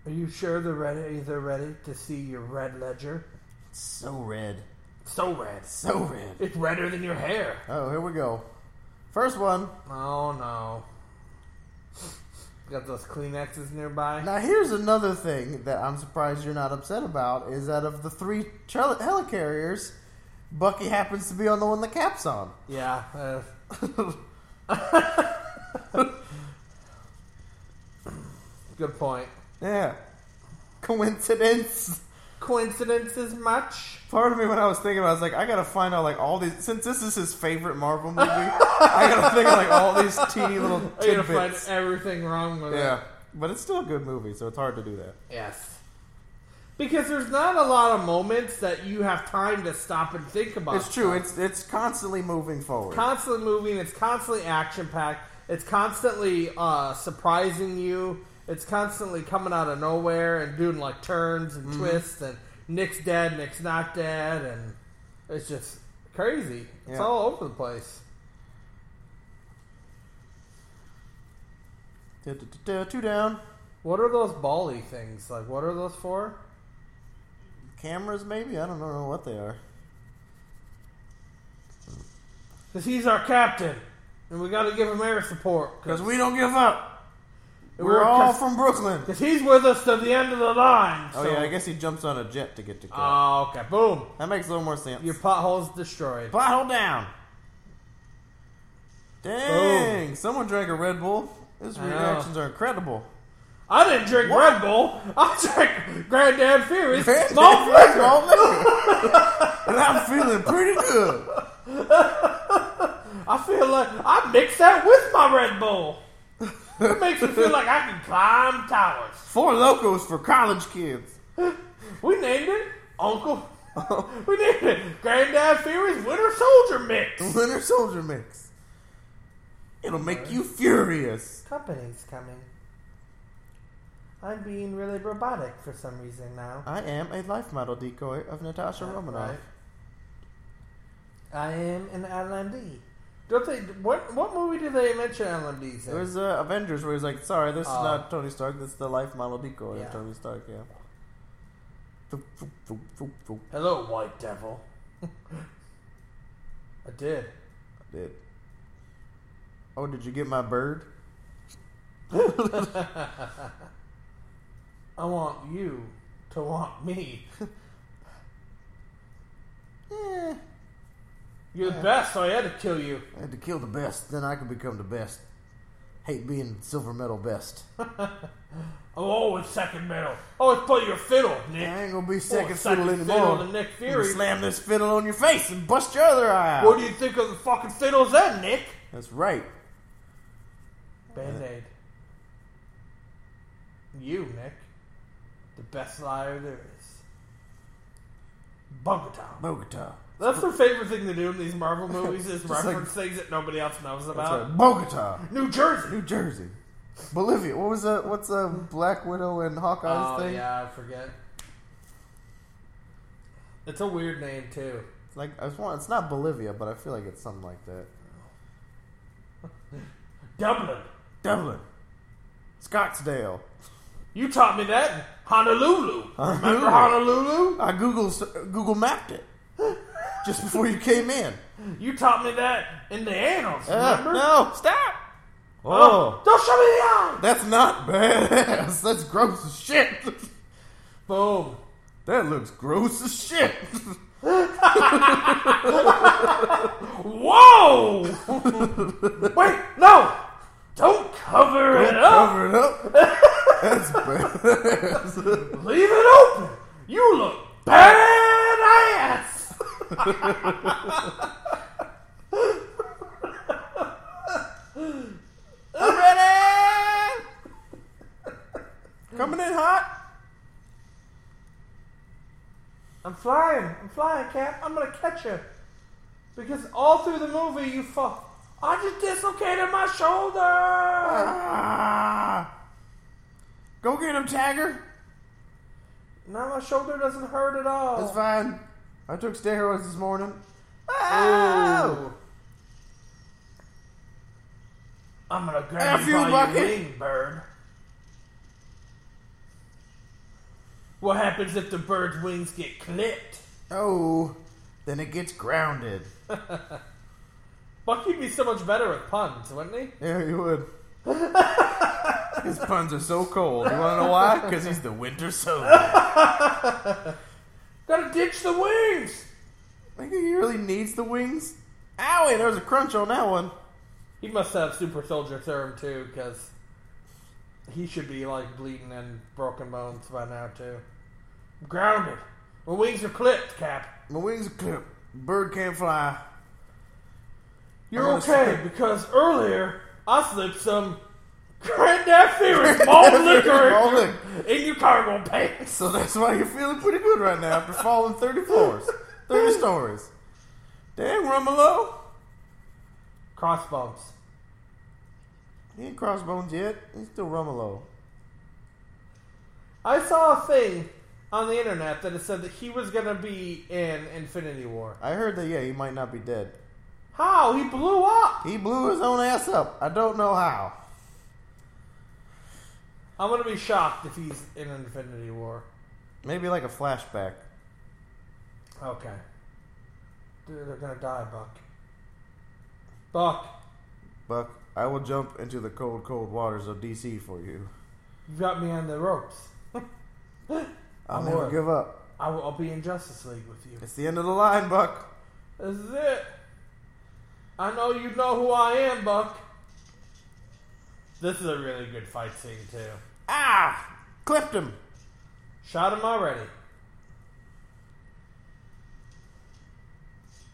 C: Are you sure they're ready? They're ready to see your red ledger.
D: It's so red.
C: So red.
D: So red.
C: It's redder than your hair.
D: Oh, here we go. First one.
C: Oh no. Got those Kleenexes nearby.
D: Now, here's another thing that I'm surprised you're not upset about is that of the three tele- helicarriers, Bucky happens to be on the one the cap's on.
E: Yeah. uh, good point.
D: Yeah. Coincidence.
E: Coincidence is much.
D: Part of me, when I was thinking, about it, I was like, I gotta find out like all these. Since this is his favorite Marvel movie, I gotta think of like all these teeny little
E: I gotta find
D: tidbits.
E: everything wrong with
D: Yeah,
E: it.
D: but it's still a good movie, so it's hard to do that.
E: Yes. Because there's not a lot of moments that you have time to stop and think about.
D: It's true. It's it's constantly moving forward.
E: constantly moving. It's constantly action packed. It's constantly uh, surprising you. It's constantly coming out of nowhere and doing like turns and
D: Mm-hmm.
E: twists and Nick's dead, Nick's not dead, and it's just crazy. It's
D: Yeah.
E: all over the place.
D: Du-du-du-du, Two down.
E: What are those bally things? Like, what are those for?
D: Cameras, maybe. I don't know what they are.
E: Because he's our captain, and we got to give him air support.
D: Because we don't give up.
E: and
D: We're all
E: cause,
D: from Brooklyn.
E: 'cause he's with us to the end of the line.
D: Oh
E: so-
D: yeah, I guess he jumps on a jet to get to. Camp.
E: Oh, okay. Boom.
D: that makes a little more sense.
E: Your pothole's destroyed.
D: Bottle down. Dang! Someone drank a Red Bull. His
E: I know.
D: reactions are incredible.
E: I didn't drink
D: What?
E: Red Bull. I drank Granddad Fury's
D: That's
E: malt
D: that's
E: liquor.
D: all liquor. and I'm feeling pretty good.
E: I feel like I mix that with my Red Bull. It makes me feel like I can climb towers.
D: Four locos for college kids.
E: We named it Uncle. we named it Granddad Fury's Winter Soldier Mix.
D: Winter Soldier mix. It'll make you furious.
E: Company's coming. I'm being really robotic for some reason now.
D: I am a life model decoy of Natasha Romanoff.
E: Right. I am an LMD. Don't they? What what movie do they mention LMDs in?
D: There was uh, Avengers where he's like, "Sorry, this
E: Oh.
D: is not Tony Stark. This is the life model decoy
E: Yeah.
D: of Tony Stark." Yeah. Foop, foop, foop, foop, foop.
E: Hello, White Devil. I did.
D: Did. Oh, did you get my bird?
E: I want you to want me.
D: Eh,
E: You're the best, so I had to kill you.
D: I had to kill the best, then I could become the best. Hate being silver medal best.
E: I'm always Oh, second middle. Always play your fiddle, Nick.
D: I ain't gonna be second
E: second
D: fiddle
E: fiddle
D: anymore.
E: to Nick
D: I'm
E: Fury.
D: gonna Slam this fiddle on your face and bust your other eye out.
E: What do you think of the fucking fiddles then, Nick?
D: That's right.
E: Band Aid. You, Nick. The best liar there is. Bunker Town.
D: Bogota.
E: That's their favorite thing to do in these Marvel movies is
D: like-
E: reference things that nobody else knows
D: That's
E: about.
D: right. Bogota.
E: New Jersey.
D: New Jersey. Bolivia. What was that? What's a Black Widow and Hawkeye's
E: Oh
D: thing?
E: yeah, I forget. It's a weird name too.
D: It's like I just want, it's not Bolivia, but I feel like it's something like that.
E: Dublin.
D: Dublin. Scottsdale.
E: You taught me that. Honolulu. Remember Honolulu?
D: I Google Google mapped it just before you came in.
E: You taught me that in the annals.
D: Uh,
E: Remember?
D: no, stop.
E: Oh,
D: Oh,
E: don't show me the eye.
D: that's not badass. That's gross as shit.
E: Boom.
D: That looks gross as shit.
E: Whoa! Wait, no! Don't cover it up.
D: Cover it up. That's badass.
E: Leave it open. You look badass.
D: I'm ready. Coming in hot.
E: I'm flying. I'm flying, Cap. I'm gonna catch you. Because all through the movie, you fall. I just dislocated my shoulder.
D: Ah. Go get him, Tagger.
E: Now my shoulder doesn't hurt at all.
D: It's fine. I took steroids this morning.
E: Ooh. I'm gonna grab
D: F
E: you
D: you,
E: by
D: Bucket.
E: your wing, bird. What happens if the bird's wings get clipped?
D: Oh, then it gets grounded.
E: Bucky'd be so much better with puns, wouldn't he?
D: Yeah, he would. His puns are so cold. You want to know why? Because he's the winter soldier.
E: Gotta ditch the wings.
D: Like, he really needs the wings? Owie, there was a crunch on that one.
E: He must have super soldier serum too, because he should be like bleeding and broken bones by now too. Grounded. My wings are clipped, Cap.
D: My wings are clipped. Bird can't fly.
E: You're
D: I'm
E: okay
D: gonna
E: because earlier I slipped some Grand Theft malt
D: Malt
E: liquor
D: liquor.
E: in your cargo pants.
D: So that's why you're feeling pretty good right now after falling 30 floors, 30 stories. Damn, Rumolo.
E: Crossbones.
D: He ain't crossbones yet. He's still Rumolo.
E: I saw a thing on the internet that it said that he was gonna be in Infinity War.
D: I heard that, yeah, he might not be dead.
E: How? He blew up.
D: He blew his own ass up. I don't know how.
E: I'm gonna be shocked if he's in Infinity War.
D: Maybe like a flashback.
E: Okay. Dude, they're gonna die, Buck. Buck,
D: Buck, I will jump into the cold, cold waters of DC for you.
E: you've got me on the ropes.
D: I'll
E: I'm
D: never
E: worried.
D: give up.
E: I will, I'll be in Justice League with you.
D: It's the end of the line, Buck.
E: This is it. I know you know who I am, Buck. This is a really good fight scene, too.
D: Ah! Clipped him.
E: Shot him already.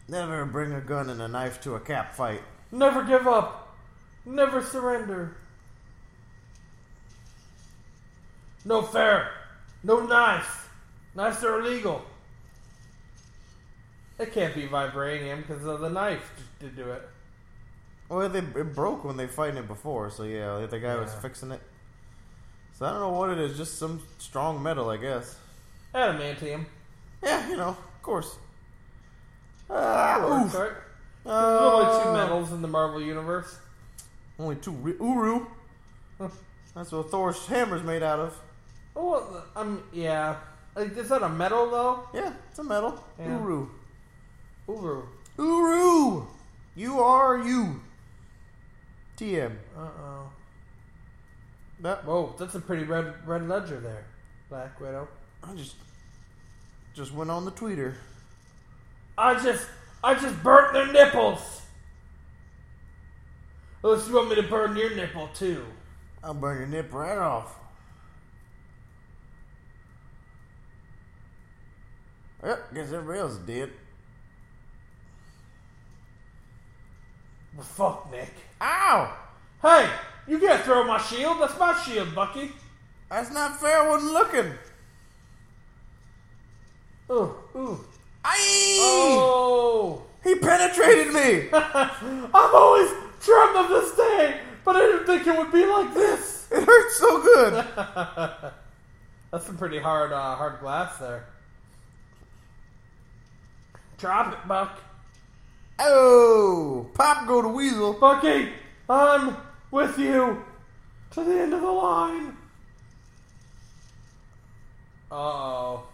D: Never bring a gun and a knife to a cap fight.
E: Never give up. Never surrender. No fair. No knife. Knives are illegal. It can't be vibranium because of the knife t- to do it.
D: Well, they, it broke when they fighting it before, so yeah, the guy was
E: Yeah.
D: fixing it. So I don't know what it is, just some strong metal, I guess.
E: Adamantium.
D: Yeah, you know, of course. Ah,
E: Works,
D: oof.
E: right? There's only two
D: Ah.
E: metals in the Marvel universe.
D: Only two re- Uru. That's what Thor's hammer's made out of.
E: Oh, well, um, yeah. Like, is that a metal though?
D: Yeah, it's a metal.
E: Yeah.
D: Uru.
E: Ooh,
D: Uru! You are you. TM.
E: uh oh.
D: That
E: Whoa, that's a pretty red red ledger there, Black Widow.
D: I just just went on the tweeter.
E: I just, I just burnt their nipples. Unless you want me to burn your nipple too.
D: I'll burn your nip right off. Yep, guess everybody else did.
E: Well, fuck, Nick.
D: Ow!
E: Hey, you can't throw my shield. That's my shield, Bucky.
D: That's not fair. I wasn't looking.
E: Ooh, ooh.
D: Aye!
E: Oh.
D: He penetrated me.
E: I've always dreamt of this day, but I didn't think it would be like this.
D: it hurts so good.
E: That's some pretty hard, uh, hard glass there. Drop it, Buck.
D: Oh, pop go to weasel.
E: Bucky, I'm with you to the end of the line. Uh oh,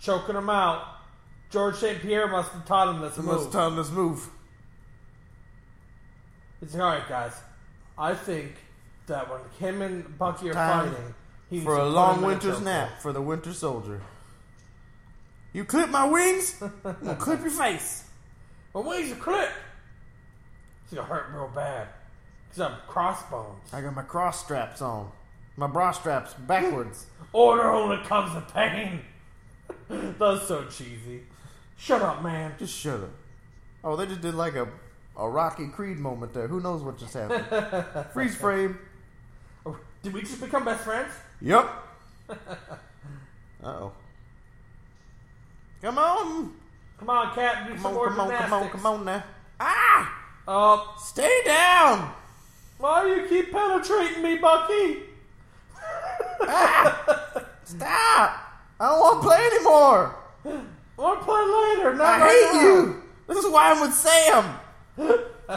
E: choking him out. George St. Pierre must have taught him this
D: Must
E: move.
D: time this move.
E: He's like, all right, guys. I think that when him and Bucky are
D: Time
E: fighting, he
D: for a
E: needs to put
D: long
E: him in
D: winter's
E: chokehold.
D: nap for the winter soldier. You clip my wings? I'm gonna clip your face.
E: My wings are clipped. It's gonna hurt real bad. Cause I'm crossbones.
D: I got my cross straps on. My bra straps backwards.
E: Order only comes with pain. That's so cheesy. Shut up, man.
D: just shut up. Oh, they just did like a, a Rocky Creed moment there. Who knows what just happened? Freeze frame.
E: Oh, Did we just become best friends?
D: Yep. Uh oh. Come on.
E: Come on, Cap, do
D: Come
E: some
D: on,
E: more
D: come on, come on,
E: gymnastics.
D: come on now. Ah!
E: Uh,
D: Stay down!
E: why do you keep penetrating me, Bucky?
D: Stop! I don't want to play anymore!
E: I'll play later. Not
D: I
E: right
D: hate
E: now.
D: you! This is why I'm with Sam!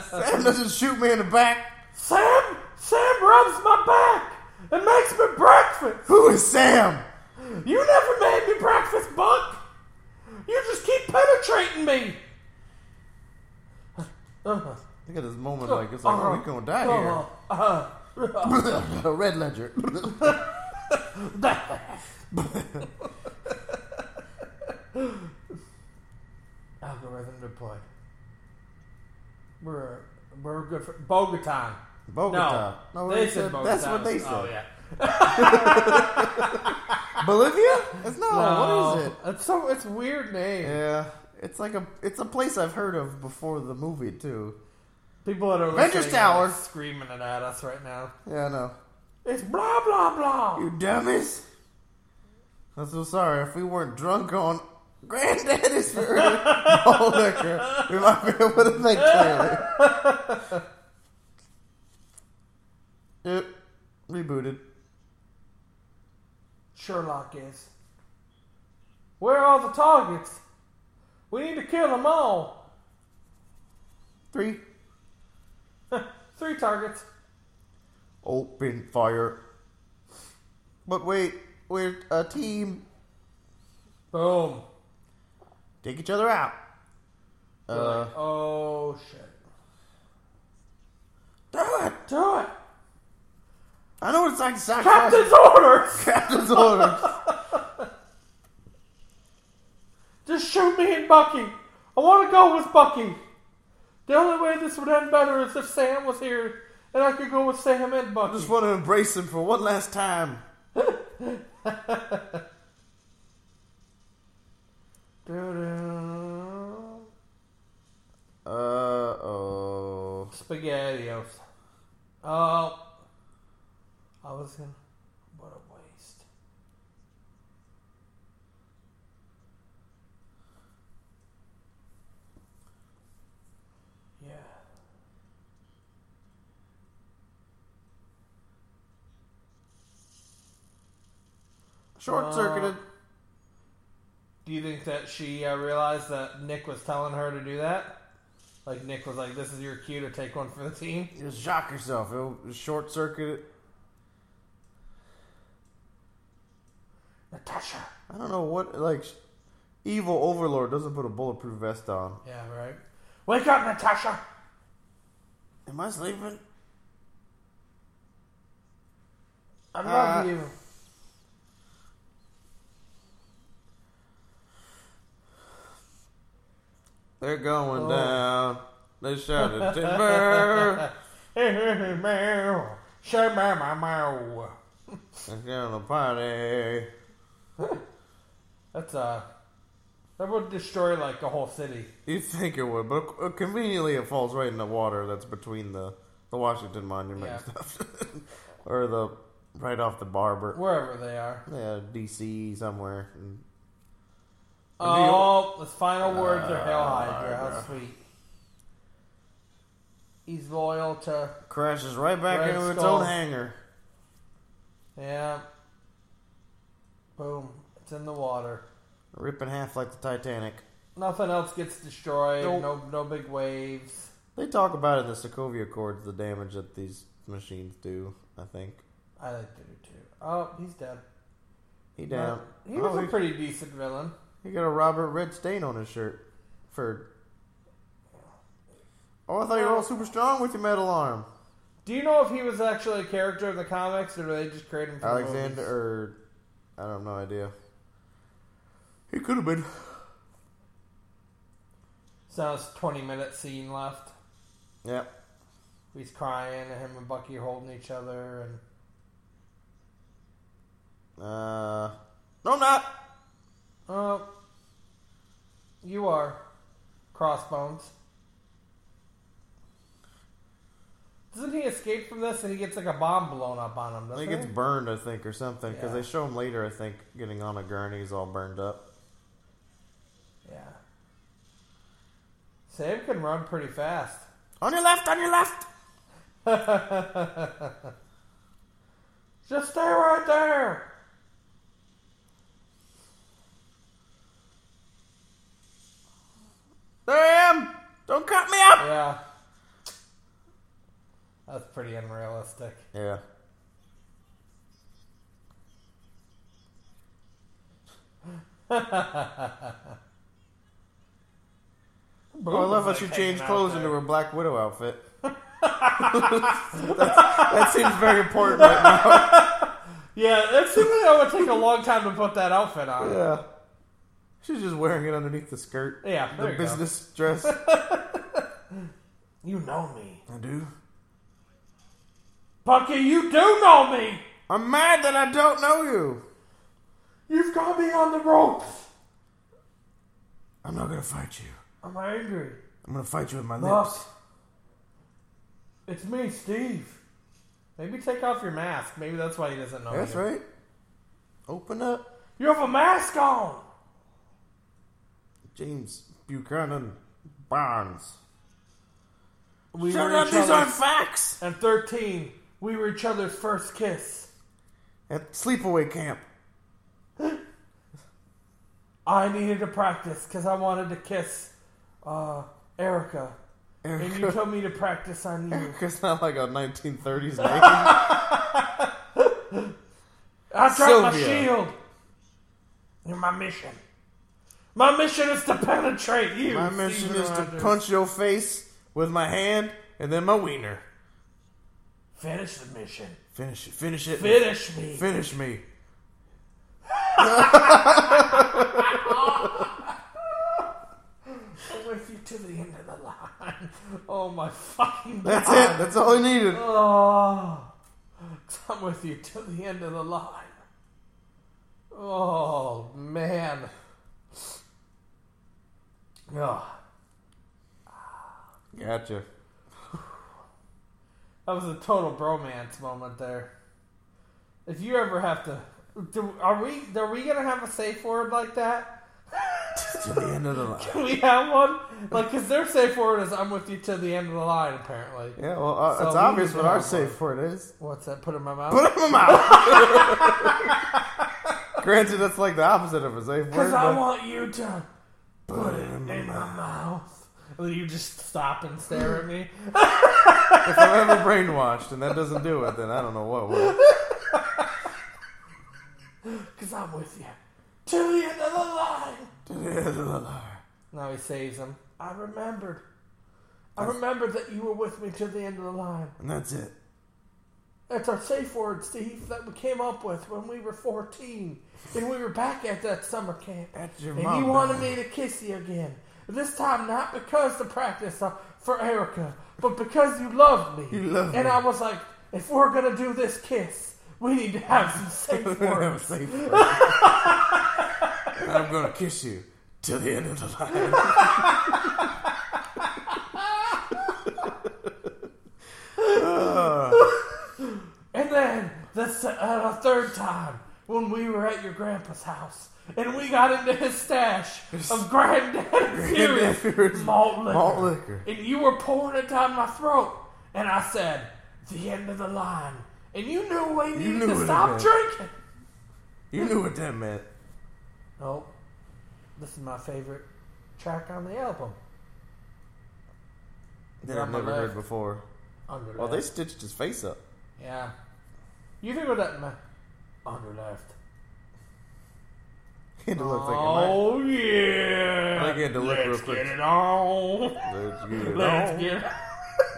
D: Sam doesn't shoot me in the back.
E: Sam, Sam rubs my back and makes me breakfast.
D: Who is Sam?
E: You never made me breakfast, Buck. You just keep penetrating me. Uh,
D: Look at this moment like it's like, oh, we gonna die
E: uh, uh,
C: Uh-huh.
D: here. Red Ledger.
E: uh.
C: Algorithm deployed. We're we're good for Bogotan.
D: Bogota.
C: No,
D: what
C: they
D: he
C: said Bogotan.
D: That's what they said.
C: Oh yeah.
D: Bolivia? It's, no, What is it?
C: It's so it's a weird name.
D: Yeah, it's like a it's a place I've heard of before the movie too.
C: People that are
D: Avengers
C: listening
D: Tower.
C: are screaming it at us right now.
D: Yeah, I know.
C: It's blah blah blah.
D: You dummies! I'm so sorry if we weren't drunk on Granddaddy's for all liquor, we might be able to think clearly. yep, rebooted.
C: Sherlock is. Where are all the targets? We need to kill them all.
D: Three.
C: Three targets.
D: Open fire. But wait, we're a team.
C: Boom.
D: Take each other out. Uh,
C: You're like, oh shit.
D: Do it!
C: Do it.
D: I know it's like sacrifice.
C: Captain's orders.
D: Captain's orders.
C: Just shoot me and Bucky. I want to go with Bucky. The only way this would end better is if Sam was here and I could go with Sam and Bucky.
D: just want to embrace him for one last time.
C: Do-do.
D: Uh oh.
C: SpaghettiOs. Oh. I was gonna. What a waste. Yeah.
D: Short circuited.
C: Do you think that she uh, realized that Nick was telling her to do that? Like, Nick was like, this is your cue to take one for the team?
D: Just shock yourself. It was short circuited.
C: Natasha!
D: I don't know what like sh- evil overlord doesn't put a bulletproof vest on.
C: Yeah, right. Wake up, Natasha!
D: Am I sleeping?
C: I love
D: Uh,
C: you.
D: They're going down. They shouted timber.
C: Meow. Say meow, meow,
E: uh,
C: meow.
D: They're going to party.
C: That's uh that would destroy like a whole city.
D: You think it would, but uh, conveniently it falls right in the water that's between the the Washington Monument and
C: Yeah.
D: stuff, or the right off the barber.
C: Wherever they are.
D: Yeah, DC somewhere. And
C: Oh, the final words are Hail
D: Uh,
C: Hydra. How sweet. He's loyal to
D: crashes right back
C: Red
D: into its
C: Skull.
D: own hangar.
C: yeah. Boom! It's in the water.
D: Rip in half like the Titanic.
C: Nothing else gets destroyed.
D: Nope.
C: No, no big waves.
D: They talk about in the Sokovia Accords the damage that these machines do, I think.
C: I like to do too. Oh, he's dead.
D: He down.
C: He was
D: Oh,
C: a
D: he-
C: pretty decent villain.
D: he got a Robert Red stain on his shirt. For. Oh, I thought you were all super strong with your metal arm.
C: Do you know if he was actually a character in the comics, or do they just create him? For
D: Alexander,
C: movies?
D: or. I don't have no idea. He could have been.
C: So it's twenty minute scene left.
D: Yep.
C: He's crying, and him and Bucky are holding each other, and
D: Uh. No, I'm not!
C: oh, you are crossbones. Doesn't he escape from this, and he gets like a bomb blown up on him?
D: I
C: Doesn't
D: think it's
C: he?
D: burned, I think, or something, because
C: Yeah.
D: they show him later, I think, getting on a gurney, he's all burned up.
C: yeah. Sam can run pretty fast.
D: On your left, on your left!
C: Just stay right there.
D: There I am! Don't cut me up!
C: Yeah. That's pretty unrealistic.
D: Yeah. Oh, I love how she changed clothes into her Black Widow outfit. That's- that seems very important right now.
C: Yeah, it seems like that would take a long time to put that outfit on.
D: Yeah. She's just wearing it underneath the skirt.
E: Yeah,
D: the
E: there you go.
D: business dress.
E: You know me.
H: I do.
E: Bucky, you do know me!
D: I'm mad that I don't know you.
E: You've got me on the ropes!
H: I'm not gonna fight you.
E: I'm angry.
H: I'm gonna fight you with my
E: Look.
H: lips.
E: It's me, Steve. Maybe take off your mask. Maybe that's why he doesn't know
D: Oh, That's
E: you.
D: right. Open up,
E: You have a mask on!
D: James Buchanan Barnes.
E: We
D: Shut
E: were
D: up!
E: each
D: These aren't
E: other's-
D: facts.
E: And 13, we were each other's first kiss.
D: At sleepaway camp.
E: I needed to practice because I wanted to kiss uh, Erica. And you
D: Erica.
E: told me to practice on you.
D: Erica's not like a 1930s name.
E: I dropped my
D: Sylvia.
E: shield. You're my mission. My mission is to penetrate you.
D: my mission
E: Steven
D: is to
E: Rogers.
D: punch your face with my hand and then my wiener.
E: Finish the mission.
D: Finish it. Finish it.
E: Finish me.
D: Finish me.
E: I'm with you to the end of the line. Oh my fucking god.
D: That's it. That's all he needed.
E: Oh, I'm with you to the end of the line. Oh man. Oh,
D: Gotcha.
E: that was a total bromance moment there. If you ever have to, do, are we? Are we gonna have a safe word like that?
D: to the end of the line.
E: we have one? Like, cause their safe word is "I'm with you to the end of the line." Apparently,
D: Yeah, well, uh,
E: So
D: it's
E: we
D: obvious
E: need
D: what
E: to
D: our
E: have one.
D: safe word is.
E: what's that? Put in my mouth.
D: Put 'em out. Granted, that's like the opposite of a safe word.
E: Because I
D: But
E: want you to put it in my mouth. And then you just stop and stare at me.
D: if I'm ever brainwashed and that doesn't do it, then I don't know what will.
E: Because I'm with you. To the end of the line.
D: To the end of the line.
E: Now he saves him. I remembered. I remembered that you were with me to the end of the line.
D: And that's it.
E: That's our safe word, Steve, that we came up with when we were 14. And we were back at that summer camp.
D: That's your
E: and
D: mom,
E: you wanted
D: darling.
E: me to kiss you again. This time not because the practice uh, for Erica, but because you loved me.
D: You loved
E: and
D: me.
E: I was like, if we're going to do this kiss, we need to have some safe
D: I have a
E: words.
D: safe word. and I'm gonna kiss you to the end of the line.
E: And then the s- uh, the third time when we were at your grandpa's house and we got into his stash of Granddaddy
D: Fury's
E: Fury's malt liquor,
D: malt liquor.
E: and you were pouring it down my throat, and I said, "The end of the line," and you knew we needed
D: knew what
E: to
D: it
E: stop
D: meant.
E: drinking.
D: You knew what that meant.
E: Oh, this is my favorite track on the album.
D: That I've
E: Not my
D: never heard
E: life.
D: before.
E: Under
D: Well, they
E: left.
D: stitched his face up.
E: yeah. You think of that? ma- Under left.
D: He had to look like a man.
E: Oh yeah!
D: I think he had to look real
E: Let's
D: quick.
E: get it on.
D: Let's get it
E: Let's
D: on.
E: get it.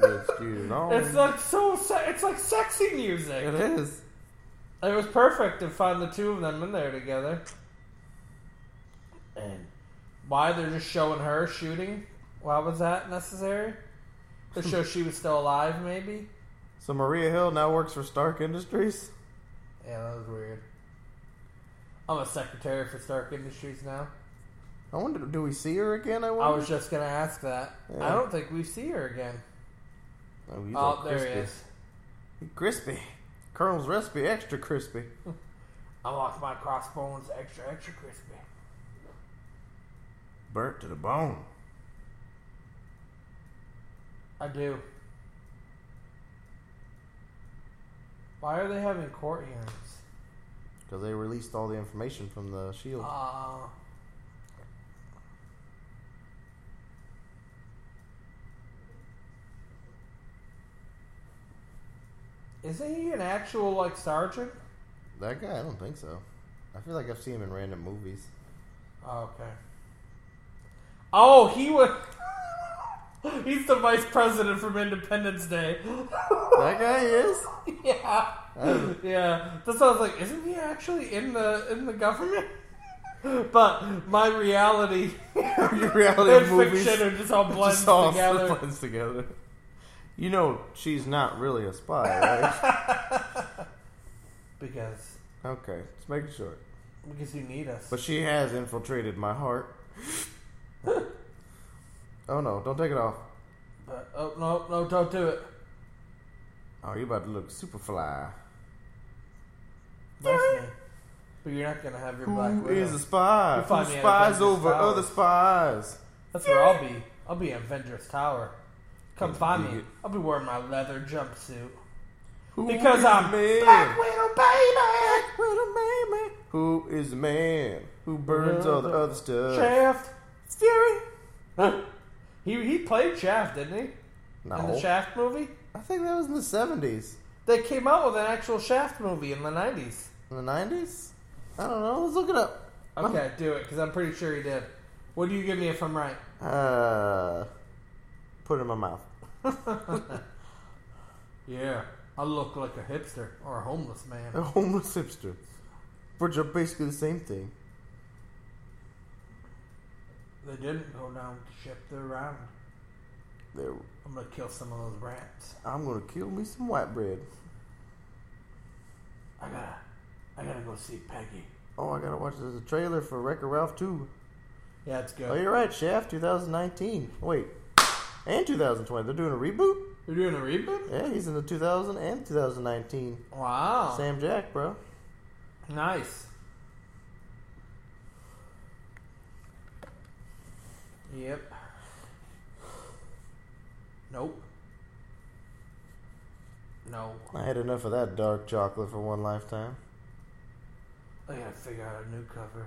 D: Let's get it on.
E: It's like so. Se- it's like sexy music.
D: It is.
E: It was perfect to find the two of them in there together. And why they're just showing her shooting? Why was that necessary? To show she was still alive, maybe.
D: So Maria Hill now works for Stark Industries.
E: Yeah, that was weird. I'm a secretary for Stark Industries now.
D: I wonder, do we see her again? I
E: I
D: wonder.
E: was just gonna ask that. I
D: Yeah.
E: don't think we see her again.
D: oh, he's all
E: Oh, there he
D: crispy.
E: is.
D: Crispy. Colonel's recipe, extra crispy.
E: I like my crossbones extra, extra crispy.
D: Burnt to the bone.
E: I do. Why are they having court hearings?
D: Because they released all the information from the shield.
E: Uh, isn't he an actual like sergeant?
D: that guy, I don't think so. I feel like I've seen him in random movies.
E: Oh, okay. Oh, he was. He's the vice president from Independence Day.
D: that guy is?
E: yeah. Yeah. That sounds like isn't he actually in the in the government? But my reality
D: Your reality
E: and
D: of movies
E: fiction are just all blends
D: just all
E: together.
D: blends together. You know, she's not really a spy,
E: Because
D: right? okay, let's make it short.
E: because you need us.
D: But she has infiltrated my heart. oh no, don't take it off.
E: But- oh no, no, don't do it.
D: Oh, you about to look super fly.
E: That's me. But you're not gonna have your black
D: Who
E: widow.
D: is a spy?
E: You find
D: Who
E: me at
D: spies
E: Avengers
D: over
E: Towers.
D: other spies?
E: That's where I'll be. I'll be in Avengers Tower. Come find me.
D: Indeed.
E: I'll be wearing my leather jumpsuit.
D: Who
E: Because
D: is
E: I'm
D: man?
E: Black Widow, baby.
D: Black Widow, baby. Who is the man who burns all the other stuff?
E: Shaft.
D: Fury.
E: He he played Shaft, didn't he? In
D: No,
E: the Shaft movie,
D: I think that was in the seventies,
E: they came out with an actual Shaft movie in the '90s.
D: in the nineties. I don't know. Let's look it up.
E: Okay, do it because I'm pretty sure he did. What do you give me if I'm right?
D: Uh, put it in my mouth.
E: Yeah, I look like a hipster or a homeless man.
D: A homeless hipster, which are basically the same thing.
E: They didn't go down with the ship; they're around.
D: They're,
E: I'm gonna kill some of those rats.
D: I'm gonna kill me some white bread.
E: I gotta, I gotta go see Peggy.
D: Oh, I gotta watch there's a trailer for Wreck-It Ralph 2.
E: Yeah, it's good.
D: Oh, you're right, Shaft 2019. Wait, and 2020. They're doing a reboot.
E: You're doing a reboot?
D: Yeah, he's in the 2000 and 2019.
E: Wow.
D: Sam Jack, bro.
E: Nice. Yep. Nope. No.
D: I had enough of that dark chocolate for one lifetime.
E: I gotta figure out a new cover.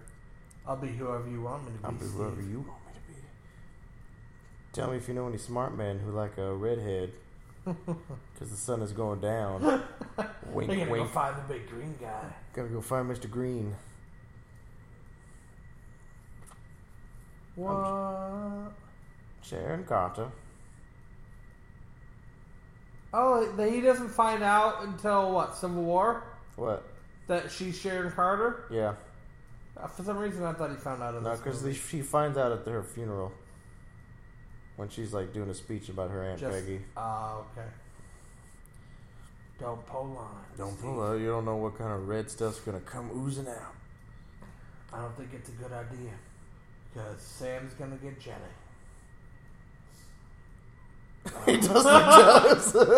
E: I'll be whoever you want me to be.
D: I'll be
E: Steve.
D: whoever you want me to be. Tell me if you know any smart men who like a redhead. Because the sun is going down. wink,
E: They're
D: wink.
E: gonna go find the big green guy.
D: Gotta go find Mr. Green.
E: What?
D: Sharon Carter.
E: Oh, that he doesn't find out until what? Civil War?
D: What?
E: That she's Sharon Carter?
D: Yeah.
E: Uh, For some reason, I thought he found out. in
D: No,
E: this
D: because
E: movie.
D: she finds out at her funeral. When she's like doing a speech about her Aunt
E: Just-
D: Peggy.
E: Ah, okay. Don't pull on it.
D: Don't
E: Steve.
D: pull out. You don't know what kind of red stuff's gonna come oozing out.
E: I don't think it's a good idea. Because Sam's gonna get Jenny.
D: he does the does.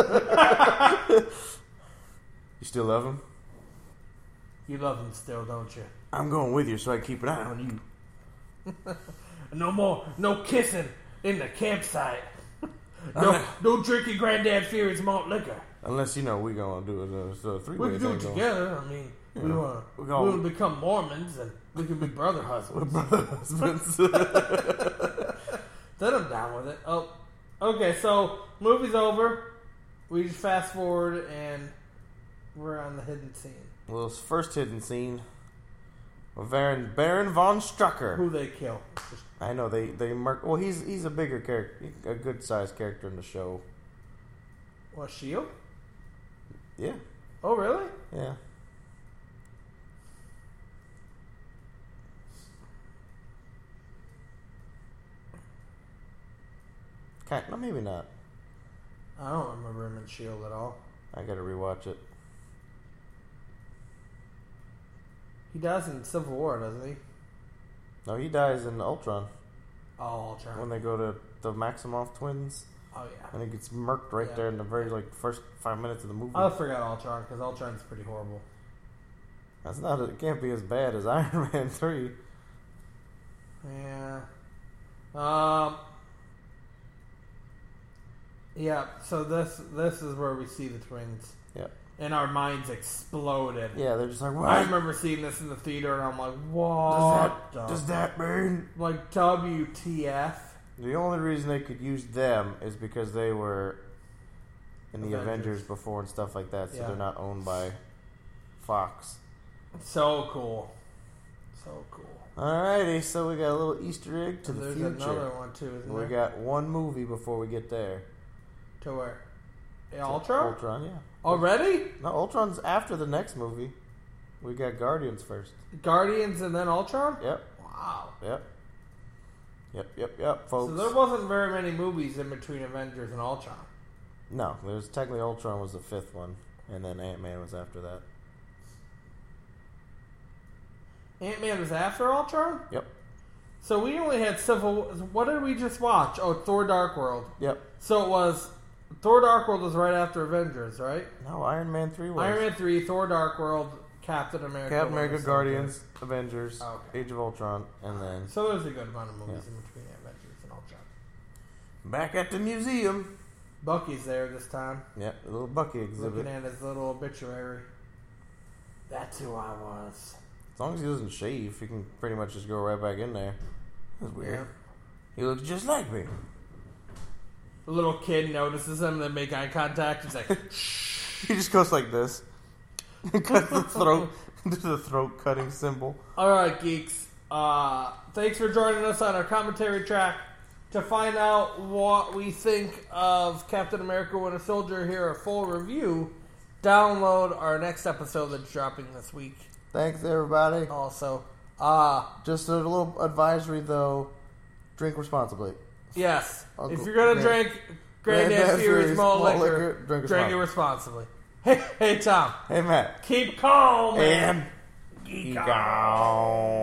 D: you still love him?
E: You love him still, don't you?
D: I'm going with you so I keep an eye on you.
E: No more, no kissing in the campsite. No,
D: Uh-huh.
E: no drinking Granddad Fury's malt liquor.
D: Unless you know we gonna do it uh, so three
E: We
D: way
E: can do
D: thing.
E: it
D: going.
E: together. I mean, we want to
D: We're
E: we
D: gonna-
E: wanna become Mormons and we can be brother husbands.
D: Brother husbands.
E: Then I'm down with it. Oh, okay. So movie's over. We just fast forward and we're on the hidden scene.
D: well, this first hidden scene. of Baron Baron von Strucker.
E: Who they kill?
D: I know they they mark. Well, he's he's a bigger character, a good sized character in the show.
E: Well, Shield.
D: Yeah,
E: E Oh, really?
D: yeah. Kind, no, maybe not.
E: I don't remember him in Shield at all.
D: I gotta rewatch it.
E: He dies in Civil War, doesn't he?
D: No, he dies in Ultron
E: Oh, Ultron.
D: when they go to the Maximoff twins,
E: oh yeah.
D: and he gets murked right
E: Yeah.
D: there in the very like first five minutes of the movie.
E: I forgot Ultron because Ultron's pretty horrible.
D: That's not. It can't be as bad as Iron Man three.
E: Yeah. Um. Yeah. So this this is where we see the twins,
D: Yep.
E: and our minds exploded.
D: Yeah, they're just like, what?
E: I remember seeing this in the theater, and I'm like,
D: does
E: what?
D: that, does that mean?
E: like WTF?
D: The only reason they could use them is because they were in the Avengers,
E: Avengers.
D: before and stuff like that, so
E: Yeah.
D: they're not owned by Fox.
E: So cool. So cool.
D: Alrighty, so we got a little Easter egg to
E: And
D: the
E: there's
D: future.
E: another one too, isn't
D: We
E: there?
D: got one movie before we get there.
E: to where? Ultra?
D: Ultron, yeah.
E: Already?
D: No, Ultron's after the next movie. We got Guardians first.
E: Guardians and then Ultron.
D: Yep,
E: Wow.
D: yep, yep, yep, yep, folks.
E: So there wasn't very many movies in between Avengers and Ultron.
D: no, there's technically Ultron was the fifth one, and then Ant Man was after that.
E: Ant Man was after Ultron.
D: Yep,
E: So we only had Civil. What did we just watch? Oh, Thor: Dark World.
D: yep.
E: So it was Thor: Dark World was right after Avengers, right?
D: No, Iron Man three was
E: Iron Man three, Thor: Dark World, Captain America,
D: Captain
E: Winter
D: America,
E: Soldier.
D: Guardians, Avengers,
E: Oh, Okay.
D: Age of Ultron, and then
E: So there's a good amount of movies in between Avengers and Ultron.
D: back at the museum.
E: Bucky's there this time,
D: Yep, a little Bucky
E: looking
D: exhibit.
E: at his little obituary. That's who I was.
D: As long as he doesn't shave, he can pretty much just go right back in there. That's weird.
E: Yeah.
D: He looks just like me.
E: The little kid notices him. They make eye contact. He's like,
D: He just goes like this. cuts the throat. does the throat cutting symbol.
E: All right, geeks. Uh, thanks for joining us on our commentary track. To find out what we think of Captain America Winter Soldier, here a full review. Download our next episode that's dropping this week.
D: Thanks, everybody.
E: Oh. Also, uh,
D: Just a little advisory, though. Drink responsibly.
E: yes,
D: Uncle
E: if you're gonna
D: Gran-
E: drink Granddad
D: Granddad
E: Fury's
D: Fury's
E: malt
D: malt
E: liquor,
D: liquor, drink
E: drink it responsibly. Hey, hey, Tom,
D: Hey, Matt.
E: keep calm. man.
D: And. Geek out.